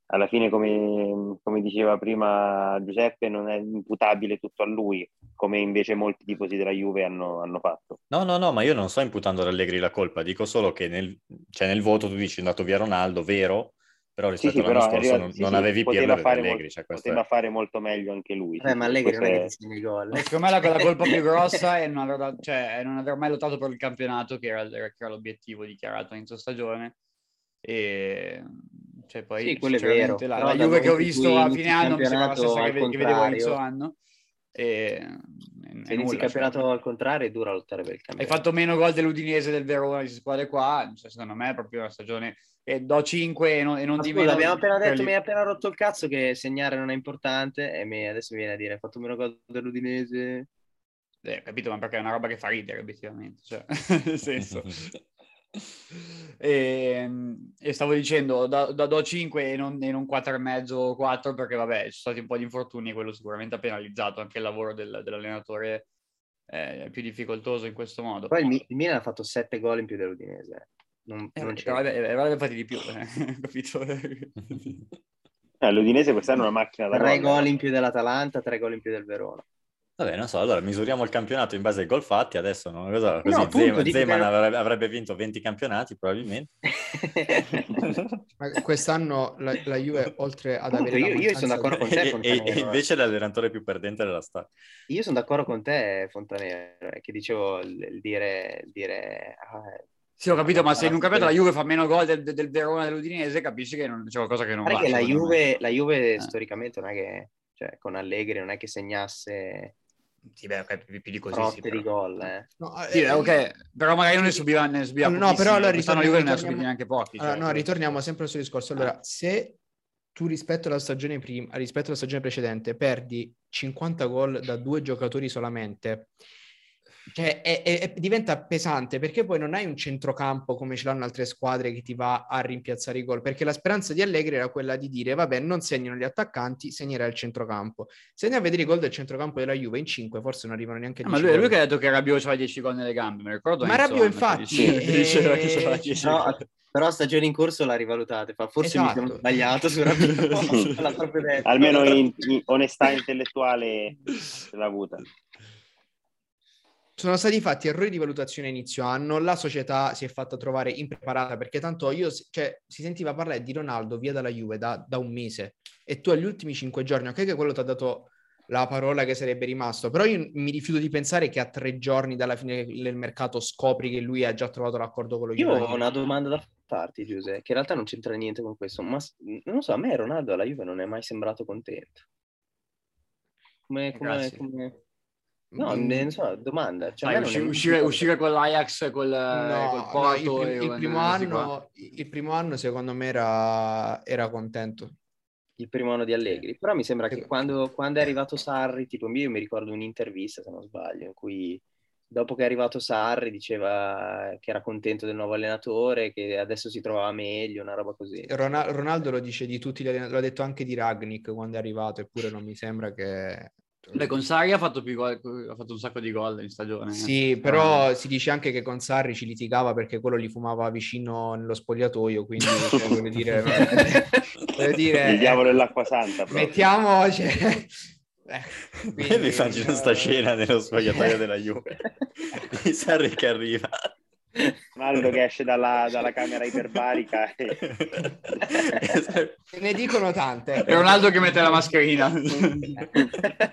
alla fine, come, come diceva prima Giuseppe, non è imputabile tutto a lui, come invece molti tifosi della Juve hanno- hanno fatto.
No, no, no, ma io non sto imputando ad Allegri la colpa, dico solo che nel, cioè, nel voto tu dici è andato via Ronaldo, vero, però rispetto
sì,
all'anno
però
scorso
arriva-
non,
sì,
non
sì,
avevi
poteva
Pirlo e avevi
fare
Allegri.
molto-
Cioè, questo è-
poteva fare molto meglio anche lui.
Vabbè,
sì,
ma Allegri
questo
non è
è-
che ti segna i gol.
Ma Secondo me la, la colpa più grossa è non, aver, cioè, è non aver mai lottato per il campionato, che era, che era l'obiettivo dichiarato a inizio stagione. E cioè, poi
Sì, quello è
sinceramente,
vero.
La,
Però
la
dal
Juve che ho
momento in
visto
cui
a
inizi
fine
il
anno mi sembra la
campionato
stessa che,
al
che vedevo a inizio
contrario.
anno. E, e-
Se
e
inizi
nulla,
il campionato
cioè.
al contrario è dura lottare per il
Hai
campionato.
fatto meno gol dell'Udinese del Verona, di squadre qua. Cioè, secondo me è proprio una stagione. E do 5 e non, e non
Ma
di
scusa,
meno.
abbiamo appena detto,
quelli-
mi hai appena rotto il cazzo che segnare non è importante e mi- adesso mi viene a dire, hai fatto meno gol dell'Udinese.
Eh, capito, ma perché è una roba che fa ridere, obiettivamente. Cioè, *laughs*
*laughs*
nel senso. E, e stavo dicendo da, da do 5 e non, e non 4 e mezzo 4 perché vabbè ci sono stati un po' di infortuni quello sicuramente ha penalizzato anche il lavoro del- dell'allenatore eh, più difficoltoso in questo modo
Poi il, Mi- il Milan ha fatto 7 gol in più dell'Udinese. Non,
Eh,
non
vabbè,
c'è.
però vabbè, avrebbe fatti di più eh, *laughs* capito
Eh, L'Udinese quest'anno è una macchina da
3
gol.
gol in più dell'Atalanta, 3 gol in più del
*laughs*
Verona.
*laughs* Vabbè, non so, allora misuriamo il campionato in base ai gol fatti, adesso no? Cosa- così
appunto,
Zeman,
dico
Zeman
che-
avrebbe, avrebbe vinto 20 campionati
*laughs*
probabilmente.
Ma quest'anno la, la Juve, oltre ad
Comunque,
avere la
io- io sono
mancanza-
d'accordo con te,
*laughs* e, e- e
Fontanero, eh.
invece è l'allenatore più perdente della *laughs* storia.
Io sono d'accordo con te, Fontanero, eh, che dicevo il, il dire... il dire ah, eh,
sì ho capito ma se in un campionato la Juve fa meno gol del, del Verona e dell'Udinese capisci che non, c'è qualcosa che non
Pare
va
che la
secondo me.
Juve, la Juve
Eh.
storicamente non è che, cioè, con Allegri non è che segnasse
sì, beh, ok, più, più di così
troppe
sì, però.
di gol. eh.
No, eh,
Sì, eh, ok, però magari non ne subiva, ne subiva
No, però allora
Quest'anno
ritorniamo-
Juve ne ha subiti
ritorniamo-
neanche pochi.
Allora,
cioè,
no, ritorniamo sempre al suo discorso. Allora, se tu rispetto alla stagione prima, rispetto alla stagione precedente, perdi 50 gol da due giocatori solamente, cioè, è- è- è- diventa pesante perché poi non hai un centrocampo come ce l'hanno altre squadre che ti va a rimpiazzare i gol. Perché la speranza di Allegri era quella di dire: vabbè, non segnano gli attaccanti, segnerà il centrocampo. Se andiamo a vedere i gol del centrocampo della Juve in 5, forse non arrivano neanche a
Ah, ma
10
lui, lui
gol.
che ha detto che Rabiot aveva 10 gol nelle gambe, mi ricordo.
Ma
a inizio
Rabiot,
anno che
infatti,
dice- *laughs*
eh,
diceva che c'aveva 10
No,
gol.
a- però stagione in corso la rivalutate, fa, forse mi sono
Esatto.
sbagliato
*laughs*
su Rabiot, l'ha proprio detto. *laughs*
Almeno in, in onestà intellettuale ce l'ha avuta.
Sono stati fatti errori di valutazione a inizio anno, la società si è fatta trovare impreparata perché tanto io, cioè, si sentiva parlare di Ronaldo via dalla Juve da, da un mese e tu agli ultimi cinque giorni, ok che quello ti ha dato la parola che sarebbe rimasto, però io mi rifiuto di pensare che a tre giorni dalla fine del mercato scopri che lui ha già trovato l'accordo con lo
Io
Juve.
ho una domanda da farti, Giuseppe, che in realtà non c'entra niente con questo, ma s- non lo so, a me Ronaldo alla Juve non è mai sembrato contento. Come, come-
Grazie.
come- No,
Mm,
ne- non so, domanda. Cioè, a
Dai,
me non
usci-
è mai
uscire,
sembrato-
uscire con l'Ajax, col,
eh,
eh,
No,
col
no, il,
Porto...
prim-
e
il
con-
primo
questi qua.
anno, il primo anno secondo me era, era contento.
il primo anno di Allegri, però mi sembra che
Esatto.
Ecco.
quando, quando è arrivato Sarri, tipo io mi ricordo un'intervista, se non sbaglio, in cui dopo che è arrivato Sarri diceva che era contento del nuovo allenatore, che adesso si trovava meglio, una roba così.
Rona- Ronaldo lo dice di tutti gli allenatori, l'ha detto anche di Ragnick quando è arrivato, eppure non mi sembra che
Beh, con Sarri ha fatto, più gol- ha fatto un sacco di gol in stagione. eh.
Sì, però si dice anche che con Sarri ci litigava perché quello li fumava vicino nello spogliatoio,
*laughs*
quindi cioè, voglio dire...
*laughs*
voglio dire, eh,
il diavolo e l'acqua santa. proprio.
Mettiamo...
*laughs*
cioè, eh, quindi,
mi immagino sta
eh,
scena nello
*laughs*
spogliatoio della
*laughs*
Juve. di Sarri che arriva.
Ronaldo che esce dalla, dalla camera iperbarica
*laughs*
e
e...
Ne dicono tante.
E Ronaldo che mette la mascherina.
*laughs*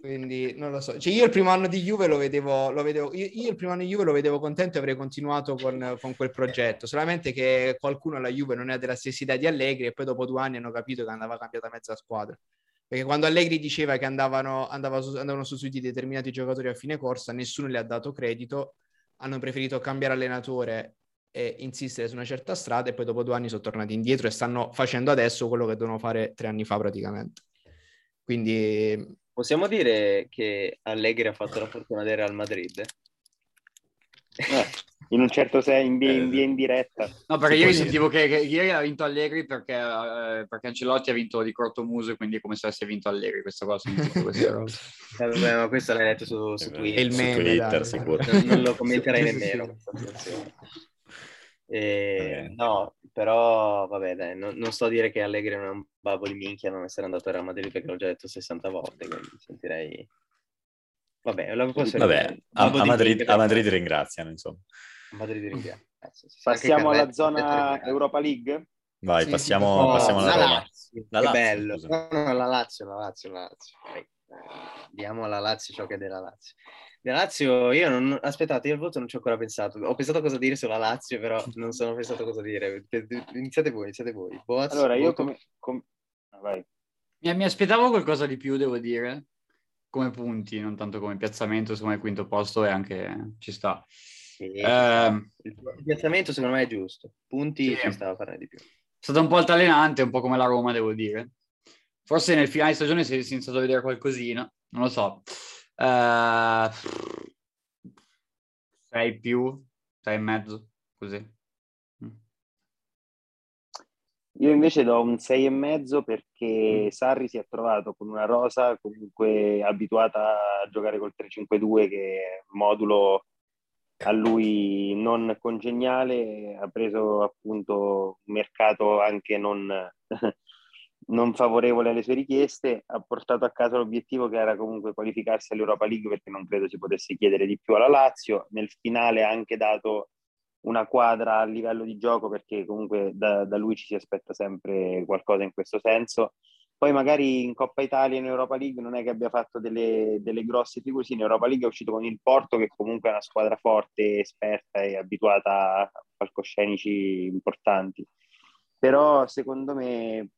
Quindi non lo so. Cioè, io il primo anno di Juve lo vedevo, lo vedevo io, io il primo anno di Juve lo vedevo contento e avrei continuato con, con quel progetto. Solamente che qualcuno alla Juve non è della stessa idea di Allegri e poi dopo due anni hanno capito che andava cambiata mezza squadra. Perché quando Allegri diceva che andavano, andava su, andavano sostituiti determinati giocatori a fine corsa, nessuno le ha dato credito, hanno preferito cambiare allenatore e insistere su una certa strada e poi dopo due anni sono tornati indietro e stanno facendo adesso quello che dovevano fare tre anni fa praticamente. Quindi
*laughs* Possiamo dire che Allegri ha fatto la fortuna del Real
*laughs*
Madrid?
in un certo senso in via in, via in diretta.
No, perché ieri
Si può dire.
sentivo che, che ieri ha vinto Allegri perché, eh, perché Ancelotti ha vinto di corto muso, quindi è come se avesse vinto Allegri questa cosa. questa roba.
Eh, vabbè, ma questo l'hai detto su, su
È
Twitter.
il Eh, Su meme, Twitter, dai. sicuro.
Non, non lo commenterai
Sì, sì, sì.
nemmeno. questa situazione. Eh,
Vabbè.
no, però vabbè, dai, non, non sto a dire che Allegri non è un babbo di minchia non essere andato a Real Madrid perché l'ho già detto 60 volte, quindi sentirei... Vabbè, la posso
Vabbè, a,
Babbo
a
di
Madrid,
minchia,
a Madrid ringraziano, insomma.
a Madrid ringrazio. Eh, Sì, sì,
Passiamo
anche
alla
Carletto,
zona
Carletto,
Europa League.
Vai,
Sì,
passiamo,
sì,
No,
per
Oh, passiamo alla
Oh, la
Roma.
Lazio,
La
che
Lazio,
bello.
scusa.
No, no, la Lazio, la Lazio, la Lazio. Dai, eh, Diamo alla Lazio ciò che è della Lazio. Della Lazio, io non... Aspettate, io il voto non ci ho ancora pensato. Ho pensato a cosa dire sulla Lazio, però non sono pensato a cosa dire. Iniziate voi, iniziate voi. Boaz,
Allora, io
voto-
come... com- ah, vai.
Mi, mi aspettavo qualcosa di più, devo dire, come punti, non tanto come piazzamento, secondo me il quinto posto e anche ci sta.
Sì, ci sta.
Ehm,
Il il piazzamento secondo me è giusto. Punti
Sì.
ci stava a fare di più.
è stato un po' altalenante, un po' come la Roma, devo dire. Forse nel finale di stagione si è si è iniziato a vedere qualcosina, non lo so. 6 più, 6 e mezzo, così. Mm.
Io invece do un 6 e mezzo perché Sarri si è trovato con una rosa comunque abituata a giocare col 3-5-2 che è un modulo a lui non congeniale, ha preso appunto un mercato anche non, *laughs* non favorevole alle sue richieste, ha portato a casa l'obiettivo che era comunque qualificarsi all'Europa League perché non credo si potesse chiedere di più alla Lazio, nel finale ha anche dato una quadra a livello di gioco perché comunque da, da lui ci si aspetta sempre qualcosa in questo senso. Poi magari in Coppa Italia e in Europa League non è che abbia fatto delle, delle grosse figure, sì, in Europa League è uscito con il Porto che comunque è una squadra forte, esperta e abituata a palcoscenici importanti. Però secondo me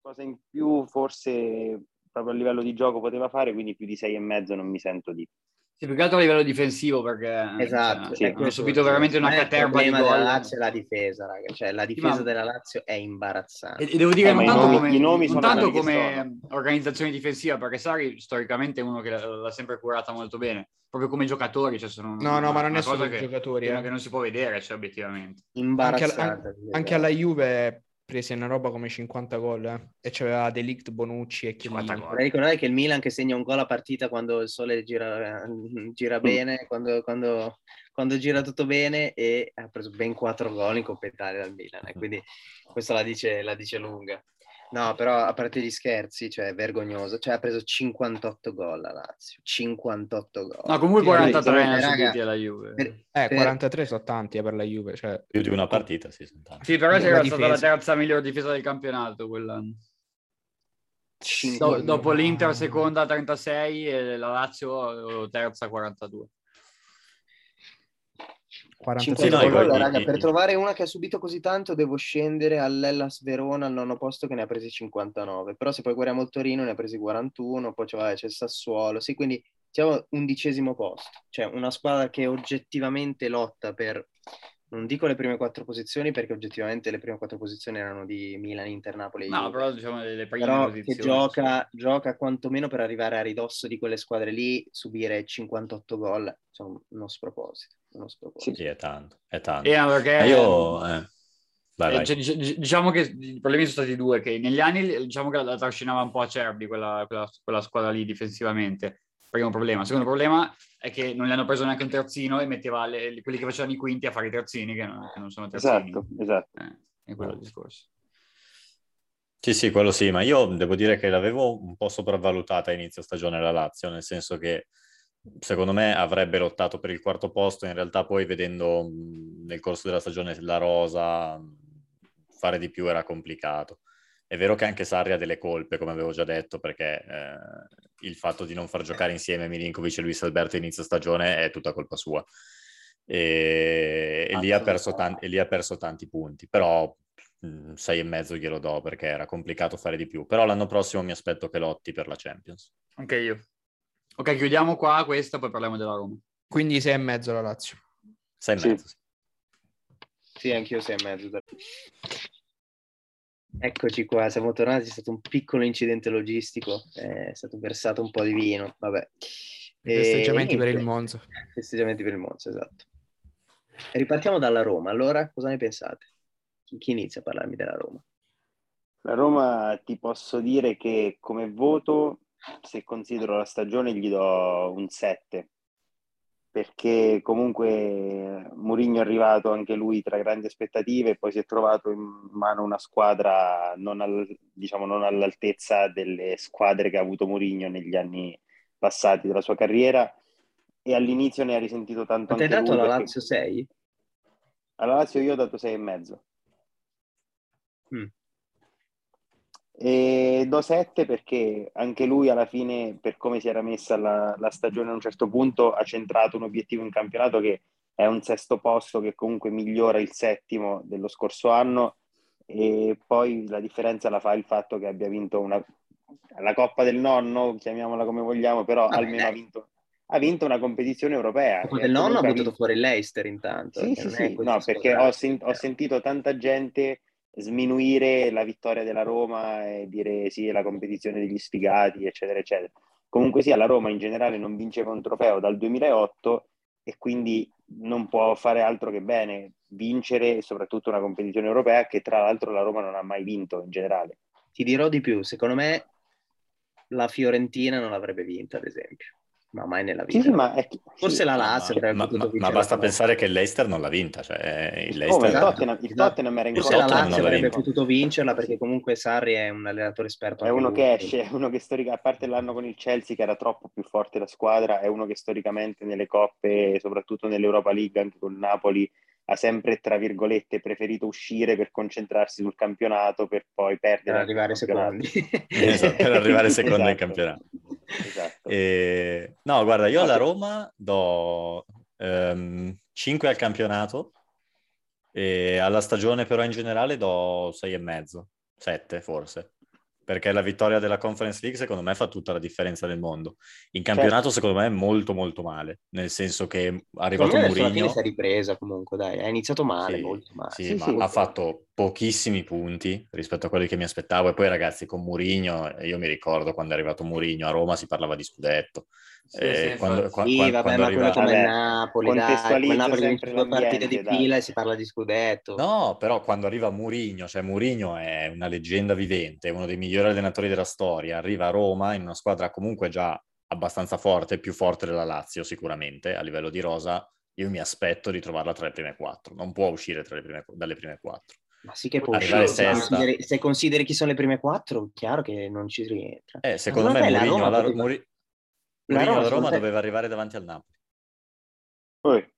cosa in più forse proprio a livello di gioco poteva fare, quindi più di sei e mezzo non mi sento di
Sì, più che altro a livello difensivo perché
Esatto,
cioè,
sì,
hanno
questo-
subito veramente una
Ma
caterva di
Il problema
gol.
della Lazio è la difesa, raga. Cioè, la difesa
ma-
della Lazio è imbarazzante.
E, e devo dire
Eh, ma
non
i
tanto
nomi-
come,
i nomi
non
sono
tanto
quelli che
come organizzazione difensiva, perché Sari storicamente è uno che l'ha, l'ha sempre curata molto bene, proprio come giocatori. Cioè sono
No, no, ma non
una
è solo
cosa
i
che,
giocatori.
che
eh.
non si può vedere, cioè, obiettivamente.
Anche,
Imbarazzante.
alla, an- anche alla Juve prese una roba come 50 gol eh. e c'aveva Delict, Bonucci e Chiellini.
50 gol.
Vorrei ricordare che il Milan che segna un gol a partita quando il sole gira, eh, gira bene, quando, quando- quando gira tutto bene e ha preso ben 4 gol in Coppa Italia dal Milan. eh. Quindi questa la dice, la dice lunga. No, però a parte gli scherzi, cioè è vergognoso. Cioè ha preso 58 gol la Lazio. 58 gol.
No, comunque
Sì,
43 ne ha
raga,
subiti alla Juve.
per-
Eh,
per-
43 sono tanti eh, per la Juve. Cioè...
Più di una partita, sì, sono tanti.
Sì, però
la
c'era stata la
difesa.
terza miglior difesa del campionato quell'anno.
Sì,
Do- dopo l'Inter seconda a 36 e la Lazio eh, terza a 42.
46
Sì, no,
Cinquanta
i
gol,
gol-
raga,
i-
per
i-
trovare una che ha subito così tanto devo scendere all'Ellas Verona al nono posto che ne ha presi 59, però se poi guardiamo il Torino ne ha presi 41, poi c'è, vabbè, c'è il Sassuolo, sì, quindi siamo undicesimo posto, cioè una squadra che oggettivamente lotta per, non dico le prime quattro posizioni perché oggettivamente le prime quattro posizioni erano di Milan, Inter, Napoli e
No,
Juve
però diciamo le le prime
però che
posizioni.
gioca, gioca quantomeno per arrivare a ridosso di quelle squadre lì, subire 58 gol, insomma, uno sproposito. Uno sproposito.
Sì, è tanto, è tanto.
Eh, no, Eh, perché
Ma io... eh, Vai,
Eh,
vai.
cioè, dic- diciamo che i problemi sono stati due, che negli anni diciamo che la, la trascinava un po' a Cerbi quella, quella- quella squadra lì difensivamente, primo problema. Secondo problema è che non gli hanno preso neanche un terzino e metteva le- quelli che facevano i quinti a fare i terzini che non, che non sono terzini.
Esatto, esatto.
Eh, è quello il discorso.
Sì, sì, quello sì, ma io devo dire che l'avevo un po' sopravvalutata a inizio stagione la Lazio, nel senso che secondo me avrebbe lottato per il quarto posto, in realtà poi vedendo mh, nel corso della stagione la rosa, mh, fare di più era complicato. È vero che anche Sarri ha delle colpe, come avevo già detto, perché eh, il fatto di non far giocare insieme Milinkovic e Luis Alberto a inizio stagione è tutta colpa sua. E, e lì, ha perso tan- e lì ha perso tanti punti, però 6 e mezzo glielo do perché era complicato fare di più. Però l'anno prossimo mi aspetto che lotti per la Champions.
Anche io. Ok, chiudiamo qua questa, poi parliamo della Roma.
Quindi sei e mezzo la Lazio.
6 e
Sì.
mezzo. sì.
Sì, anch'io sei e mezzo. Eccoci qua, siamo tornati, c'è stato un piccolo incidente logistico, eh, è stato versato un po' di vino, vabbè.
I
E
festeggiamenti per
Eh, niente.
il Monza.
Festeggiamenti per il Monza, esatto. Ripartiamo dalla Roma, allora cosa ne pensate? Chi, chi inizia a parlarmi della Roma?
La Roma ti posso dire che come voto, se considero la stagione, gli do un 7. Perché comunque Mourinho è arrivato anche lui tra grandi aspettative e poi si è trovato in mano una squadra non, al- diciamo, non all'altezza delle squadre che ha avuto Mourinho negli anni passati della sua carriera e all'inizio ne ha risentito tanto
Ma ti hai
anche Eh,
dato
lui.
la
perché-
Lazio 6?
Alla Lazio io ho dato 6,5.
Mm.
E do 7 perché anche lui alla fine, per come si era messa la, la stagione a un certo punto, ha centrato un obiettivo in campionato che è un sesto posto che comunque migliora il settimo dello scorso anno e poi la differenza la fa il fatto che abbia vinto una, la Coppa del Nonno, chiamiamola come vogliamo, però
Vabbè,
almeno
dai.
ha vinto, ha vinto una competizione europea.
Dopo
e
Ah, eh. del nonno ha
comunque
buttato
vinto-
fuori l'Eister intanto.
sì,
perché
sì,
non è
sì.
questa
No, perché
squadra-
ho, sen- ho sentito tanta gente sminuire la vittoria della Roma e dire sì, è la competizione degli sfigati, eccetera, eccetera. Comunque sia, la Roma in generale non vinceva un trofeo dal 2008 e quindi non può fare altro che bene vincere, soprattutto una competizione europea che tra l'altro la Roma non ha mai vinto in generale.
Ti dirò di più, secondo me la Fiorentina non l'avrebbe vinta, ad esempio, ma mai nella
Sì,
vita.
sì, ma è chi-
Forse
sì.
la
Ma-
Lazio
ma,
avrebbe
ma-
potuto
ma
vincere
basta
la Coppa.
pensare che l'Eister non l'ha vinta. Cioè, il
Come
Leicester
il
Esatto.
Tottenham, il Tottenham era in
Forse
Forse la
Il
Coppa.
Tottenham non
Lazio
l'ha
avrebbe
vinta.
potuto vincerla perché comunque Sarri è un allenatore esperto.
È
anche
uno
lui.
che esce, è uno che storicamente, a parte l'anno con il Chelsea che era troppo più forte la squadra, è uno che storicamente nelle coppe, soprattutto nell'Europa League, anche con Napoli, ha sempre, tra virgolette, preferito uscire per concentrarsi sul campionato per poi
Per
perdere. anche il
arrivare
campionato.
secondi. *laughs*
Esatto, per arrivare secondo in
Esatto.
campionato.
Esatto.
Eh,
E- Eh, No, guarda, io
Ah,
alla
sì.
Roma do 5 al campionato e alla stagione però in generale do 6 e mezzo, 7 forse. Perché la vittoria della Conference League secondo me fa tutta la differenza del mondo. In campionato secondo me è molto molto male, nel senso che è arrivato
Certo. Secondo me adesso alla fine
Mourinho
si è ripresa comunque, dai. Ha iniziato male,
Sì,
molto male.
sì,
Sì,
ma
sì.
ha fatto pochissimi punti rispetto a quelli che mi aspettavo. E poi, ragazzi, con Mourinho, eh, io mi ricordo quando è arrivato Mourinho a Roma si parlava di scudetto. Eh, quando, qua-
Sì,
qua-
vabbè,
quando
ma
arriva-
quello come il
Vabbè,
Napoli, dai,
contestualizza
come il Napoli vince
sempre
due partite di
l'ambiente, dai.
fila e si parla di scudetto.
No, però quando arriva Mourinho, cioè Mourinho è una leggenda vivente, è uno dei migliori allenatori della storia, arriva a Roma in una squadra comunque già abbastanza forte, più forte della Lazio sicuramente, a livello di rosa, io mi aspetto di trovarla tra le prime quattro, non può uscire tra le prime- dalle prime quattro.
Ma sì che può
Arrivare
uscire. Se
sesta.
consideri, se consideri chi sono le prime quattro, chiaro che non ci rientra.
Eh, secondo
Ma secondo te
me
la
Mourinho
Roma
alla
poteva-
Muri-
La
Mourinho
Roma,
alla
secondo
Roma
te-
doveva arrivare davanti al Napoli.
Poi,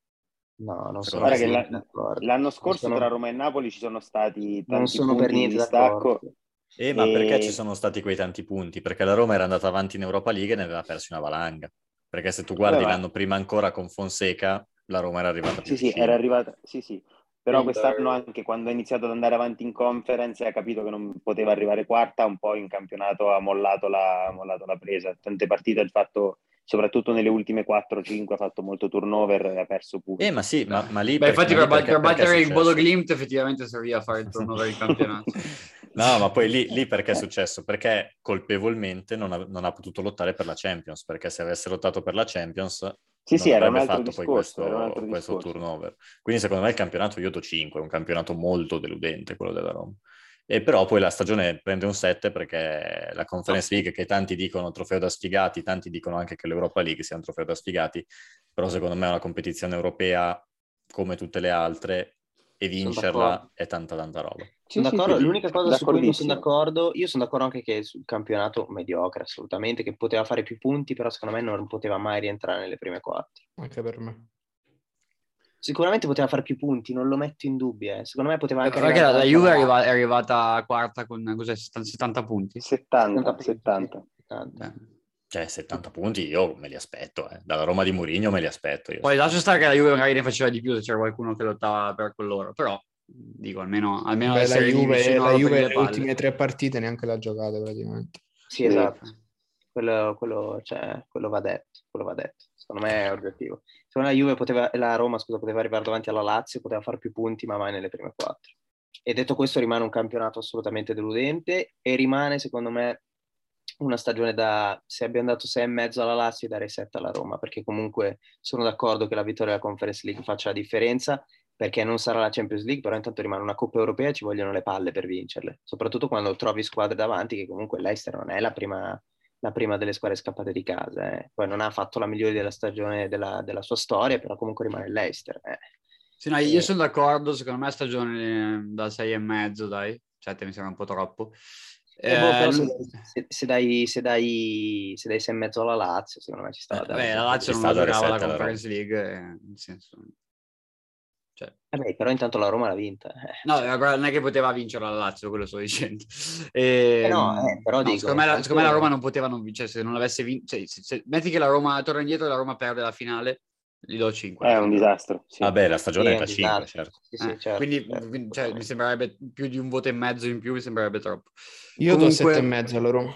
No, non sono
Secondo
per
me
niente
sì.
d'accordo.
l'anno scorso
sono-
tra Roma e Napoli ci sono stati tanti
Non sono
punti
per niente
di distacco.
d'accordo.
Eh, ma
E-
perché ci sono stati quei tanti punti? Perché la Roma era andata avanti in Europa League e ne aveva persi una valanga. Perché se tu guardi
Vabbè, ma-
l'anno prima ancora con Fonseca, la Roma era arrivata più
Sì, sì,
vicina.
era arrivata, sì, sì. Però
Quindi-
quest'anno anche quando ha iniziato ad andare avanti in conference ha capito che non poteva arrivare quarta, un po' in campionato ha mollato la, ha mollato la presa. Tante partite ha fatto, soprattutto nelle ultime 4-5, ha fatto molto turnover e ha perso pure.
Eh, ma sì, ma, ma lì...
Beh, infatti
ma
per,
lì
bat- per
perché- perché è
battere il
successo?
Bodo Glimt effettivamente serviva a fare il turnover
*laughs*
del campionato.
No, ma poi lì, lì perché è successo? Perché colpevolmente non ha, non ha potuto lottare per la Champions, perché se avesse lottato per la Champions
Sì, sì, era un
avrebbe
altro
fatto poi
discorso, era un
questo,
altro
questo
discorso.
turnover. Quindi secondo me il campionato io do 5, è un campionato molto deludente quello della Roma. E però poi la stagione prende un 7 perché la Conference
Ah.
League, che tanti dicono trofeo da sfigati, tanti dicono anche che l'Europa League sia un trofeo da sfigati, però secondo me è una competizione europea come tutte le altre e vincerla
d'accordo.
è tanta tanta roba.
Sì,
Sono
sì,
d'accordo,
sì,
l'unica cosa su cui non sono
d'accordissimo.
d'accordo, io sono d'accordo anche che sul campionato mediocre assolutamente, che poteva fare più punti, però secondo me non poteva mai rientrare nelle prime quattro.
Anche per me.
Sicuramente poteva fare più punti, non lo metto in dubbio, eh. secondo me poteva anche...
Guarda che la, la
arrivare
Juve è
alla-
arriva- è arrivata quarta con cos'è, 70, 70 punti.
70, 70.
Tanto.
Cioè 70 punti io me li aspetto, eh. dalla Roma di Mourinho me li aspetto io.
Poi lascio stare che la Juve magari ne faceva di più se c'era qualcuno che lottava per con loro, però dico almeno, almeno
Beh, la
essere lì
Juve,
vicino
la
a
Juve
rompere
le
palle.
ultime tre partite neanche l'ha giocata praticamente.
Sì, esatto, quello, quello, cioè, quello va detto, quello va detto, secondo me è oggettivo. Secondo me la Juve poteva, la Roma scusa, poteva arrivare davanti alla Lazio, poteva fare più punti, ma mai nelle prime quattro. E detto questo rimane un campionato assolutamente deludente e rimane secondo me una stagione da, se abbiamo dato 6 e mezzo alla Lazio, darei 7 alla Roma, perché comunque sono d'accordo che la vittoria della Conference League faccia la differenza, perché non sarà la Champions League, però intanto rimane una Coppa Europea e ci vogliono le palle per vincerle, soprattutto quando trovi squadre davanti che comunque l'Eister non è la prima, la prima delle squadre scappate di casa, eh. poi non ha fatto la migliore della stagione della, della sua storia, però comunque rimane l'Eister. eh.
Sì, no, io sono d'accordo, secondo me stagione eh, da 6 e mezzo, dai, 7 mi sembra un po' troppo.
E boh, però
Eh,
se, se- se dai, se, dai, se dai sei e mezzo alla Lazio, secondo me ci sta. da dare.
Eh, beh, la Lazio non
Ci
la
sta da
giocava la
reset alla
Conference League, eh, nel senso... Cioè,
Eh beh, però intanto la Roma l'ha vinta. eh.
No, eh, guarda, non è che poteva vincere la Lazio, quello sto dicendo. E,
*laughs* Eh no, eh, però dico,
secondo, me la,
anche-
secondo me la Roma non poteva non vincere, se non l'avesse vinto, cioè, se- se- metti che la Roma torna indietro e la Roma perde la finale, gli do Eh, 5.
È un disastro. sì.
Vabbè, la stagione
Sì,
è da
un
5,
disastro.
certo.
Eh, Sì, sì, certo,
Eh, quindi
certo,
quindi, cioè, mi sembrerebbe più di un voto e mezzo in più, mi sembrerebbe troppo.
Io do
Comunque-
7 e mezzo alla Roma.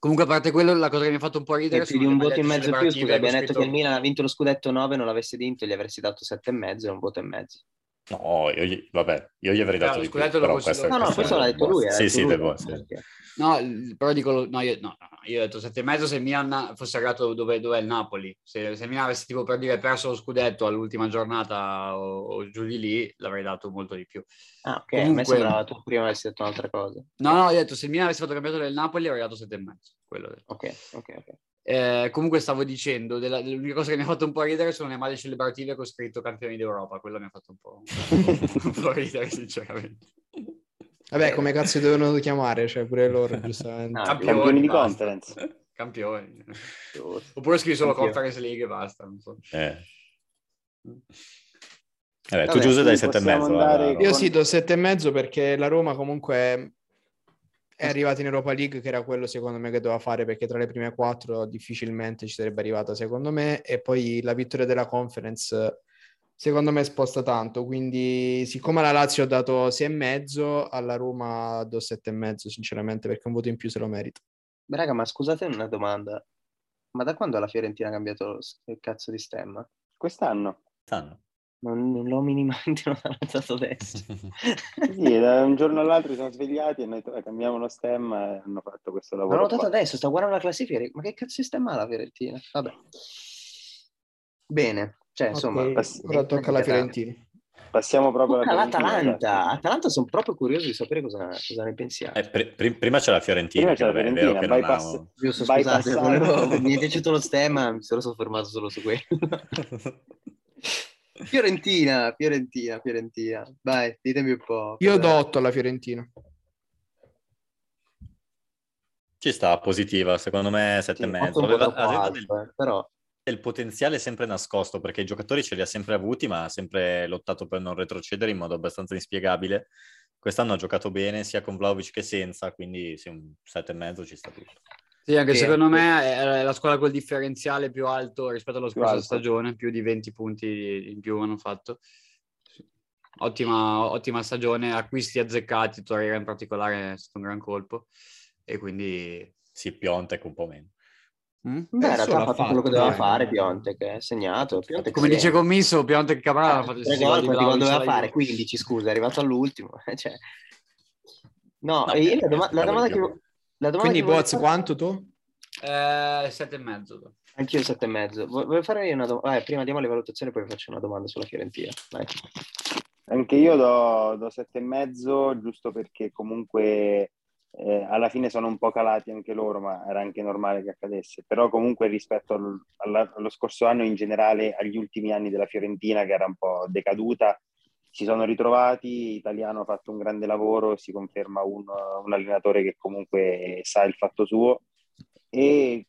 Comunque, a parte quello, la cosa che mi ha fatto un po' ridere
E più di
sono
un
le
voto e
magliette
mezzo in più,
celebrative
scusa, abbiamo
con
detto
scritto-
che il Milan ha vinto lo scudetto 9, non l'avessi vinto, gli avresti dato 7 e mezzo e un voto e mezzo.
No, io gli, vabbè, io gli avrei
Però
dato
lo
di più,
scudetto lo
però
considero-
questa-
No, no,
questa
questo
è
l'ha
una
detto
boss.
lui. eh, ha
Sì,
detto
sì,
lui.
The Boss, sì.
No, il- però dico, lo- no, io, no, no, no, io ho detto 7 e mezzo se il Milan fosse arrivato dove, dove è il Napoli. Se, se il Milan avesse tipo per dire perso lo scudetto all'ultima giornata o, o giù di lì, l'avrei dato molto di più.
Ah, ok, a
Comunque-
me sembrava tu prima avessi detto un'altra cosa.
No, no, io ho detto se il Milan avesse fatto il campionato del Napoli, avrei dato 7 e mezzo. Quello ho detto.
Ok, ok, ok.
Eh, comunque stavo dicendo, della- l'unica cosa che mi ha fatto un po' ridere sono le maglie celebrative con scritto campioni d'Europa. Quello mi ha fatto un po',
*laughs*
un po' ridere, sinceramente. Eh,
Vabbè, come cazzo devono chiamare? Cioè,
*laughs*
pure loro, giustamente.
No,
Campioni di
basta.
conference.
Campioni.
giusto.
Oppure scrivi solo
Campioni.
Conference League e basta. Non so.
Eh. Vabbè, tu
Vabbè,
Giuse dai
quindi
7 e
possiamo
mezzo.
andare
alla Roma.
Io sì, do 7 e mezzo perché la Roma comunque è
Mm.
arrivata in Europa League, che era quello secondo me che doveva fare, perché tra le prime quattro difficilmente ci sarebbe arrivata secondo me, e poi la vittoria della conference secondo me sposta tanto, quindi siccome alla Lazio ho dato 6 e mezzo, alla Roma do 7 e mezzo sinceramente, perché un voto in più se lo merita.
Beh, Raga, ma scusate una domanda. Ma da quando la Fiorentina ha cambiato lo s- il cazzo di stemma?
Quest'anno.
Stanno.
Non, non l'ho minimamente *laughs* notato
*laughs*
adesso.
Sì, da un giorno all'altro si sono svegliati e noi to- cambiamo lo stemma e hanno fatto questo
Non l'ho
lavoro.
notato
qua.
adesso, sto guardando la classifica. e dico, Ma che cazzo di stemma ha la Fiorentina? Vabbè. Bene, cioè insomma...
Ok,
pass-
ora tocca alla
Eh,
Fiorentina.
Passiamo proprio
Tocca
alla Fiorentina,
all'Atalanta.
ragazzi.
Atalanta sono proprio curioso di sapere cosa, cosa ne pensiate.
Eh, pri- pri- prima c'è la Fiorentina,
Prima c'è la
che vabbè, è vero
Fiorentina,
che non
bypass-
ha-
Giusto, scusate,
bypassato.
volevo- mi è piaciuto lo stemma, mi sono soffermato solo su quello. *laughs* Fiorentina, Fiorentina, Fiorentina. Vai, ditemi un po'.
Io
cosa-
do 8 alla Fiorentina.
Ci sta, positiva, secondo me 7
Sì,
e mezzo.
otto un po'
Aveva,
troppo
aveva
alto,
del,
eh, però
del potenziale sempre nascosto, perché i giocatori ce li ha sempre avuti, ma ha sempre lottato per non retrocedere in modo abbastanza inspiegabile. Quest'anno ha giocato bene sia con Vlaovic che senza, quindi sì, un 7 e mezzo ci sta tutto.
Sì, anche
Sì.
secondo me è la squadra col differenziale più alto rispetto alla
Più
scorsa
alto.
stagione, più di 20 punti in più hanno fatto. Sì. Ottima, ottima stagione, acquisti azzeccati, Torreira in particolare è stato un gran colpo e quindi...
Sì, Piontek un po' meno.
beh, in
Eh,
realtà
solo
ha fatto
fatto,
quello che doveva
eh.
fare Piontek, eh, ha segnato. Piontek
Come
sì.
dice Commisso, Piontek e Cabral
Ah,
hanno fatto
tre
il stesso
gol
gol di
quando
Vlahovic
doveva
alla
fare
Juve.
15, scusa, è arrivato all'ultimo. *laughs* eh, cioè. No,
No,
e io
Piontek
la, doma- la
giocava
domanda
di
che...
più.
La domanda
Quindi
che volevo
Boz,
fare-
quanto tu?
Eh, sette e mezzo.
Anch'io 7 e mezzo. Vo- Volevo fare io una domanda. prima diamo le valutazioni, poi vi faccio una domanda sulla Fiorentina. Vai.
Anche io do, do sette e mezzo, giusto perché comunque eh, alla fine sono un po' calati anche loro, ma era anche normale che accadesse. Però comunque rispetto al- alla- allo scorso anno in generale, agli ultimi anni della Fiorentina, che era un po' decaduta, si sono ritrovati, Italiano ha fatto un grande lavoro, si conferma un, un allenatore che comunque sa il fatto suo e,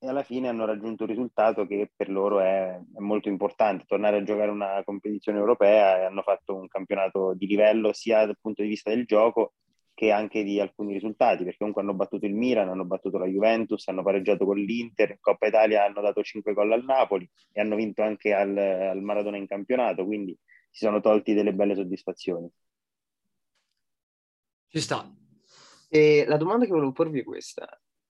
e alla fine hanno raggiunto un risultato che per loro è, è molto importante, tornare a giocare una competizione europea e hanno fatto un campionato di livello sia dal punto di vista del gioco che anche di alcuni risultati, perché comunque hanno battuto il Milan, hanno battuto la Juventus, hanno pareggiato con l'Inter, in Coppa Italia hanno dato 5 gol al Napoli e hanno vinto anche al, al Maradona in campionato, quindi si sono tolti delle belle soddisfazioni.
Ci sta.
Eh, E la domanda che volevo porvi è questa.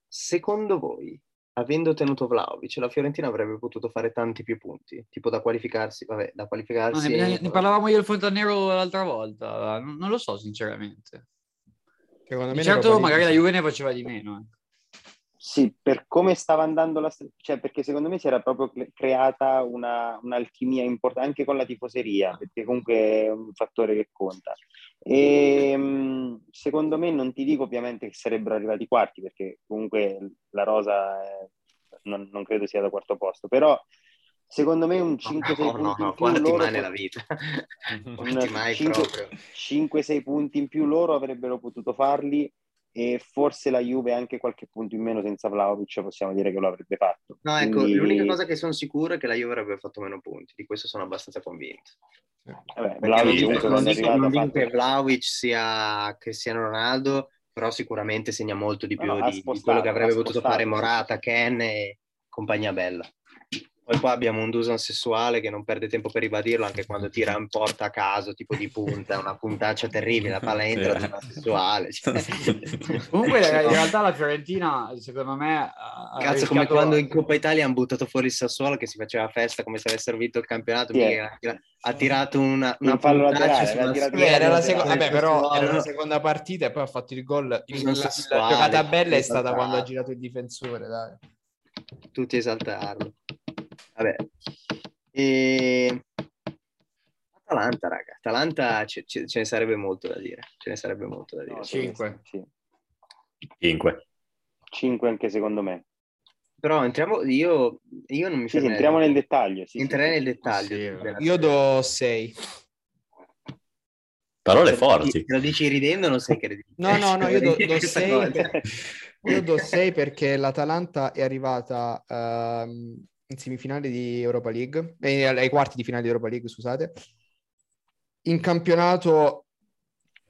Secondo voi, avendo tenuto Vlaovic, la Fiorentina avrebbe potuto fare tanti più punti? Tipo da qualificarsi, vabbè, da
Ma
qualificarsi...
Ah, ne, ne parlavamo io del Fontanero l'altra volta, non, non lo so sinceramente.
Secondo
Di
me
certo
l'Europa
magari la
League-
Juve ne faceva di meno. eh.
Sì, per come stava andando la st- cioè perché secondo me si era proprio cre- creata una, un'alchimia importante anche con la tifoseria, perché comunque è un fattore che conta. E, mh, secondo me non ti dico ovviamente che sarebbero arrivati quarti, perché comunque la rosa eh, non, non credo sia da quarto posto, però secondo me un 5-6
no, no,
punti in
no,
più
quarti
loro
mai
pot-
nella vita. quarti *laughs*
eh.
una-
mai
cinque-
proprio.
5-6 punti in più loro avrebbero potuto farli e forse la Juve anche qualche punto in meno senza Vlaovic possiamo dire che lo avrebbe fatto.
*laughs* No, ecco,
Quindi,
l'unica cosa che sono sicuro è che la Juve avrebbe fatto meno punti, di questo sono abbastanza convinto. Perché non
vabbè, Vlahovic
dico,
comunque
non
quando è
dico-
arrivato
non
ha
dico
fatto-
che Vlaovic sia Cristiano Ronaldo, però sicuramente segna molto di più
No, no, ha
di- di,
spostato,
quello che avrebbe
ha
potuto
spostato,
fare
sì,
Morata, Ken e compagnia bella. Poi qua abbiamo un Dusan sessuale che non perde tempo per ribadirlo, anche quando tira in porta a caso, tipo di punta, una puntaccia terribile, la palla entra,
Sì.
Dusan sessuale. cioè. *laughs*
Comunque
No.
eh,
in realtà la Fiorentina secondo me... ha- ha
Cazzo, come
rischiato-
quando in Coppa Italia hanno buttato fuori il Sassuolo che si faceva festa come se avessero vinto il campionato.
Sì, eh.
mica, ha tira- ha tirato una,
Un
una
fallo
puntaccia
laterale,
su
l'ha
una
tirato
schiena
in
Vabbè, era la
del
seconda-
seco-
Sassuolo.
vabbè, però era la
Sassuolo.
seconda partita e poi ha fatto il gol. Il- La,
Non
la
sessuale,
giocata bella è
non
stata quando ha
sessuale.
girato il difensore. Dai.
tutti esaltarlo. Vabbè. E... Atalanta, raga. Atalanta ce, ce- ce ne sarebbe molto da dire. Ce ne sarebbe molto da dire.
No,
Cinque.
Sì.
5.
5 anche secondo me.
Però entriamo, io, io non mi
Sì, sì,
fermerei.
entriamo nel dettaglio. sì, sì,
Entrerei
sì.
nel dettaglio.
Sì, vabbè.
della-
Io do 6.
Parole
Se lo dici-
forti.
se Lo dici ridendo, non sei credibile.
No, no, no, io
*laughs*
do- do
Questa
sei
cosa.
per- Io do 6 perché l'Atalanta è arrivata ehm, in semifinale di Europa League, eh, ai quarti di finale di Europa League, scusate. In campionato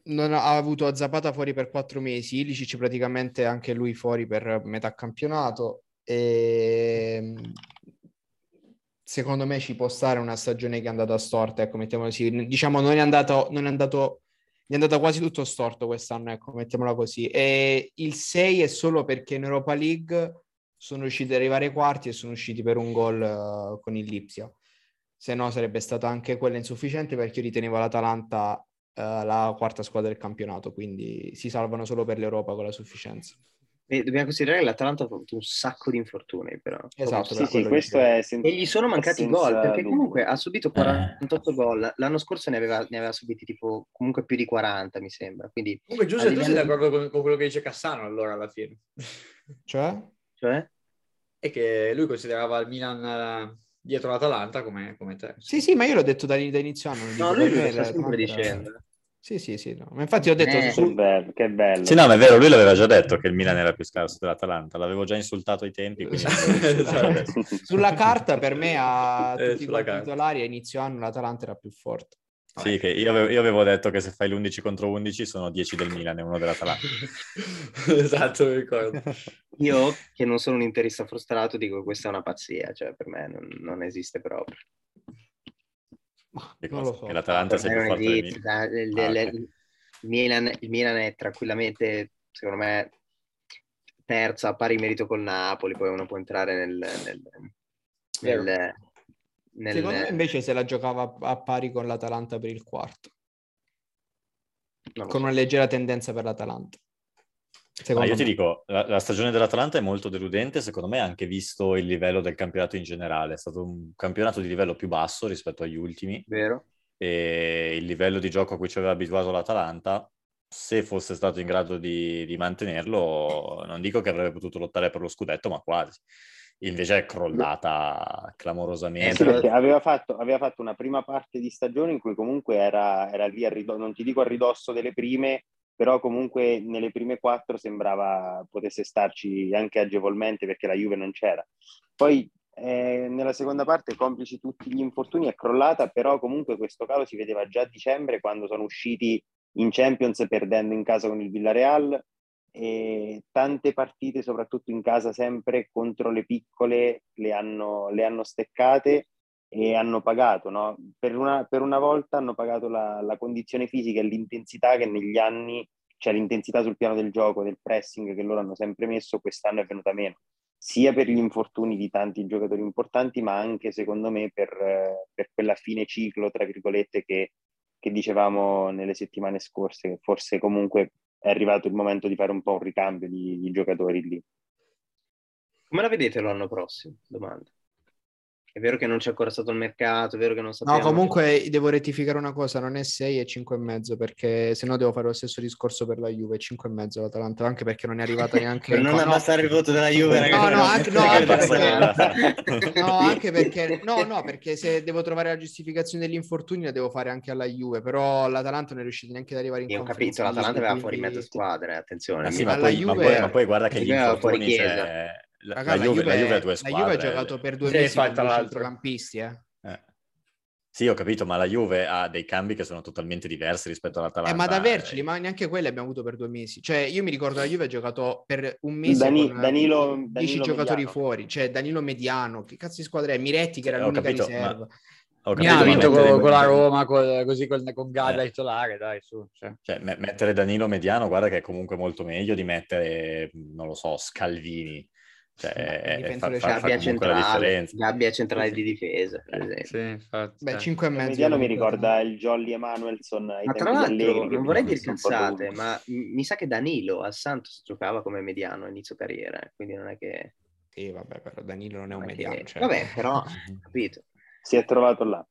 non ha ha avuto Zapata fuori per 4 mesi, Ilicic praticamente anche lui fuori per metà campionato. E... Secondo me ci può stare una stagione che è andata storta, ecco, mettiamola così. Diciamo non è andato, non è andato gli è andata quasi tutto storto quest'anno, ecco, mettiamola così. E il 6 è solo perché in Europa League sono riusciti ad arrivare ai quarti e sono usciti per un gol eh, con il Lipsia. Se no sarebbe stata anche quella insufficiente perché io ritenevo l'Atalanta eh, la quarta squadra del campionato, quindi si salvano solo per l'Europa con la sufficienza.
E dobbiamo considerare che l'Atalanta ha avuto un sacco di infortuni, però.
Esatto,
Sì,
per
sì,
quello
questo
dicevo.
è sen-
E gli sono mancati i
senza
gol, perché
dubbio.
comunque ha
Eh.
subito 48 gol. L'anno scorso ne aveva, ne aveva subiti tipo comunque più di 40, mi sembra. Quindi,
Comunque
A
Giuseppe, tu sei
livello-
d'accordo con, con quello che dice Cassano allora alla fine? *laughs*
Cioè?
cioè,
E che lui considerava il Milan eh, dietro l'Atalanta come, come te.
Sì, sì, ma io l'ho detto dall'inizio anno. non
no, lui
dico per
lo
me,
sta
la-
sempre
la-
dicendo.
Sì, sì, sì. no. Ma infatti ho detto...
Eh.
Che
su-
bello, che bello.
Sì, no, ma è vero, lui l'aveva già detto che il Milan era più scarso dell'Atalanta. L'avevo già insultato ai *laughs* tempi, quindi...
*laughs*
Esatto.
Sulla carta per me a
Eh,
tutti i
sulla
quattro
carta.
titolari a inizio anno l'Atalanta era più forte.
Sì, che io avevo, io avevo detto che se fai l'11 contro 11 sono 10 del Milan e uno dell'Atalanta.
*laughs* esatto, mi
*laughs*
ricordo.
Io, che non sono un interista frustrato, dico che questa è una pazzia, cioè per me non, non esiste proprio.
Che
Non
cosa?
lo so.
Che l'Atalanta
Per
sia
me
più
non
forte del
esiste.
Milan.
dai, eh, le-
Ah,
le-
ok.
il, Milan, il Milan è tranquillamente, secondo me, terza a pari merito col Napoli, poi uno può entrare nel... nel,
Vero.
nel- nel-
Secondo me invece se la giocava a pari con l'Atalanta per il quarto,
non lo
con
so.
una leggera tendenza per l'Atalanta.
Ah, io ti dico, la, la, stagione dell'Atalanta è molto deludente, secondo me anche visto il livello del campionato in generale, è stato un campionato di livello più basso rispetto agli ultimi.
Vero.
E il livello di gioco a cui ci aveva abituato l'Atalanta, se fosse stato in grado di, di mantenerlo, non dico che avrebbe potuto lottare per lo scudetto, ma quasi invece è crollata clamorosamente.
Eh Sì, aveva, fatto, aveva fatto, una prima parte di stagione in cui comunque era, era lì, a ridosso, non ti dico a ridosso delle prime, però comunque nelle prime quattro sembrava potesse starci anche agevolmente perché la Juve non c'era. Poi eh, nella seconda parte, complici tutti gli infortuni, è crollata, però comunque questo calo si vedeva già a dicembre quando sono usciti in Champions perdendo in casa con il Villareal, e tante partite, soprattutto in casa, sempre contro le piccole, le hanno, le hanno steccate e hanno pagato. No? Per, una, per, una, volta hanno pagato la, la, condizione fisica e l'intensità che negli anni, cioè l'intensità sul piano del gioco, del pressing che loro hanno sempre messo, quest'anno è venuta meno, sia per gli infortuni di tanti giocatori importanti, ma anche secondo me per, per quella fine ciclo, tra virgolette, che, che dicevamo nelle settimane scorse, che forse comunque è arrivato il momento di fare un po' un ricambio di, di giocatori lì.
Come la vedete l'anno prossimo? Domanda. È vero che non c'è ancora stato il mercato, è vero che non
sappiamo... No, comunque devo rettificare una cosa, non è 6 e 5,5 perché se no devo fare lo stesso discorso per la Juve, 5,5 l'Atalanta, anche perché non è arrivata neanche...
per non
no,
abbassare no. il voto della Juve,
ragazzi. No, no, anche, no, anche perché...
*laughs*
no, anche perché... No, no, perché se devo trovare la giustificazione degli infortuni la devo fare anche alla Juve, però l'Atalanta non è riuscita neanche ad arrivare in
Io ho capito, l'Atalanta aveva quindi... fuori mezzo squadra, eh, attenzione.
Ma, Ah, sì, ma, poi, Juve... ma, poi, ma poi guarda che gli infortuni... Cioè...
La, Raga, la, Juve, la, Juve, la, Juve, ha due squadre. La Juve ha giocato per due mesi con due centrocampisti, eh. eh.
Sì, ho capito, ma la Juve ha dei cambi che sono totalmente diversi rispetto all'Atalanta.
Eh, ma da averceli, eh. ma neanche quelli abbiamo avuto per due mesi. Cioè, io mi ricordo la Juve ha giocato per un mese
Dani, con Danilo, 10 Danilo
giocatori Mediano. fuori. Cioè, Danilo Mediano, che cazzo di squadra è? Miretti che era
ho
l'unica
capito,
riserva. Ma...
Ho capito, ha vinto mettere... con, con, la Roma, col, così con, con Galla eh. titolare, dai, su.
Cioè. Cioè, me- mettere Danilo Mediano, guarda che è comunque molto meglio di mettere, non lo so, Scalvini cioè,
fa, fa, gabbia, centrale, gabbia centrale di difesa per esempio.
Sì, infatti, cioè.
Beh, 5 e
Cioè,
mezzo
Mediano mi
eh.
ricorda il Jolly Emanuelson
ma tra l'altro Allegri, non vorrei dire cazzate ma mi sa che Danilo al Santos giocava come mediano inizio carriera quindi non è che
sì vabbè però Danilo non è un
che...
mediano cioè...
vabbè però capito
si è trovato là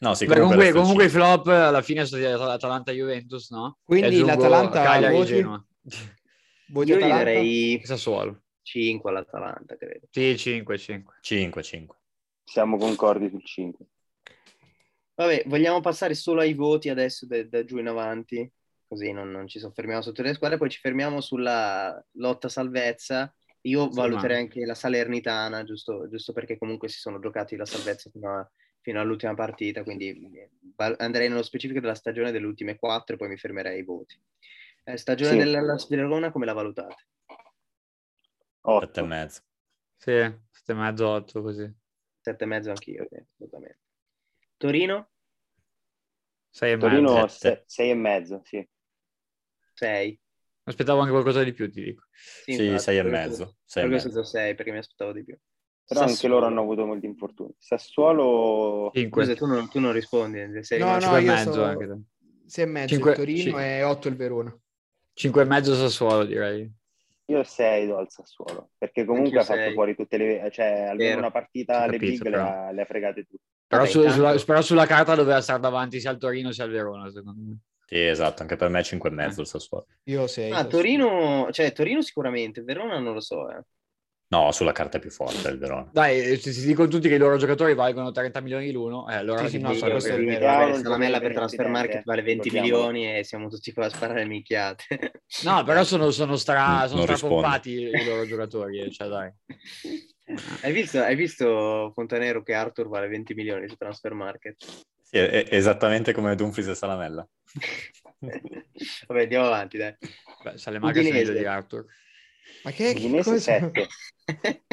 No, sì,
comunque, comunque, comunque i flop eh, alla fine sono stati Atalanta-Juventus, no?
Quindi l'Atalanta...
Cagliari-Genoa.
Io Atalanta? direi...
*laughs* Sassuolo.
5 all'Atalanta, credo.
Sì, 5, 5.
5, 5.
Siamo concordi sul 5.
Vabbè, vogliamo passare solo ai voti adesso da, da giù in avanti, così non, non, ci soffermiamo su tutte le squadre, poi ci fermiamo sulla lotta salvezza. Io sì, valuterei ma... anche la Salernitana, giusto, giusto, perché comunque si sono giocati la salvezza fino, a, fino all'ultima partita, quindi andrei nello specifico della stagione delle ultime quattro e poi mi fermerei ai voti. Eh, stagione sì. della, della Roma come la valutate?
8. 7 e mezzo.
Sì, 7 e mezzo, 8 così.
7 e mezzo anch'io, eh, assolutamente. Torino?
6 e mezzo.
Torino 6 e mezzo, sì.
6.
Aspettavo anche qualcosa di più, ti dico.
Sì, 6 e mezzo.
Per questo 6, perché mi aspettavo di più.
Però Sassuolo. anche loro hanno avuto molti infortuni. Sassuolo...
Scusa, tu non, tu non rispondi. Sei
no, no, io mezzo sono... 6 e mezzo Cinque... Torino Cinque... e 8 il Verona.
5 e mezzo Sassuolo, direi.
Io 6 do al Sassuolo, perché comunque ha fatto sei. fuori tutte le... cioè almeno Vero. una partita alle big le ha, le ha, fregate tutte.
Però, Vabbè, su, intanto... sulla, però, sulla, carta doveva stare davanti sia al Torino sia al Verona, secondo me.
Sì, esatto, anche per me è 5 e mezzo il Sassuolo.
Io 6.
Ah, Torino, cioè Torino sicuramente, Verona non lo so, eh.
No, sulla carta è più forte il Verona.
Dai, eh, se si dicono tutti che i loro giocatori valgono 30 milioni l'uno, eh, allora
sì, sì, no, so, questo è vero. Vabbè, Salamella per transfer market vale 20 milioni e siamo tutti qua a sparare minchiate.
No, però sono, sono, stra, sono strapompati i loro giocatori, cioè dai.
Hai visto, hai visto Fontanero che Arthur vale 20 milioni su transfer market?
Sì, è, è esattamente come Dumfries e Salamella.
Vabbè, andiamo avanti, dai.
Beh, Salamella è meglio di Arthur.
Ma che, che cosa? 7.
*laughs*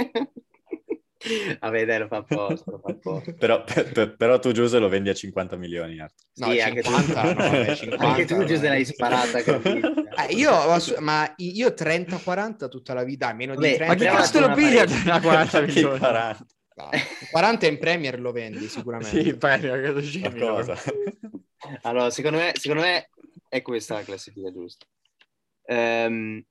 Vabbè, dai, lo fa apposta. Lo fa apposta.
però, per, però tu, Giuse, lo vendi a 50 milioni. Art.
*laughs*
No, sì, 50, anche, tu, no, *laughs* vabbè, 50, anche tu, Giuse, l'hai sparata.
*laughs* *laughs* Eh, io, ma io 30-40 tutta la vita, meno di 30.
Ma che cazzo lo piglia 40 milioni?
40.
No, 40 in Premier lo vendi sicuramente.
Sì, Premier, credo ci
cosa.
Allora, secondo me, secondo me è questa la classifica giusta. Ehm,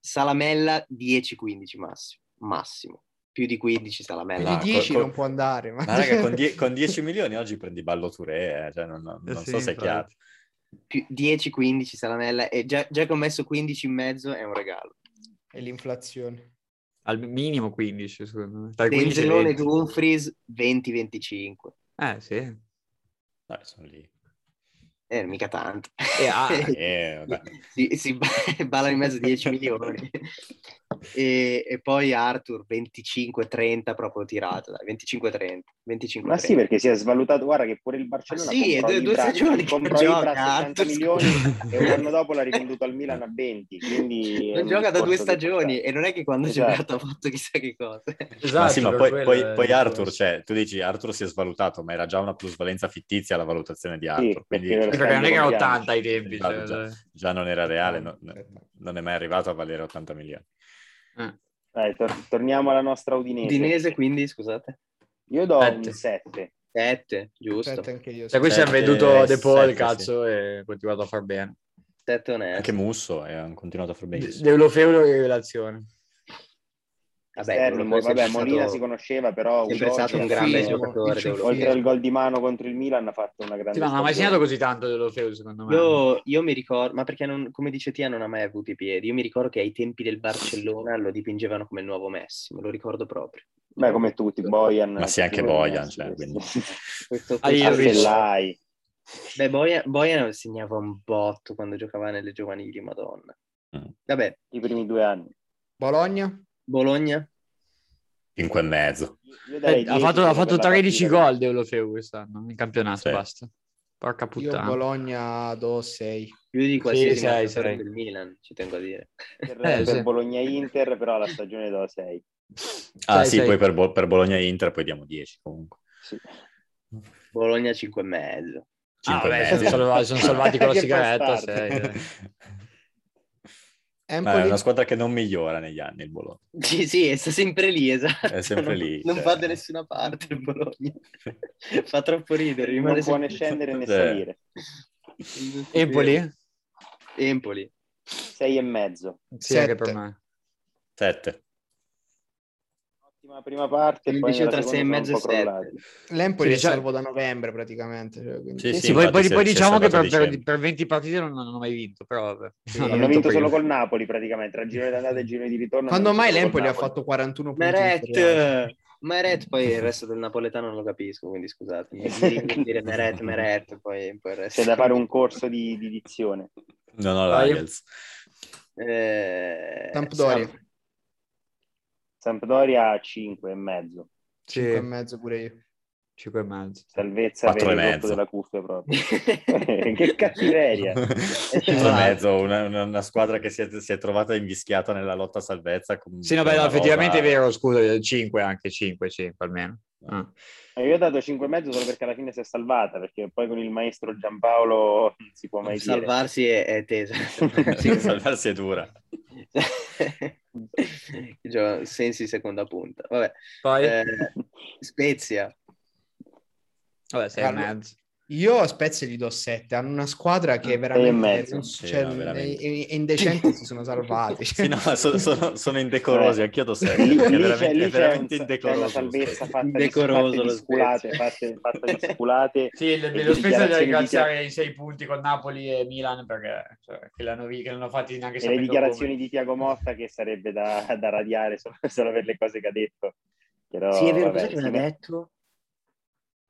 Salamella 10-15 massimo, massimo. Più di 15 Salamella. ecco.
Più di 10 non può andare.
Ma, ma raga, con, *laughs*
*laughs*
die- con, 10 milioni oggi prendi ballo Touré, eh, cioè non, non, non sì, so se è chiaro.
Più 10-15 Salamella e già, già che ho messo 15 in mezzo è un regalo.
E l'inflazione.
Al minimo 15, secondo me.
Tra 15 Denzelone Dumfries 20-25.
Eh, sì.
Dai, sono lì.
Eh, mica tanto.
Eh, ah,
*laughs*
eh,
si, si *laughs* balla in mezzo 10 milioni. E, e, poi Arthur 25-30 proprio tirato, dai, 25-30, 25-30.
Ma sì, perché si è svalutato, guarda che pure il Barcellona
ah, sì, due, due stagioni
comprò Ibra a 70 milioni e un anno
*laughs*
dopo l'ha rivenduto al Milan a 20, quindi
non gioca da due stagioni e non è che quando esatto. ha giocato ha fatto chissà che cosa.
Esatto, ma sì, ma poi, poi, poi Arthur, cioè, tu dici Arthur si è svalutato, ma era già una plusvalenza fittizia la valutazione di Arthur, sì, quindi
perché, perché non era 80 ai tempi, cioè,
già, già, non era reale, no, non è mai arrivato a valere 80 milioni.
Ah. Dai, tor- torniamo alla nostra Udinese.
Udinese, quindi, scusate.
Io do sette. un 7.
7, giusto.
Sette anche io.
Cioè, qui si è venduto De Paul, sette, cazzo, sì. e ha continuato a far bene.
7 onesto.
Anche Musso ha continuato a far bene.
Deulofeolo e rivelazione.
Vabbè, Sterling, vabbè, vabbè stato... Molina si conosceva, però
è stato un grande figlio, giocatore. Figlio.
Oltre al gol di mano contro il Milan, ha fatto una grande. Sì,
ma non ha mai segnato così tanto dell'Ofeo, secondo me. Eh,
Io, io, mi ricordo, ma perché non, come dice Tia, non ha mai avuto i piedi. Io mi ricordo che ai tempi del Barcellona lo dipingevano come il nuovo Messi, me lo ricordo proprio.
Beh, come tutti, Bojan.
Ma sì, anche Bojan. Cioè, quindi...
questo, questo, questo, Beh, Bojan, Bojan segnava un botto quando giocava nelle giovanili, madonna. Mm. Vabbè.
I primi due anni.
Bologna?
Bologna?
5 e mezzo.
Eh, ha fatto, ha fatto 13 gol Deulofeu quest'anno in campionato, sì. basta. Porca puttana.
Io Bologna do 6.
Più di qualsiasi sì, sei, sei. del Milan, ci tengo a dire.
Per, eh, per sì. Bologna-Inter però la stagione do 6.
Ah sei, sì, sei. poi per, Bo- per, Bologna-Inter poi diamo 10 comunque. Sì.
Bologna 5 e mezzo. *laughs*
5 ah, vabbè, mezzo. Sono,
*laughs*
salvati, sono salvati con la sigaretta. Sei,
Empoli... Ma è una squadra che non migliora negli anni il Bologna.
Sì, sì, è sempre lì, esatto.
È sempre lì.
Non, cioè... non va da nessuna parte il Bologna. *laughs* Fa troppo ridere.
Non può né scendere né salire.
*laughs*
Empoli?
Empoli.
Sei e mezzo.
Sì, anche per me.
Sette.
Ottima prima parte.
Il dicevo tra sei e mezzo e sette.
L'Empoli sì, è salvo da novembre praticamente. Cioè,
quindi... sì, sì, sì, poi, poi, poi diciamo che per, per, per, 20 partite non hanno mai vinto, però vabbè.
No, hanno vinto prima. solo col Napoli praticamente, tra girone d'andata e girone di ritorno.
Quando mai l'Empoli ha fatto 41 punti?
Meret! Meret, eh, poi il resto del napoletano non lo capisco, quindi scusate.
*laughs*
dire Meret, Meret, poi, poi il resto.
C'è da fare un corso di, di dizione.
No, no, l'Aiels.
*laughs* Eh,
Sampdoria. Samp-
Sampdoria 5 e mezzo.
Sì. 5 e mezzo pure io.
5 e mezzo.
Salvezza per il della cuffia proprio.
*laughs*
*laughs* che *laughs* cattiveria.
5 e mezzo, una, una squadra che si è, si è, trovata invischiata nella lotta a salvezza. Con,
sì, no, beh, no, effettivamente roba... è vero, scusa, 5 anche, 5, 5 almeno. Ah.
Io ho dato 5 e mezzo solo perché alla fine si è salvata, perché poi con il maestro Giampaolo non si può mai
Salvarsi
dire.
è, è
*laughs*
tesa.
*laughs* sì, salvarsi è dura.
*laughs* Gio, sensi seconda punta. Vabbè.
Poi?
Eh, Spezia.
Vabbè, sei allora, e mezzo.
Io a Spezia gli do 7, hanno una squadra che veramente, cioè, sì, no, veramente. È, indecenti si sono salvati.
Sì, no, sono,
*laughs*
sono, sono indecorosi, eh. anch'io do 7. Lì,
lì,
veramente,
lì
è veramente indecoroso.
salvezza fatta indecoroso di, fatte di sculate, fatte, fatte di sculate.
Sì, nello Spezia deve ringraziare di... i 6 punti con Napoli e Milan perché cioè, che, l'hanno, che l'hanno fatti neanche
sapendo Le dichiarazioni come. di Tiago Motta che sarebbe da, da radiare solo, solo, per le cose che ha detto.
Però,
Oh,
sì, è vero, vabbè, cosa che ha detto?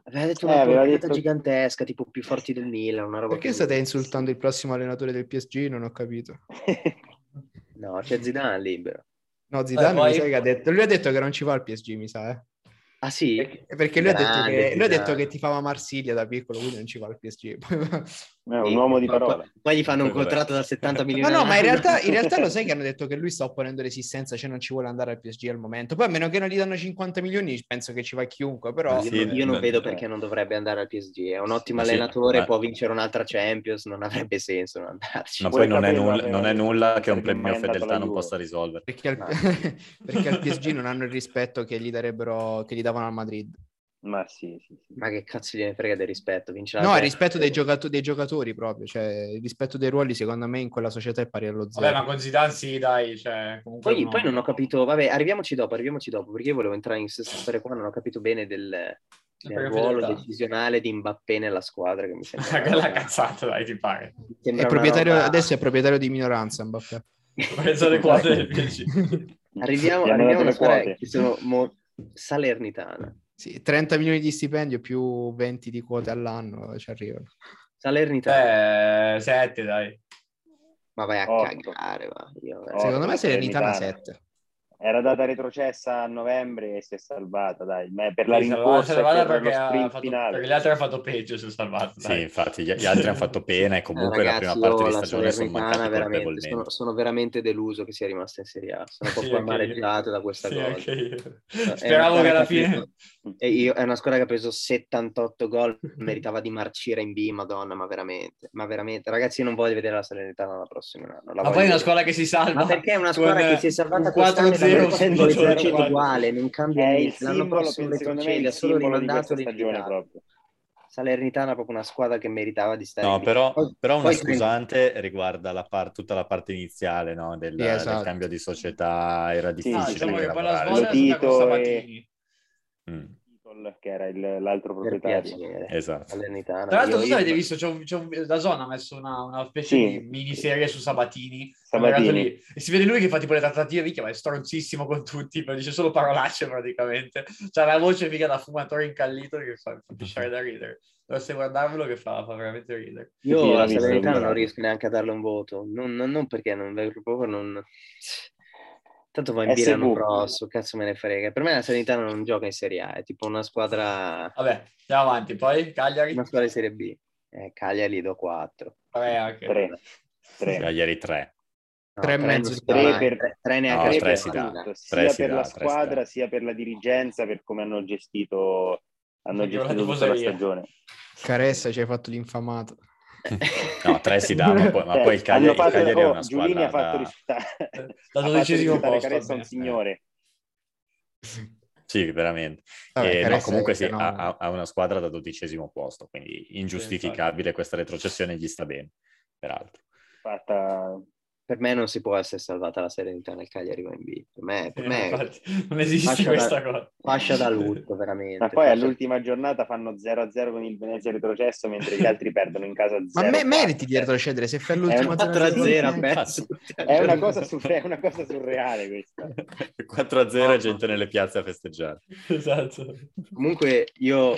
Aveva detto una eh, aveva detto... gigantesca, tipo più forti del Milan, una roba
Perché state insultando il prossimo allenatore del PSG? Non ho capito.
no, c'è cioè Zidane libero.
No, Zidane eh, poi... sai che ha detto... Lui ha detto che non ci va al PSG, mi sa, eh.
Ah sì?
Perché lui, Grande, ha, detto che, lui ha detto che tifava Marsiglia da piccolo, quindi non ci va al *laughs* PSG.
È un uomo di parola.
Poi gli fanno un contratto da
*laughs*
70 milioni.
Ma no, ma in realtà, in realtà, lo sai che hanno detto che lui sta opponendo resistenza, cioè non ci vuole andare al PSG al momento. Poi a meno che non gli danno 50 milioni, penso che ci va chiunque, però...
Sì, io non vedo perché non dovrebbe andare al PSG. È un ottimo sì, allenatore, ma... può vincere un'altra Champions, non avrebbe senso non andarci.
Ma poi non è, nulla, non è, nulla, che un premio fedeltà non possa risolvere.
*laughs* Perché al, perché al PSG non hanno il rispetto che gli darebbero... Che gli davano al Madrid.
Ma sì, sì, sì.
Ma che cazzo gliene frega del rispetto? Vince la
No, il
terza.
rispetto dei, giocato- dei giocatori proprio, cioè il rispetto dei ruoli secondo me in quella società è pari allo zero.
Vabbè, ma con Zidane sì, dai, cioè, comunque
Poi,
no.
poi non ho capito, vabbè, arriviamoci dopo, arriviamoci dopo, perché io volevo entrare in questa storia qua, non ho capito bene del, del
prima
ruolo
fedeltà.
decisionale di Mbappé nella squadra,
*laughs*
che mi sembra...
*laughs* Quella cazzata, dai, ti pare.
mi sembra una
È proprietario-
roba-
Adesso è proprietario di minoranza Mbappé.
Ho preso le quote del PC.
Arriviamo,
Gli
arriviamo a
hanno dato
una
le
squadra
quote.
che sono mo- Salernitana.
Sì, 30 milioni di stipendio più 20 di quote all'anno eh, ci arrivano.
Salernitana.
Eh, sette, dai.
Ma vai a
Otto.
cagare, va. Io, eh.
Otto.
Secondo me Serenitana
Salernitana.
7.
Era data retrocessa a novembre e si è salvata, dai. Ma per la
Sì, salvata-
rincorsa
salvata
e per lo
perché ha
sprint
fatto-
finale.
perché gli altri hanno fatto peggio su salvato.
Sì,
dai.
infatti gli, gli altri hanno fatto pena e comunque
Eh,
la
ragazzi,
prima parte
io
di
la
stagione sono mancati
Salernitana veramente,
colpevolmente.
sono, sono veramente deluso che sia rimasta in Serie A. Sono
Sì,
proprio
anche io.
amareggiato da questa
Sì,
cosa. Eh,
anche io.
È
*laughs* Speravo
una
che
squadra
alla
ha
fine...
preso- e io- è una squadra che ha preso 78
*laughs*
gol, meritava di marcire in B, madonna, ma veramente, ma veramente. Ragazzi, io non voglio vedere la Salernitana la prossima anno. la voglio
Ma poi è una
vedere.
squadra che si salva.
eh, Ma
Ah,
perché è una squadra
con, eh,
che si è
un
salvata
4-0
con
sul
il
gioco.
uguale, non cambia
È il
niente. L'anno
simbolo,
prossimo
secondo me, è
retrocede, ha
il
solo
simbolo di
rimandato
questa
le
stagione proprio.
Salernitana è proprio una squadra che meritava di stare
No,
in B.
però,
Poi-
però una
poi-
scusante riguarda la par- tutta la parte iniziale no, del,
Sì, esatto.
del cambio di società, era difficile.
Ah,
Sì,
diciamo che poi la
lavorare.
svolta è stata con
Lotito
Sabatini.
Mm,
Che era il- l'altro
per
proprietario.
piacere,
esatto.
Salernitana.
Eh. Tra l'altro,
io-
tu
io-
avete visto, c'è un, c'è un- la zona ha messo una, una specie
Sì.
di miniserie su Sabatini.
Sabatini.
Quando è arrivato lì, e si vede lui che fa tipo le trattative, minchia, ma è stronzissimo con tutti, ma dice solo parolacce praticamente. C'ha la voce mica da fumatore incallito che fa fa pisciare da ridere. Dovreste guardarvelo che fa, fa veramente ridere.
Sì,
Io
l'ho
la
visto,
Salernitana
l'ho
non
visto.
riesco neanche a darle un voto, non, non- non perché non proprio non... Tanto va in B
SV.
l'anno prossimo, cazzo me ne frega. Per me la Salernitana non gioca in Serie A, è tipo una squadra,
Vabbè, andiamo avanti. Poi Cagliari.
una squadra di Serie B. Eh, Cagliari do 4.
Vabbè, anche.
Tre. Tre.
Cagliari 3.
No,
Tre e
tre
mezzo
non
di
si dà mai,
tre per-
tre- tre
No,
neanche
tre
a
Tre per
si
Spezia.
dà.
tutto,
Tre
sia
si
per
dà,
la
tre si
squadra
dà.
sia per la dirigenza per come hanno gestito
Io
hanno
la
gestito tutta la
tifoseria.
stagione
Caressa ci hai fatto l'infamato.
*laughs*
No, 3 si dà,
*laughs*
ma poi, ma
Cioè,
poi il Cagliari,
hanno fatto-
il Cagliari è
oh,
una squadra
Giulini ha fatto
da-
risultare
*laughs* Da
*laughs* ha fatto
dodicesimo
risultare
posto. eh.
Caressa un
almeno.
signore
Sì, veramente.
Vabbè,
Eh, no,
Caressa è
comunque sì, ah.
che no.
ha, ha- ha una squadra da dodicesimo posto, quindi ingiustificabile questa retrocessione, gli sta bene, peraltro.
fatta
Per me non si può essere salvata la Salernitana nel Cagliari va in B. Per me, per
Eh,
me è
infatti, non esiste
Fascia
questa
da-
cosa.
fascia
*laughs*
da lutto, veramente.
ma poi
Fascia-
all'ultima giornata fanno 0-0 con il Venezia retrocesso mentre gli altri perdono
*laughs*
in casa Eh, 0
Ma me- meriti di retrocedere se fai l'ultima
un
4-0 ha
zona-
perso.
è una cosa, sur- è una cosa
*laughs*
surreale questa
4-0 e gente nelle piazze a festeggiare.
Esatto.
Comunque io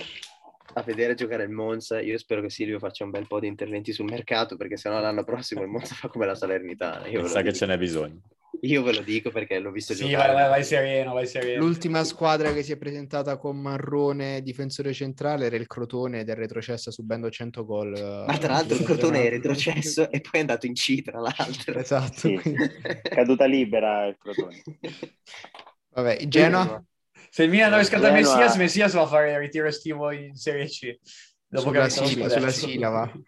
a vedere giocare il Monza, io spero che Silvio faccia un bel po' di interventi sul mercato perché sennò l'anno prossimo il Monza *laughs* fa come la Salernitana. Io,
Mi
ve
sa
lo,
che
dico.
ce n'è bisogno.
Io ve lo dico perché l'ho visto
Sì,
giocare.
vai, vai, vai sereno, vai sereno.
L'ultima squadra che si è presentata con Marrone difensore centrale era il Crotone del retrocesso subendo 100 gol. eh,
Ma tra l'altro il Crotone è retrocesso e poi è andato in C tra l'altro. *laughs*
Esatto.
Sì.
quindi-
caduta libera il Crotone
*laughs*
Vabbè, il Genoa
Se il Milan non riscatta
Genoa-
Messias, Messias va a fare il ritiro estivo in Serie C. Dopo che ha
sulla,
vinto lo
sila-
scudetto.
sulla sillaba.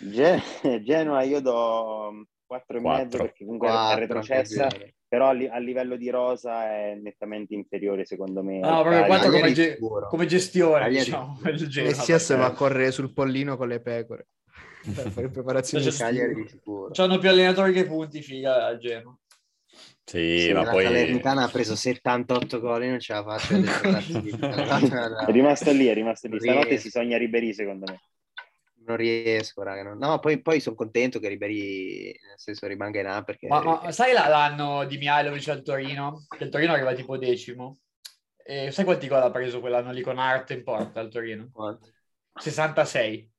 Ge- Genoa io do 4 e mezzo
Quattro.
perché comunque è retrocessa però a, li- a livello di rosa è nettamente inferiore secondo me.
No,
al
proprio
Cagliari.
quattro come,
Cagliari
ge-
sicuro.
come gestione,
Cagliari
diciamo, il Genoa.
Messias
perché-
va a correre sul pollino con le pecore.
*laughs*
Per fare preparazioni
Cioè,
estive.
Cagliari di sicuro.
C'hanno più allenatori che punti, figa, al Genoa.
Sì,
Sì,
ma
la
poi...
Salernitana ha preso 78 gol, io non ce la faccio. a destra-
È rimasto lì, è rimasto lì.
Non
Stanotte
riesco.
si sogna Ribery secondo me.
Non riesco, raga. non- No, poi, poi sono contento che Ribéry, nel senso, rimanga in A perché...
Ma, ma sai la- l'anno di Mihailovic al Torino? Che il Torino arriva tipo decimo. E sai quanti gol ha preso quell'anno lì con Arte in porta al Torino?
*laughs*
66.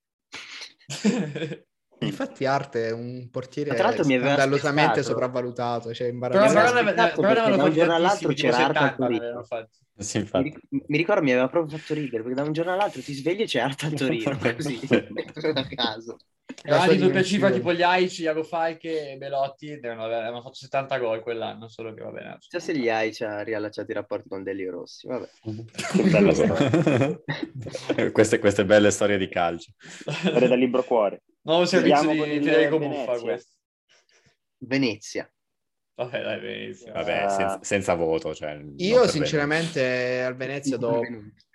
Infatti Arte è un portiere
Ma tra l'altro mi aveva
scandalosamente
aspettato.
sopravvalutato, cioè
però
Mi
imbarazzante.
però
aveva
ne
aspettato
però ne
perché
avevano
da un
fatti
giorno all'altro
tantissimi, tipo
c'era Arta al
70 ne
Torino.
avevano fatti.
Sì,
Mi,
infatti.
ric- mi ricordo mi aveva proprio fatto ridere perché da un giorno all'altro ti svegli e c'è Arta al
*laughs*
Torino, così, *laughs* a caso.
La
Erano
sua
di doppia cifra
dimensione.
tipo gli Aici, Iago Falche e Belotti, ed erano- avevano fatto 70 gol quell'anno, solo che va bene.
Chissà se
*laughs*
gli hai ci ha riallacciato i rapporti con Delio Rossi, vabbè.
Che bella
*laughs*
storia.
queste, queste belle storie di calcio.
Storia da libro cuore.
Nuovo servizio
Chiudiamo
di
con il
Federico
Venezia.
Buffa questo.
Venezia.
Vabbè, dai, benissimo.
Vabbè,
Ah.
senza, senza voto. cioè, non
Io
per
sinceramente al Venezia do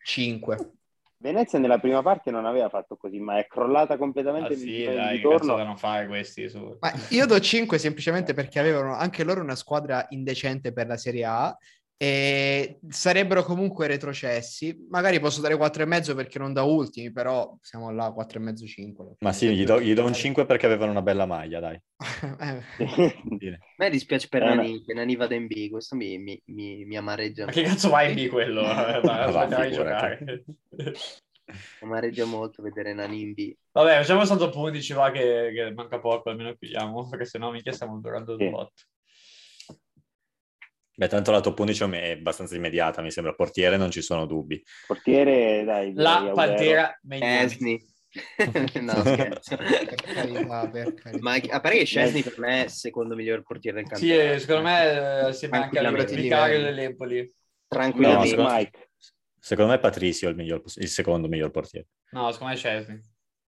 5.
Venezia nella prima parte non aveva fatto così, ma è crollata completamente
Ah,
il
sì,
ritorno.
dai, che cazzo da non fare questi su.
Ma io do 5 semplicemente perché avevano anche loro una squadra indecente per la Serie A e sarebbene sarebbero comunque retrocessi. Magari posso dare 4,5 perché non da ultimi, però siamo là 4,5 5.
Ma sì, gli do, gli
Eh,
do un
*laughs*
5 perché avevano una bella maglia, dai.
dovendo-
Dire.
A me dispiace per
Eh, no.
Nani, che Nani vada in B, questo mi, mi, mi, mi amareggia,
Ma che cazzo vai in B
*laughs*
quello? Dai,
Va,
smettiamo di
figurati.
giocare.
amareggia molto vedere Nani in B.
Vabbè, facciamo il salto 11, va, che, che manca poco, almeno chiudiamo, *laughs* perché sennò minchia stiamo durando
Sì.
un botto.
Beh, tanto la top 11 è abbastanza immediata, mi sembra. Portiere non ci sono dubbi.
*laughs* Portiere, dai.
La
direi Aguero.
Pantera Megnani.
Esni. no, scherzo.
Per carità, per carità.
Ma a parte che Scesni per me è il secondo miglior portiere del
Sì,
campionato.
eh, secondo me eh, sembra anche al
Tranquillamente.
vicario dell'Empoli.
No,
Tranquillamente.
Quindi
secondo,
Mike.
secondo me Patrizio è il, miglior- il secondo miglior portiere.
No, secondo me è Cesny.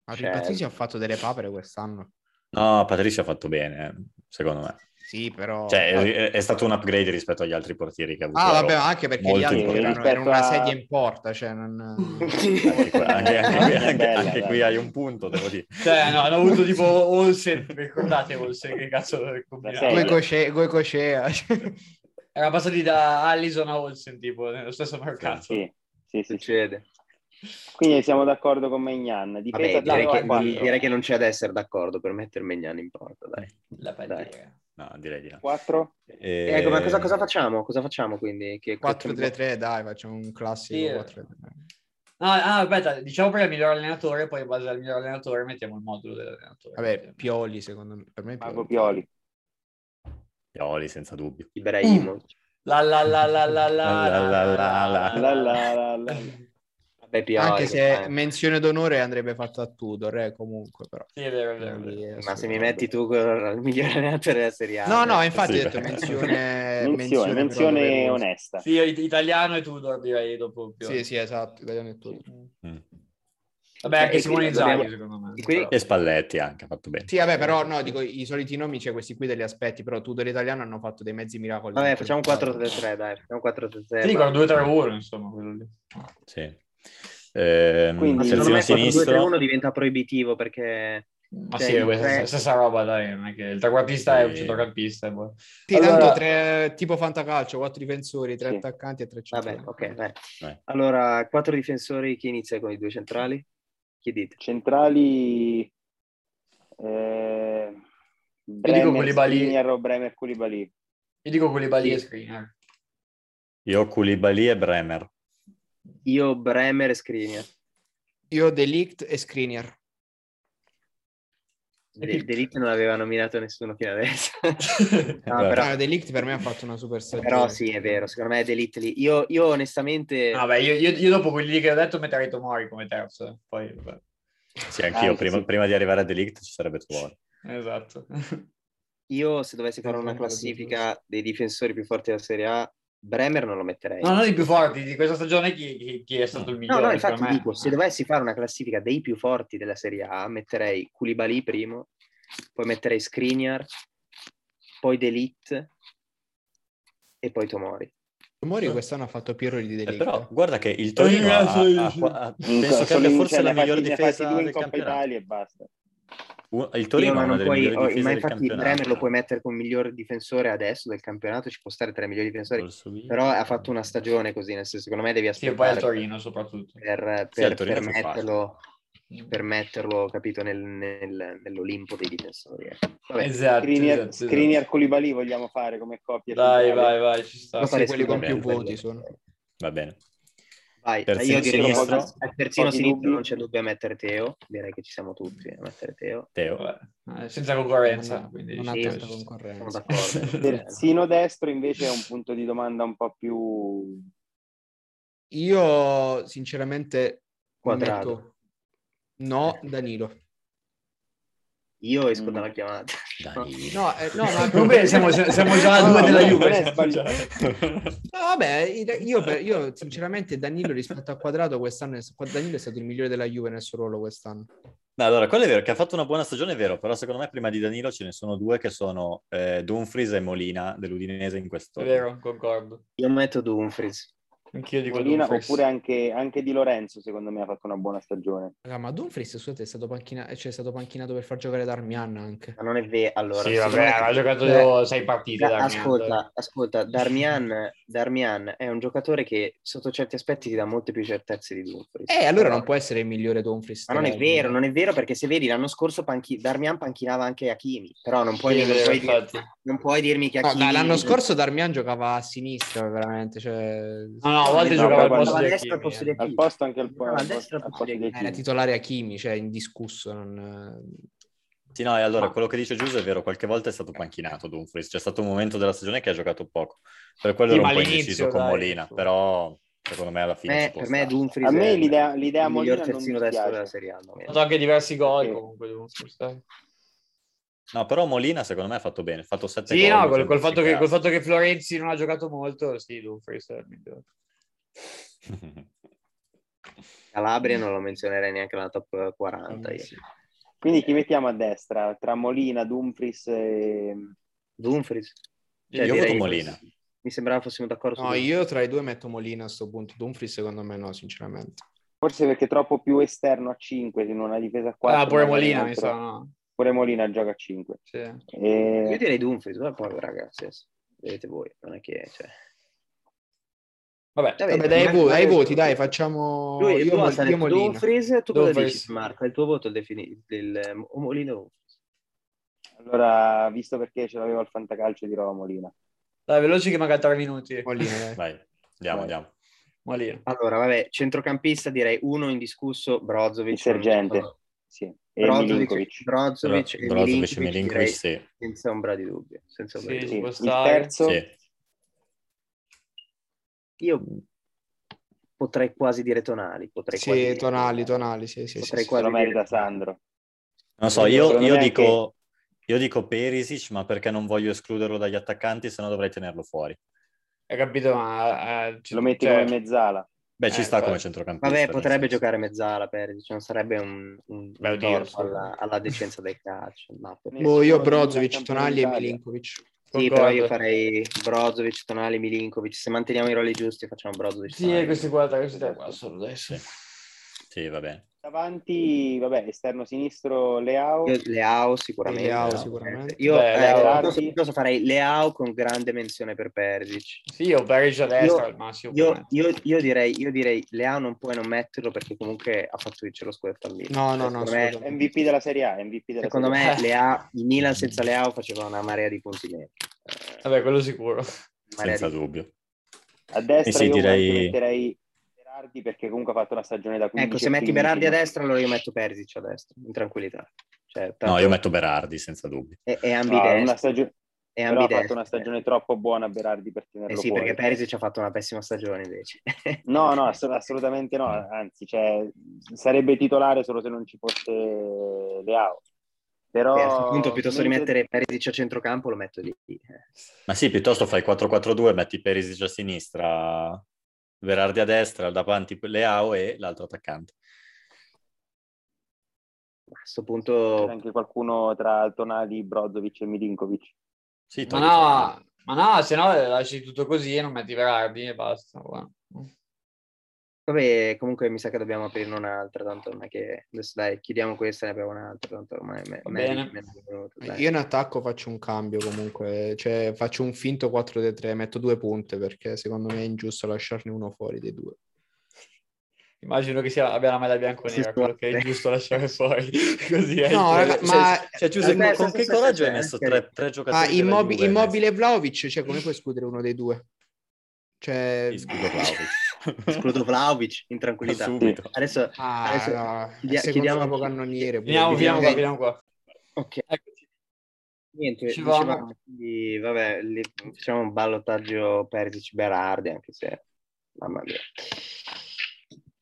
Ma
Cioè-
Patrizio ha fatio delle papere quest'anno.
No, Patrizio ha fatto bene, eh, secondo me.
Sì,
Oh,
però... eh,
Cioè,
ah.
è, è stato un upgrade rispetto agli altri portieri che ha avuto.
Ah,
la
vabbè,
Roma.
ma anche perché gli
Molto
altri
importante.
erano, erano una
Rispetto a-
sedia in porta, cioè non...
Anche, qua- anche- anche-
*laughs*
anche-
Bella,
anche
dai.
qui hai un punto, devo dire.
Cioè, no, hanno avuto tipo Olsen, ricordate Olsen, che cazzo combinato.
Goi
serie.
Cosce- Goi Coscea.
Era passati da Allison a Olsen, tipo, nello stesso mercato.
Sì, sì, sì, sì.
Succede.
Quindi siamo d'accordo con Megnan.
Vabbè,
Difesa
direi,
attacco a
che,
quattro.
direi che non c'è da essere d'accordo per mettere Megnani in porta, dai.
La Pantera.
No, direi di no.
Quattro?
E...
Ecco, ma
Eh.
cosa, cosa facciamo? Cosa facciamo quindi? Che,
4-3-3, dai, facciamo un classico
Sì, eh.
4-3-3.
No, ah, aspetta, diciamo prima il miglior allenatore, poi in base al miglior allenatore mettiamo il modulo dell'allenatore.
Vabbè, Pioli secondo me, per me è
Marco Pioli.
Pioli, senza dubbio.
Mm.
Ibrahimovic.
La la la la la la
La, la, la, la,
La, la, la, la.
Eh, Vabbè, Pioli,
Anche se
dai.
menzione d'onore andrebbe fatta a Tudor, eh, comunque però.
Sì, è vero, è vero. è vero.
Quindi, eh,
Ma se
assolutamente.
mi metti tu col- il miglior allenatore della Serie A...
No, no,
eh,
infatti
Sì,
ho detto
beh.
menzione
Menzione,
però
menzione
doverosa.
onesta.
Sì, it- italiano e Tudor direi dopo più.
Sì, sì, esatto, italiano e Tudor.
Mm.
Vabbè,
Eh,
anche
quindi
Simone
dobbiamo-
Zaghi, secondo me.
e quindi-
però.
E Spalletti anche, ha fatto bene.
Sì, vabbè, però no, dico i soliti nomi, cioè questi qui te li aspetti, però Tudor e italiano hanno fatto dei mezzi miracoli.
Vabbè, facciamo un 4-3-3, dai. Facciamo un 4-3-3.
Ti
ma-
dicono 2-3-1, insomma, quello lì.
Sì. Ehm,
Quindi-
secondo me
sezione sinistra.
4-2-3-1 diventa proibitivo perché...
Ma
Cioè,
sì,
il
è questa
tre-
stessa roba, dai, non è che il trequartista è un
Sì.
centrocampista. e boh. poi-
Sì,
Allora-
tanto tre, tipo fantacalcio, quattro difensori, tre
Sì.
attaccanti e tre centrali.
Vabbè, ok, dai.
Vai.
Allora, quattro difensori, chi inizia con i due centrali? Chi dite?
Centrali... Eh, Bremer,
Koulibaly.
Skriniar o Bremer, Koulibaly.
Io dico quelli balli e screener.
Io Koulibaly e Bremer.
Io, Bremer e Skriniar.
Io Delict e Screener.
De- Delict non aveva nominato nessuno fino adesso.
eh.
No,
Vabbè.
però,
Ah, Delict per me ha fatto una super stagione.
però sì, è vero, secondo me è Delict lì. Io, io onestamente...
*laughs* Ah, Vabbè, io, io- io dopo quelli che ho detto metterei Tomori come terzo. eh. Poi, vabbè.
Sì, anch'io.
Ah,
prima,
sì.
prima di arrivare a Delict ci sarebbe Tuori.
Esatto.
Eh. Io se dovessi fare una classifica dei difensori più forti della Serie A, Bremer non lo metterei.
No, non i più forti di questa stagione chi, chi- chi è stato il
No,
migliore.
no,
secondo
infatti
me.
dico, se dovessi fare una classifica dei più forti della Serie A, metterei Koulibaly primo, poi metterei Skriniar, poi Delict e poi Tomori.
Mori quest'anno ha fatto più errori di
Eh,
Delict.
però guarda che il Torino ha, ha- ha- ha- penso che
Solo
abbia
in-
forse
cioè,
la
ne ha
miglior
fatti- ne ha fatti
difesa
due in
del
Coppa
campionato.
Italia e basta.
Un- Il
Io
Torino ha
ma
una
non
delle
puoi,
migliori
oh, ma
difese del
infatti
campionato.
Bremer lo puoi mettere come miglior difensore adesso del campionato, ci può stare tra i migliori difensori,
Col Suvino.
però ha fatto una stagione così, nel senso secondo me devi
Sì, e poi al
aspettare
Torino soprattutto.
per,
Sì, al
per-
Torino
per
è più
metterlo, per metterlo, capito, nel- nel- nell'Olimpo dei difensori. ecco. Vabbè,
Esatto. esatto,
Skriniar,
esatto.
Skriniar Koulibaly vogliamo fare come coppia.
Dai,
centrale.
vai, vai, ci sta.
lo farei
quelli con
sicuramente.
più voti sono.
Va bene.
Vai,
Terzino
io direi che
sinistro.
al- al terzino
Pochi
sinistro
dubbi.
non c'è dubbio a mettere Teo, direi che ci siamo tutti a mettere Teo.
Teo.
Vabbè, eh, Senza concorrenza.
Non-
quindi
non ha
ci sta,
tanta
ci sta.
concorrenza.
Sono d'accordo.
Terzino destro invece è un punto di domanda un po' più...
Io sinceramente
Quadrato.
metto- No, Danilo.
Io esco dalla chiamata.
Dai.
No, eh, no, *laughs* ma
Comunque siamo, siamo già a
No,
due
no,
della
no,
Juve.
non è
siamo già-
No, vabbè, io, per- io sinceramente Danilo rispetto a Quadrato quest'anno è- Danilo è stato il migliore della Juve nel suo ruolo quest'anno.
No, allora, quello è vero, che ha fatto una buona stagione, è vero, però secondo me prima di Danilo ce ne sono due che sono eh, Dumfries e Molina dell'Udinese in questo.
È vero, concordo.
Io metto Dumfries.
Anch'io dico
Molina,
Dumfries.
oppure anche, anche Di Lorenzo, secondo me, ha fatto una buona stagione.
Raga, ma Dumfries, scusate, è stato, panchina- cioè, è stato panchinato per far giocare Darmian anche.
Ma non è vero, allora...
Sì,
secondo
vabbè,
me-
ha giocato
Beh,
sei partite.
Da-
Darmian.
ascolta, ascolta, Darmian, Darmian è un giocatore che sotto certi aspetti ti dà molte più certezze di Dumfries.
Eh, allora non può essere il migliore Dumfries.
Ma non è
della-
vero, non è vero perché se vedi l'anno scorso panchi- Darmian panchinava anche Hakimi, però non puoi,
Sì, è
non
vero,
puoi dire-
infatti.
non puoi dirmi che
No,
Hakimi...
dai, l'anno scorso Darmian giocava a sinistra, veramente. Cioè...
No, no, a volte
No,
giocava al
però
posto
a
di
destra al posto
Hakimi.
di
eh.
Al
Hakimi.
posto anche al, po-
No,
al
a
posto-
destra
al
posso
posto
dire
di
che-
Era
Hakimi.
titolare Hakimi, cioè indiscusso. Non...
eh,
Sì, no, e allora quello che dice Giuseppe è vero, qualche volta è stato panchinato Dumfries, c'è stato un momento della stagione che ha giocato poco, per quello
Sì,
ero un
ma
po'
all'inizio,
indeciso con
dai,
Molina,
su.
però secondo me alla fine
Eh,
ci può
per me
stare.
Dumfries
A
è
me
il-
l'idea, l'idea
il miglior
Molina non mi
terzino destro della
piace.
Serie A. al
Ha
momento.
fatto anche diversi gol
Sì.
comunque. devo scusare.
No, però Molina secondo me ha fatto bene, ha fatto 7
Sì,
gol.
no,
mi
col,
sembra
col fatto che,
efficace.
col fatto che Florenzi non ha giocato molto, sì, Dumfries è il migliore.
Calabria non lo menzionerei neanche nella top 40. io.
Mm. Sì.
Quindi chi mettiamo a destra? Tra Molina, Dumfries e...
Dumfries.
Cioè,
Cioè,
Io voto
direi-
Molina.
Mi sembrava fossimo d'accordo
No,
su
io tra i due metto Molina a sto punto. Dumfries secondo me no, sinceramente.
Forse perché è troppo più esterno a 5 in una difesa a 4.
Ah, pure Molina, mi sa, no.
Pure Molina gioca a 5.
Sì.
Io direi Dumfries, ma poi ragazzi, adesso, vedete voi, non è che... Cioè...
Vabbè,
Vabbè,
Vabbè, dai,
ma-
vo- dai
ma-
voti, dai, facciamo...
Lui,
io
tu
Mol-
Asta, hai
io
detto
Molina.
Dumfries, tu cosa
Dumfries.
dici Marco? Il tuo voto è defini- del o Molina o Dumfries?
Allora, visto perché ce l'aveva il fantacalcio, dirò Molina.
Dai, veloci che manca tre minuti.
Molina, dai.
Vai, andiamo,
Vai.
andiamo.
Molina.
Allora, vabbè, centrocampista direi uno indiscusso, Brozovic.
Il sergente. Sì. E
Brozovic,
Milinkovic.
Brozovic e
Brozovic,
Milinkovic,
Milinkovic,
direi
sì.
senza ombra di dubbio. Senza ombra
Sì,
di
Sì.
ci può
Il
stare.
terzo?
sì.
dubbio. Io potrei quasi dire Tonali. Potrei
Sì,
quasi dire
tonali, tonali, sì, sì, sì,
Potrei
sì.
Se
quasi
lo merita
dire-
Sandro.
Non so,
Perché
io,
secondo
io
me anche-
dico, io dico Perisic, ma perché non voglio escluderlo dagli attaccanti, se no dovrei tenerlo fuori.
Hai capito? Ma eh, ci-
Lo metti
cioè,
come
Certo.
mezzala.
Beh, ci
Eh,
sta come
infatti.
centrocampista.
Vabbè,
nel
potrebbe
senso.
giocare mezzala, Perisic, non sarebbe un, un,
Beh,
un
oddio,
torto
insomma.
alla, alla decenza del calcio. No, per-
Nessuno
Boh, io
degli
Brozovic,
attaccanti
Tonali e
dell'Italia.
Milinkovic.
Sì,
concordo.
però io farei Brozovic, Tonali, Milinkovic. Se manteniamo i ruoli giusti, facciamo Brozovic.
Sì,
Tonali.
questi qua, questi tre qua solo adesso.
Sì, va bene.
Davanti, vabbè, esterno sinistro Leao.
Io Leao sicuramente.
Leao,
Leao,
sicuramente.
Io
Beh,
eh,
Leao.
cosa- cosa farei? Leao con grande menzione per Perisic.
Sì, io Berge a destra
Io-
al massimo.
Io,
ovviamente.
io- io direi, io direi Leao non puoi non metterlo perché comunque ha fatto vincere lo scudetto al Milan.
No, no, no,
Secondo me,
assolutamente.
MVP della Serie A. MVP della
secondo
Serie A.
me Leao, il Milan senza Leao faceva una marea di punti meno. Eh,
Vabbè, quello sicuro.
una marea
Senza
di-
dubbio.
A destra
Eh sì,
io
direi-
anche metterei Berardi perché comunque ha fatto una stagione da 15
Ecco, se
e
metti Berardi a
15.
destra, allora io metto Perisic a destra, in tranquillità. Cioè, tanto
No, io metto Berardi, senza dubbio.
È, è
No,
ambidestro.
Ah, una stagione-
è
Però ha fatto
ambidestro.
una stagione troppo buona Berardi per tenerlo
Eh sì,
fuori.
perché Perisic ha fatto una pessima stagione invece.
No,
*laughs*
no, ass- assolutamente no, anzi, cioè, sarebbe titolare solo se non ci fosse Leao. Però
E a questo punto piuttosto di
mentre-
mettere Perisic a centrocampo lo metto lì. Eh,
Ma sì, piuttosto fai 4-4-2, metti Perisic a sinistra, Berardi a destra, davanti Leao e l'altro attaccante.
A questo punto
anche qualcuno tra Tonali, Brozovic e Milinkovic.
Sì,
Ma
togli Tonali.
no, ma no, se no eh, lasci tutto così e non metti Berardi e basta. guarda.
vabbè, comunque mi sa che dobbiamo aprirne un'altra, tanto non è che adesso dai, chiudiamo questa e ne abbiamo un'altra, tanto ormai me-
Va
meriti
bene.
meno di un minuto, dai.
Io in attacco faccio un cambio comunque, cioè faccio un finto 4-3, metto due punte perché secondo me è ingiusto lasciarne uno fuori dei due.
Immagino che sia, abbia la maglia bianco-nera,
Sì,
quello che è
sì.
giusto lasciare fuori. *laughs* Così è.
No, raga, ma-
Eh,
Cioè, Giuseppe,
Aspetta,
con
aspetta,
che
aspetta,
coraggio hai
aspetta,
messo
aspetta. *laughs*
tre, tre giocatori
Ah,
della
immobi-
Juve?
immobile e Vlaovic, cioè come puoi escludere uno dei due? Cioè...
Sì, scudo Vlahovic.
Escludo Vlaovic in tranquillità.
*laughs* Subito.
Adesso,
Ah,
Adesso
no,
chiudia-
se
chiudiamo-
controlla cannoniere. pure.
Finiamo, finiamo qua,
Dai.
finiamo qua. Ecco,
ok,
Eccoci.
niente,
Dicevamo.
dicevamo, quindi, vabbè, li- facciamo un ballottaggio Perisic-Berardi, anche se, mamma mia.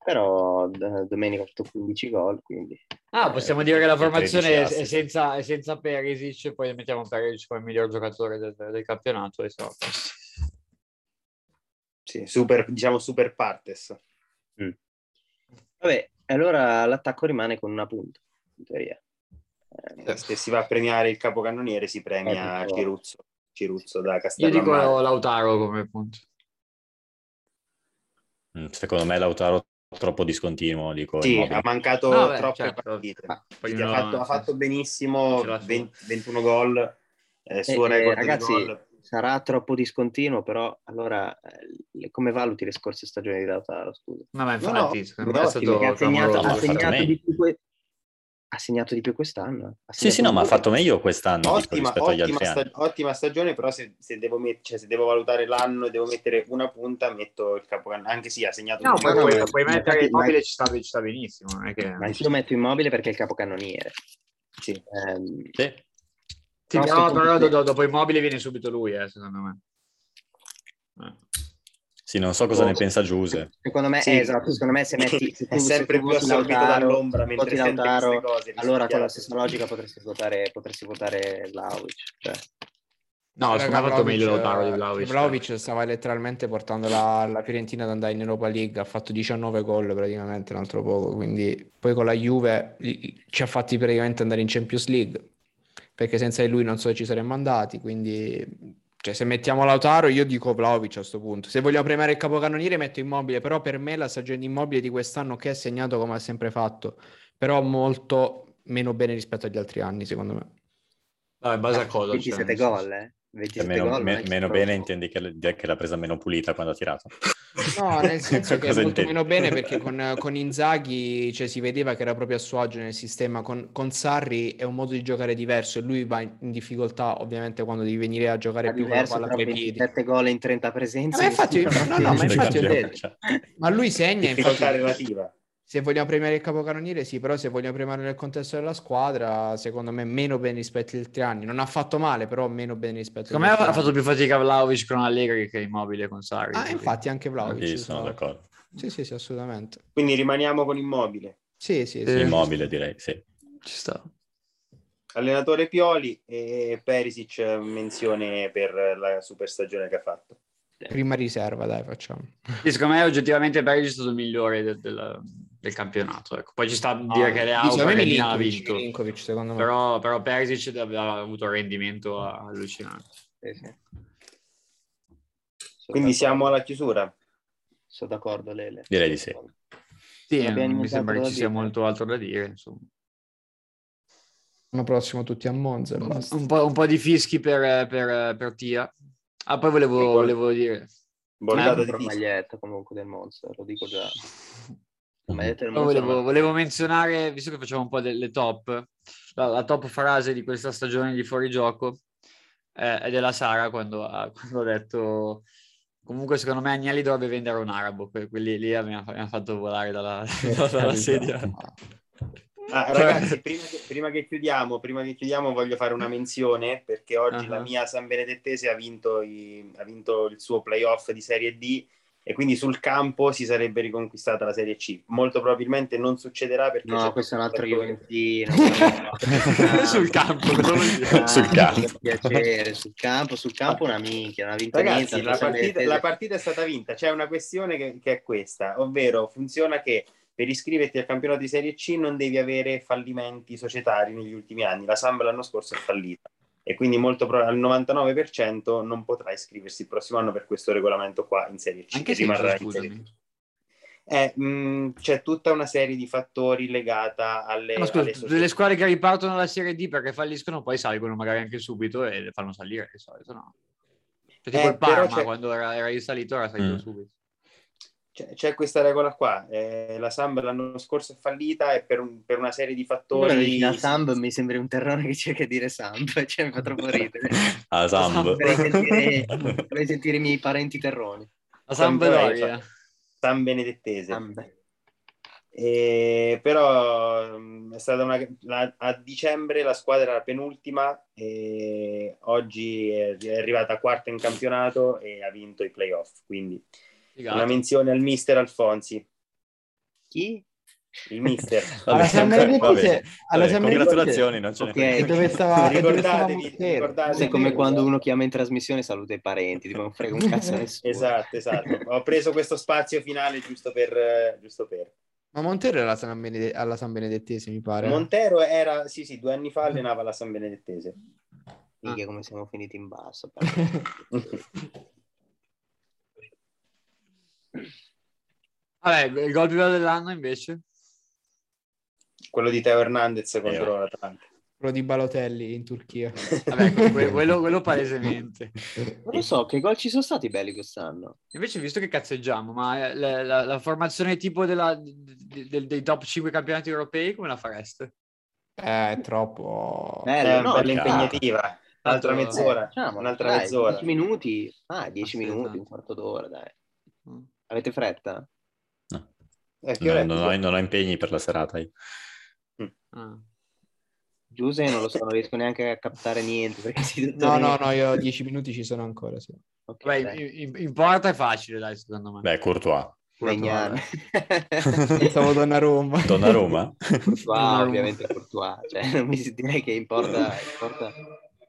Però d- domenica ha fatto 15 gol, quindi...
Ah, possiamo dire che la
Eh,
formazione
13
è,
assist.
è senza, è senza Perisic, poi mettiamo Perisic come miglior giocatore del, del campionato. E siamo a
Eh,
posto.
Sì, super, diciamo super partes.
Vabbè, allora l'attacco rimane con una punta. in teoria.
Eh, se si va a premiare il capocannoniere si premia
Ecco.
Ciruzzo, Ciruzzo da
Io dico
Castellammare.
Lautaro come punto.
Mm, Secondo me Lautaro troppo discontinuo, dico.
Sì,
Immobile.
ha mancato
No, beh,
troppe
certo.
partite.
Ah,
Poi
Quindi ha
no,
fatto, ha fatto benissimo,
Ce l'ha sua.
20 21 gol, eh, suo
Eh, eh,
record
ragazzi,
di gol.
sarà troppo discontinuo, però allora eh, le- come valuti le scorse stagioni di Lautaro? Scusa.
No, ma
No, no,
infatti, secondo me è
no,
stato
Perché ha segnato,
clamoroso.
ha
fatto
segnato
meglio.
di più que- ha segnato di più quest'anno. Ha
Sì,
segnato
sì, no,
di
ma ha
più.
fatto meglio quest'anno dico,
Ottima,
rispetto agli
ottima,
altri anni.
sta- ottima stagione, però se, se devo met- cioè, se devo valutare l'anno e devo mettere una punta, metto il capocannoniere. Anche se ha segnato
No,
un
poi
no,
puoi,
ma-
puoi
ma
mettere
infatti-
il mobile ci sta, ci sta benissimo. non è che-
Ma io metto immobile perché è il capocannoniere. Sì. Ehm,
Sì.
Sì,
no,
però,
sto
però
punto-
do- dopo immobile viene subito lui, eh, secondo me. Eh.
Sì, non so cosa
Oh.
ne pensa Giuse.
Secondo me,
Sì.
eh, esatto, secondo
*laughs*
me se metti se
è
tu- se
sempre
tu
più
voti
assorbito
Lautaro,
dall'ombra mentre
voti
sente queste
Lautaro,
cose. mi
allora con la
spiace.
stessa logica potresti votare, potresti votare Vlahovic, cioè.
No, secondo me ha fatto meglio Lautaro di Vlaovic.
Vlaovic stava letteralmente portando la, la Fiorentina ad andare in Europa League, ha fatto 19 gol praticamente l'altro poco, quindi poi con la Juve i- ci ha fatti praticamente andare in Champions League, perché senza di lui non so se ci saremmo andati, quindi cioè, se mettiamo Lautaro io dico Vlaovic a questo punto. Se vogliamo premiare il capocannoniere metto Immobile, però per me la stagione di Immobile di quest'anno che ha segnato come ha sempre fatto, però molto meno bene rispetto agli altri anni secondo me.
No, in base a cosa?
27
cioè,
gol, eh? 27
Meno,
gol,
me-
non è che
meno
sono-
bene intendi che, l- che l'ha presa meno pulita quando ha tirato. *laughs* Cioè,
No, nel senso che è
Cosa
molto
intendi?
meno
*laughs*
bene perché con, con Inzaghi cioè, si vedeva che era proprio a suo agio nel sistema, con, con Sarri è un modo di giocare diverso e lui va in in difficoltà ovviamente quando devi venire a giocare
È
più con la
diverso
palla
però
coi piedi.
27 gol in 30 presenze.
Eh, ma infatti- no, no, ma infatti ho
Cambiamo,
detto.
cioè.
Ma lui segna, infatti,
Difficoltà relativa.
se vogliamo premiare il capocannoniere sì, però se vogliamo premiare nel contesto della squadra, secondo me meno bene rispetto agli altri anni. Non ha fatto male, però meno bene rispetto agli
Secondo me
altri
ha
anni.
fatto più fatica Vlaovic con Allegri che Immobile con Sarri.
Ah,
quindi.
infatti anche Vlaovic.
Sì,
sì,
sono
Vlahovic.
d'accordo.
Sì, sì, sì, assolutamente.
Quindi rimaniamo con Immobile.
Sì, sì,
Eh.
sì.
Immobile direi, sì.
Ci sta.
Allenatore Pioli e Perisic eh, menzione per la super stagione che ha fatto.
Prima riserva, dai, facciamo.
Sì, secondo me oggettivamente Parigi è stato il migliore del, del- del campionato. ecco. Poi ci sta a dire che Leao
Dice, a me
perché Milan ha
Milinkovic,
vinto.
Milinkovic, secondo me.
Però, però Perisic ha avuto un rendimento allucinante.
Sì, sì. Sono d'accordo.
Quindi siamo alla chiusura.
Sono d'accordo, Lele.
Direi di sì.
Sì,
Non abbiamo
non Eh, mi
nient'altro
sembra che
da
ci sia
dire.
molto altro da dire. Insomma.
L'anno prossimo tutti a Monza e
Un,
*laughs* basta.
un po', un po' di fischi per, per- per Tia. Ah, poi volevo, volevo dire.
Bordata Boh, di
Compro
fisico.
maglietta comunque del Monza, lo dico già. La maglietta del
Poi
Monza
volevo,
non-
volevo menzionare, visto che facciamo un po' delle top, la, la top frase di questa stagione di fuorigioco eh, è della Sara quando ha, *laughs* quando ha detto comunque secondo me Agnelli dovrebbe vendere un arabo, que- quelli lì mi ha, mi ha fatto volare dalla,
Cioè,
dalla sedia.
Cioè,
Ah,
*laughs*
ragazzi, prima che, prima che chiudiamo, prima che chiudiamo voglio fare una menzione perché oggi
Ah.
la mia San Benedettese ha vinto, i- ha vinto il suo playoff di Serie D e quindi sul campo si sarebbe riconquistata la Serie C. Molto probabilmente non succederà perché...
No,
c'è
questo è un altro
giocatore-
Juventino.
Sul campo, cosa vuol dire?
Ah,
Sul campo.
per piacere, sul campo, sul campo una minchia, una vinta cioè,
Ragazzi,
niente,
la
sono
partita,
delle-
la partita è stata vinta. C'è una questione che, che è questa, ovvero funziona che per iscriverti al campionato di Serie C non devi avere fallimenti societari negli ultimi anni. La Samba l'anno scorso è fallita e quindi molto pro- al 99% non potrà iscriversi il prossimo anno per questo regolamento qua in Serie C.
*laughs* Anche
e
se
rimarrà in Serie
scusami.
C. Eh, mh, c'è tutta una serie di fattori legata alle,
Eh, Ma scusa,
alle
tutte le squadre che ripartono dalla Serie D perché falliscono poi salgono magari anche subito e le fanno salire di solito, no? Cioè, tipo
Eh,
il
però
Parma
c'è-
quando era, era risalito era salito
Mm.
subito.
C'è, c'è questa regola qua. eh, la Samba l'anno scorso è fallita e per, un- per una serie di
Ora
fattori...
dici la Samb mi sembra un terrone che cerca di dire Samb, *laughs* cioè mi fa troppo
*laughs*
ridere.
Ah, Samb.
Vorrei sentire, vorrei sentire i miei parenti terroni.
La Sampdoria.
San Benedettese.
Samb.
E però mh, è stata una, la- a dicembre la squadra era penultima e oggi è, è arrivata quarta in campionato e ha vinto i playoff. Quindi
Figata.
una menzione al mister Alfonsi,
Chi?
il mister.
Vabbè,
Alla San
vabbè,
Benedettese-
vabbè.
alla
Vabbè,
San
Congratulazioni, non ce ne
Ok,
frega.
E dove *laughs* stava? e dove stava
Ricordatevi,
Montero?
ricordatevi.
È come quando uno chiama in trasmissione e saluta i parenti, tipo non frega un cazzo a nessuno.
Esatto, esatto. Ho preso questo spazio finale giusto per... eh, Giusto per.
Ma Montero era alla San, Benede- alla San Benedettese, mi pare.
Montero era, sì, sì, due anni fa allenava la San Benedettese.
Minchia, come siamo finiti in basso.
Vabbè, il gol più bello dell'anno invece?
Quello di Teo Hernandez contro
Eh,
l'Atalanta.
Quello di Balotelli in
*laughs*
Turchia.
Vabbè, que- quello, quello palesemente.
Non lo so, che gol ci sono stati belli quest'anno?
Invece, visto che cazzeggiamo, ma eh, la, la- la formazione tipo della- de- de- dei top 5 campionati europei, come la fareste?
Eh, è troppo...
Bello,
Eh,
no,
bella
cazzo.
impegnativa.
Tanto-
Un'altra
Eh,
mezz'ora,
facciamo,
un'altra
dai,
mezz'ora.
10 minuti, ah, 10
Ah, sì,
minuti,
esatto.
un quarto d'ora, dai.
Mm.
Avete fretta?
No.
Eh, che ora è?
Non, non ho, non ho impegni per la serata. io.
Ah.
Giuse non lo so, non riesco neanche a captare niente. Perché si
No, no, no, io 10 minuti ci sono ancora, *laughs* sì.
Ok,
Vabbè,
dai.
in, in- in porta è facile, dai, secondo me.
Beh, Courtois.
Legnano. *laughs*
Pensavo Donnarumma. *laughs*
Donnarumma?
Courtois, ovviamente Courtois, cioè, *laughs* non mi si- direi che in porta, in porta-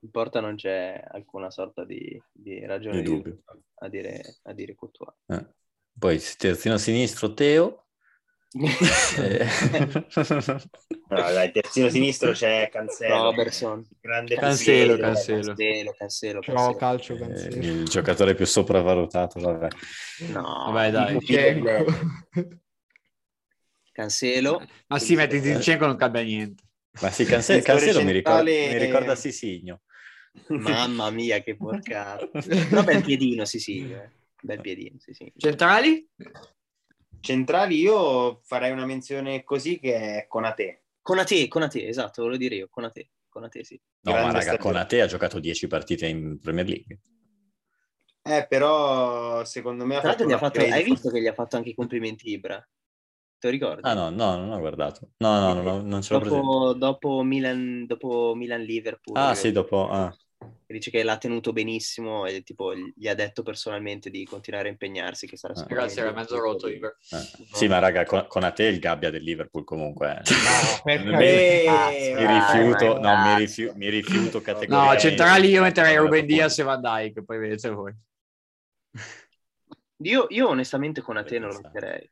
in porta non c'è alcuna sorta di, di ragione
Di dubbio.
a dire, a dire Courtois.
Eh. Poi terzino sinistro Teo. Eh.
No, dai, terzino sinistro c'è Cancelo.
*laughs* Robertson.
Grande
Cancelo,
portiere.
Cancelo.
Cancelo, Cancelo,
Ciao,
Cancelo.
calcio,
Eh,
pensiero.
il giocatore più sopravvalutato, vabbè.
No,
Vabbè, dai.
Ecco.
Cancelo.
Ma sì, metti Zinchenko non cambia niente.
Ma sì, Canse-
Il giocatore
Cancelo mi ricorda,
centrale-
mi ricorda Sissigno.
Mamma mia, che
*laughs*
porcata. Però bel piedino, sì, sì. eh. Bel piedino, sì, sì.
Cioè
Centrali?
Centrali io farei una menzione così che è Conate.
Conate, Conate, esatto, volevo dire io, Conate, Conate, sì.
No,
Grande
ma raga,
stagione.
Conate ha giocato 10 partite in Premier League.
Eh, però secondo me ha
Tra
fatto
l'altro gli ha
un
fatto-
upgrade.
hai visto che gli ha fatto anche i complimenti Ibra? Te lo ricordi?
Ah no, no, non ho guardato. No, no, non, ho- non ce l'ho presente.
dopo, dopo Milan, dopo Milan Liverpool.
Ah sì, dopo... ah.
Dice che l'ha tenuto benissimo e tipo gli ha detto personalmente di continuare a impegnarsi, che sarà
Ah.
sicuramente...
Grazie, era mezzo rotto. Iber.
Eh, Sì, ma raga, con, Conate è il gabbia del Liverpool comunque. eh.
per
Mi-
carità.
Eh,
Mi
Ah,
rifiuto,
ragazzi.
no, mi, rifiu- mi rifiuto categoricamente.
No, centrali
eh,
io metterei
Sono
Ruben
andato
Diaz e Van Dijk, poi vedete voi. Ecco,
Io, io onestamente Conate non lo
Pensavo.
metterei.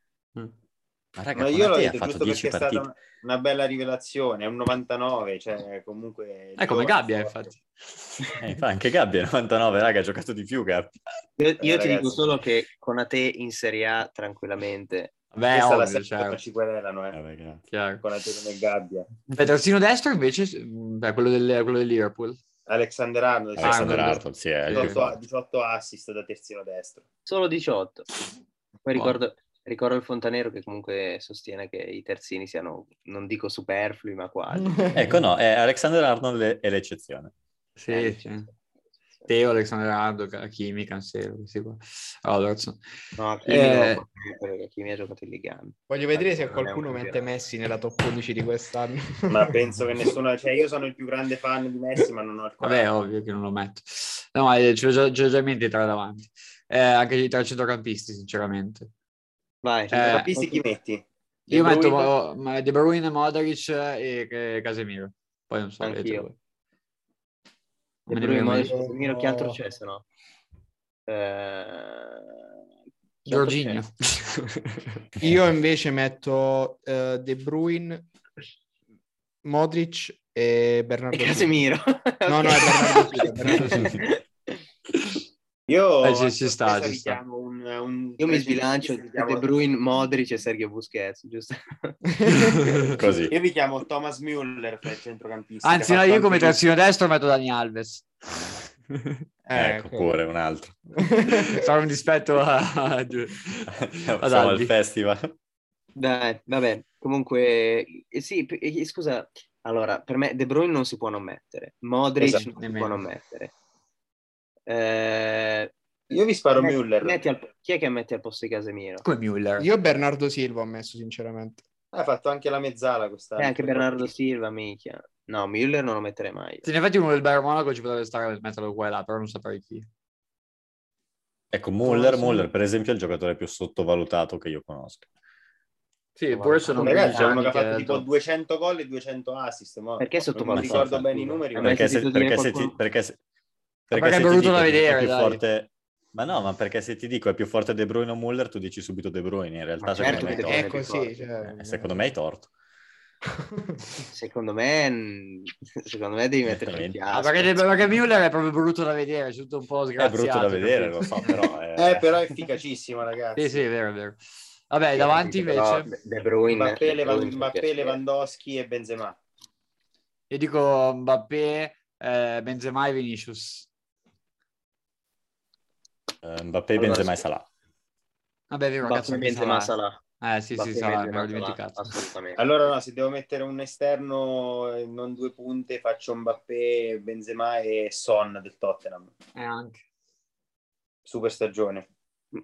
Ma raga,
Ma io l'ho
Konaté ha
detto
fatto
giusto
10
perché è
partite.
stata una- una bella rivelazione, è un 99, cioè comunque...
È come
giovane,
Gabbia,
forte.
infatti.
Eh, infatti, anche Gabbia 99, raga, ha giocato di più Gabbia.
Io, io ti
ragazzi.
dico solo che Conate in Serie A tranquillamente.
Vabbè,
Questa la
ovvio,
sempre
certo,
ci querelano, eh,
Vabbè, grazie.
chiaro.
con eh. la te come Gabbia.
Beh, terzino destro invece, mh, beh, quello, del, quello del Liverpool.
Alexander Arnold, cioè,
Alexander
Ah, Arnold.
Arnold, sì, eh, è il più
18,
forte.
18 assist da terzino destro.
Solo 18. Poi
Buono.
ricordo, ricordo il Fontanero che comunque sostiene che i terzini siano, non dico superflui, ma quasi.
Ecco, no, eh, Alexander Arnold è- è l'eccezione.
Sì,
Eh,
sì. Teo, Alexander Ardo, Hakimi, Cancelo, questi qua. Robertson.
No, Hakimi
Eh.
no, perché Hakimi ha giocato in Liga.
Voglio vedere se
Non è un
qualcuno mette
campionato.
Messi nella top 11
*laughs*
di quest'anno.
Ma penso che nessuno... Cioè io sono il più grande fan di Messi, ma non ho il coraggio.
Vabbè, ovvio che non lo metto. No, eh, ce l'ho già, ce l'ho già in mente i tre davanti. Eh, anche i tre centrocampisti, sinceramente.
Vai.
Centrocampisti chi metti? De
Io
Bruyne?
metto oh, ma De Bruyne, Modric e eh, Casemiro. Poi non so,
Anch'io.
vedete voi.
De
Me ne
Bruyne,
frega
Modric,
niente.
Casemiro, chi altro c'è se no? Eh, chi altro
Jorginho.
c'è?
*laughs*
Io invece metto eh, De Bruyne, Modric e
E
Bernardo Silva.
Casemiro.
No, no, è Bernardo Silva, Bernardo
Silva.
*laughs*
Io
Eh, ci- ci sta,
adesso
ci sta.
richiamo un- un-
Io mi sbilancio
mi chiamo-
De Bruyne, Modric e Sergio Busquets, giusto? *laughs*
Così.
Io mi chiamo Thomas Müller per centrocampista.
Anzi,
Che ha
no,
fatto
io come
anche
terzino destro metto Dani Alves.
Eh,
ecco,
ecco.
pure un altro.
*laughs* Sarà un dispetto a, a, a ad
Siamo al
Albi.
festival.
Dai, vabbè, comunque, eh, sì, p- eh, scusa, allora, per me De Bruyne non si può non mettere, Modric
Esatto,
non si
nemmeno.
può non mettere. Eh,
Io vi sparo
metti-
Müller.
metti al- chi è che metti al posto di Casemiro?
Come Müller.
Io Bernardo Silva ho messo sinceramente.
Ha fatto anche la mezzala quest'anno.
E Eh, anche Bernardo Silva, minchia. No, Müller non lo metterei mai.
Se ne fatti uno del Bayern Monaco ci potrebbe stare a metterlo qua e là, però non saprei chi.
Ecco, Muller,
Sì.
Muller, per esempio, è il giocatore più sottovalutato che io conosco.
Sì,
pure
pure
se
sono
non
Ragazzi, c'è uno che ha fatto tipo 200 gol e 200 assist. ma-
Perché è
Non mi
sottovalutato?
ricordo bene i numeri.
Non
ma-
è
Perché se,
sentito dire
perché se
qualcuno?
ti... Perché se...
perché è brutto da
dico che
vedere,
è più
dai.
forte Ma no, ma perché se ti dico è più forte De Bruyne o Muller, tu dici subito De Bruyne. In realtà,
Ma
secondo,
certo
me, hai
che
torto.
De
è
Bruyne.
così. Cioè,
Eh, secondo me hai torto.
Secondo me, mm, *laughs* secondo me devi metterci in
Veramente.
Ah,
piastra.
perché, perché Müller è proprio brutto da vedere, è tutto un po'
È
sgraziato.
brutto da vedere,
capito?
lo so, però... eh,
Eh, però è efficacissimo, ragazzi.
Sì, sì, è vero, è vero. Vabbè, davanti
Però
invece,
De Bruyne,
Mbappé,
De Bruyne
Levan-
mi
Mbappé,
piace.
Lewandowski e Benzema.
io dico Mbappé, eh, Benzema e Vinicius.
eh, Mbappé,
Allora,
Benzema e
sì.
Salah.
Vabbè, è vero, cazzo,
Mbappé,
anche
Benzema,
Salah.
Salah.
Eh, sì, sì,
Mbappé,
Salah, me
Benzema,
l'ho
Salah,
dimenticato.
Assolutamente.
Allora, no, se devo mettere un esterno, eh, non due punte, faccio Mbappé, Benzema e Son del Tottenham.
Eh, anche.
Super stagione.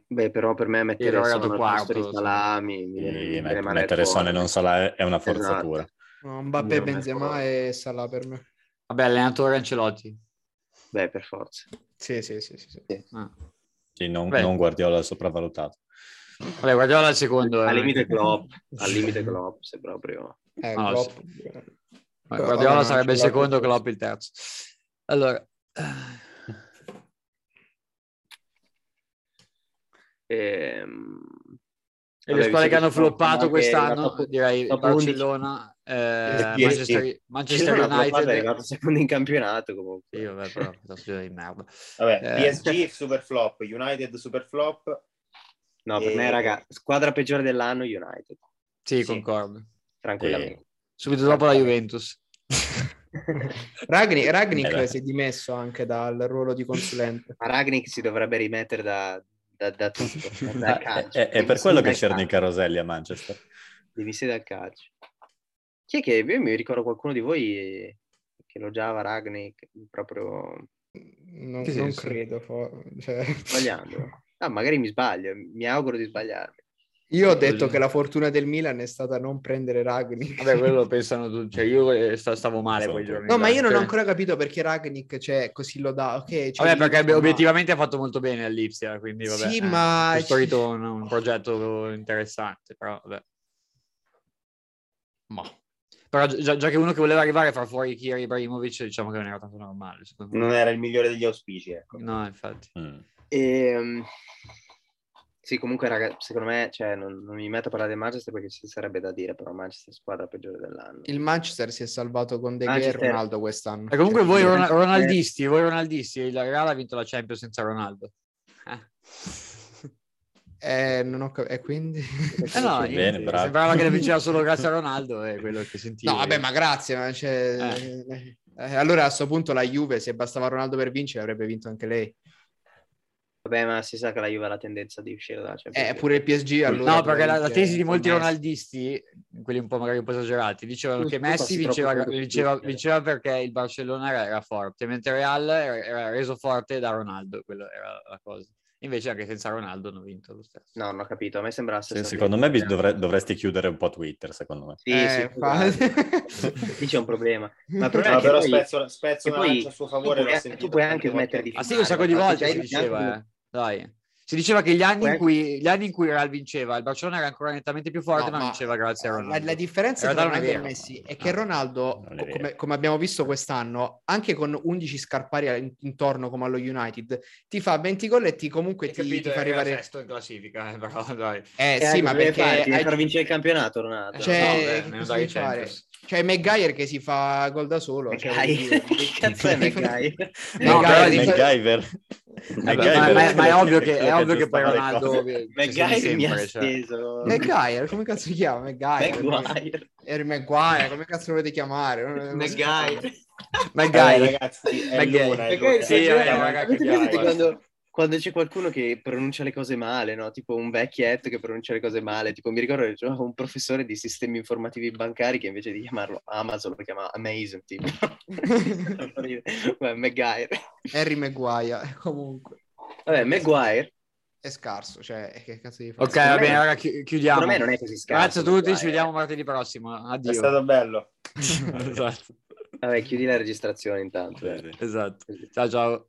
Beh, però per me
Io
mettere
ero
Son
arrivato
al posto di
quarto,
Salah mi, mi viene- mi
Quindi,
viene
met-
male al
mettere
cuore.
Son e non Salah è una
Esatto.
forzatura.
No, Mbappé,
Io non
Benzema
penso-
e Salah per me.
Vabbè, allenatore Ancelotti.
Beh, per forza.
Sì, sì, sì, sì, sì.
Ah.
Sì, non,
Beh.
non Guardiola
*laughs*
sopravvalutato.
Vabbè, guardiamo al secondo. eh.
Al limite
*laughs*
Klopp, al limite Klopp, se proprio...
Eh,
Ah,
Klopp.
Vabbè,
Però,
Guardiola
vabbè, non
sarebbe il
ce l'ha
secondo,
più.
Klopp il terzo. Allora,
Ehm,
e
vabbè,
le squadre che
visto sono
hanno floppato
anche
quest'anno,
la top-
direi
top
Barcellona, eh,
PSG.
Manchester, Manchester
Barcellona ha floppato, è
United.
arrivato secondo in campionato comunque.
Sì, vabbè, però, piuttosto giro di merda.
Vabbè,
Eh.
PSG super flop, United super flop.
*laughs* No, per
E-
me, raga, squadra peggiore dell'anno United,
Sì,
Sì.
concordo.
tranquillamente.
Subito dopo la Juventus.
Ragni-
Eh,
Ragnick
beh.
si è dimesso anche dal ruolo di consulente.
Ma Ragnick si dovrebbe rimettere da, da, da
*laughs*
tutto.
Ah,
dal
è,
calcio.
è- è per
Dimmi
quello
sì
che
dal
c'erano
calcio.
i caroselli a Manchester.
Devi sei dal calcio. Chi è che io mi ricordo qualcuno di voi che elogiava Ragnick proprio
Non,
Che
non
senso?
credo. fo- cioè-
sbagliando? Ah, magari mi sbaglio, mi auguro di sbagliarmi.
Io ho detto che la fortuna del Milan è stata non prendere Ragnick.
Vabbè, quello lo pensano tutti. Cioè, io eh, sta- stavo male
Sono
quei
tutti.
giorni.
*laughs* No, ma io non ho
Cioè,
ancora capito perché Ragnick cioè, così lo dà. ok, cioè,
Vabbè, perché
ma-
obiettivamente ha fatto molto bene all'Ipsia, quindi vabbè.
Sì,
eh,
ma-
ha Storito un, un progetto interessante, però vabbè. Ma. Però già, già che uno che voleva arrivare fra fuori Kiri Ibrahimovic, diciamo che non era tanto normale, secondo me.
Non era il migliore degli auspici, ecco.
No, infatti.
Mm.
Ehm, Sì, comunque, raga, secondo me, cioè, non, non mi metto a parlare di Manchester perché ci sarebbe da dire, però Manchester è squadra peggiore dell'anno.
Il Manchester si è salvato con De Gea e
Manchester-
Ronaldo quest'anno. Cioè,
E Eh, comunque voi
Sì,
Ron-
sì.
Ronaldisti, voi Ronaldisti, il Real ha vinto la Champions senza Ronaldo. Eh,
Eh, non ho cap- e quindi... *laughs*
Eh no,
Bene,
niente,
bravo.
sembrava che le vinceva solo grazie a Ronaldo e quello che sentivo.
No, vabbè, ma grazie. ma cioè-
Eh.
Eh, allora a questo punto la Juve, se bastava Ronaldo per vincere, avrebbe vinto anche lei.
Vabbè, ma si sa che la Juve ha la tendenza di uscire dalla Champions
Eh,
League.
pure il PSG allora...
No, perché la, la tesi di molti
Messi. *laughs*
ronaldisti, quelli un po' magari un po' esagerati, dicevano
Tu-
che
tu passi
Messi
troppo
vinceva,
tempo su
vinceva-
Twitter.
vinceva perché il Barcellona era, era forte, mentre il Real era, era reso forte da Ronaldo, quella era la cosa. Invece anche senza Ronaldo hanno vinto lo stesso.
No, non ho capito, a me sembra la
Sì,
stessa
secondo
cosa.
me bis- dovre- dovresti chiudere un po' Twitter, secondo me.
Sì,
Eh,
sì,
fa-
esatto. Lì c'è un problema. Ma il
No,
problema è che
però
poi-
spezzo, spezzo
che
una
poi
lancia a suo favore.
tu puoi-
l'ho
tu
sentito
puoi
tante
anche
volte.
smettere di Cioè,
Ah sì, un
Sì,
sacco di
ma
volte
c'è
si
anche-
diceva, eh. dai. Si diceva che gli anni, in
Anche-
cui, gli anni in cui il Real vinceva, il Barcellona era ancora nettamente più forte,
No,
ma,
ma
vinceva grazie a
La,
Ronaldo.
la differenza
In
tra
realtà non
Ronaldo
è
e
vero.
Messi è che
No,
Ronaldo,
non è vero.
come, come abbiamo visto quest'anno, anche con 11 scarpari all- intorno come allo United, ti fa 20 gol e ti comunque ti, ti
eh,
fa arrivare...
in classifica, però dai.
Eh
Eh,
sì, ma
come
perché...
fai? Devi
hai-
far vincere il campionato, Ronaldo.
Cioè,
No, beh,
che
meno
cosa
dai
devi fare?
Champions.
Cioè, McGuire che si fa gol da solo. cioè,
Maguire. *laughs*
voglio dire. cioè,
Che cazzo è
*laughs*
Maguire?
No,
Maguire-
però dice-
MacGyver.
Vabbè,
*laughs* MacGyver.
ma,
*laughs*
ma- ma è ovvio che,
Quello
è ovvio che
aggiusta
poi
le
Ronaldo
cose.
ci
Maguire
sei
mi ha
sempre, cioè.
steso.
Maguire, come cazzo si chiama? McGuire.
Maguire.
Harry Maguire, come cazzo lo volete chiamare? Non- non-
Maguire.
Maguire.
Eh, ragazzi, è
Maguire.
Cioè,
l'una, è
Maguire,
Ecco,
l'una.
sì, eh,
Siamo anche
raga,
Avete
che eh.
presente
chiari.
quando, quando c'è qualcuno che pronuncia le cose male, no? Tipo un vecchietto che pronuncia le cose male. Tipo, mi ricordo che c'era un professore di sistemi informativi bancari che invece di chiamarlo Amazon lo chiamava Amazon,
*laughs*
tipo. Vabbè, Maguire.
Eh,
Harry Maguire, *laughs* comunque.
Vabbè, Maguire,
È scarso, cioè, che cazzo di
Ok,
Secondo
va
me-
bene, raga, chi- chiudiamo.
secondo me non è così scarso.
Grazie a tutti,
Maguire.
ci vediamo martedì prossimo. Addio.
È stato bello.
esatto.
Vabbè, chiudi la registrazione intanto.
Sì,
*laughs*
*laughs*
sì.
esatto. Ciao ciao.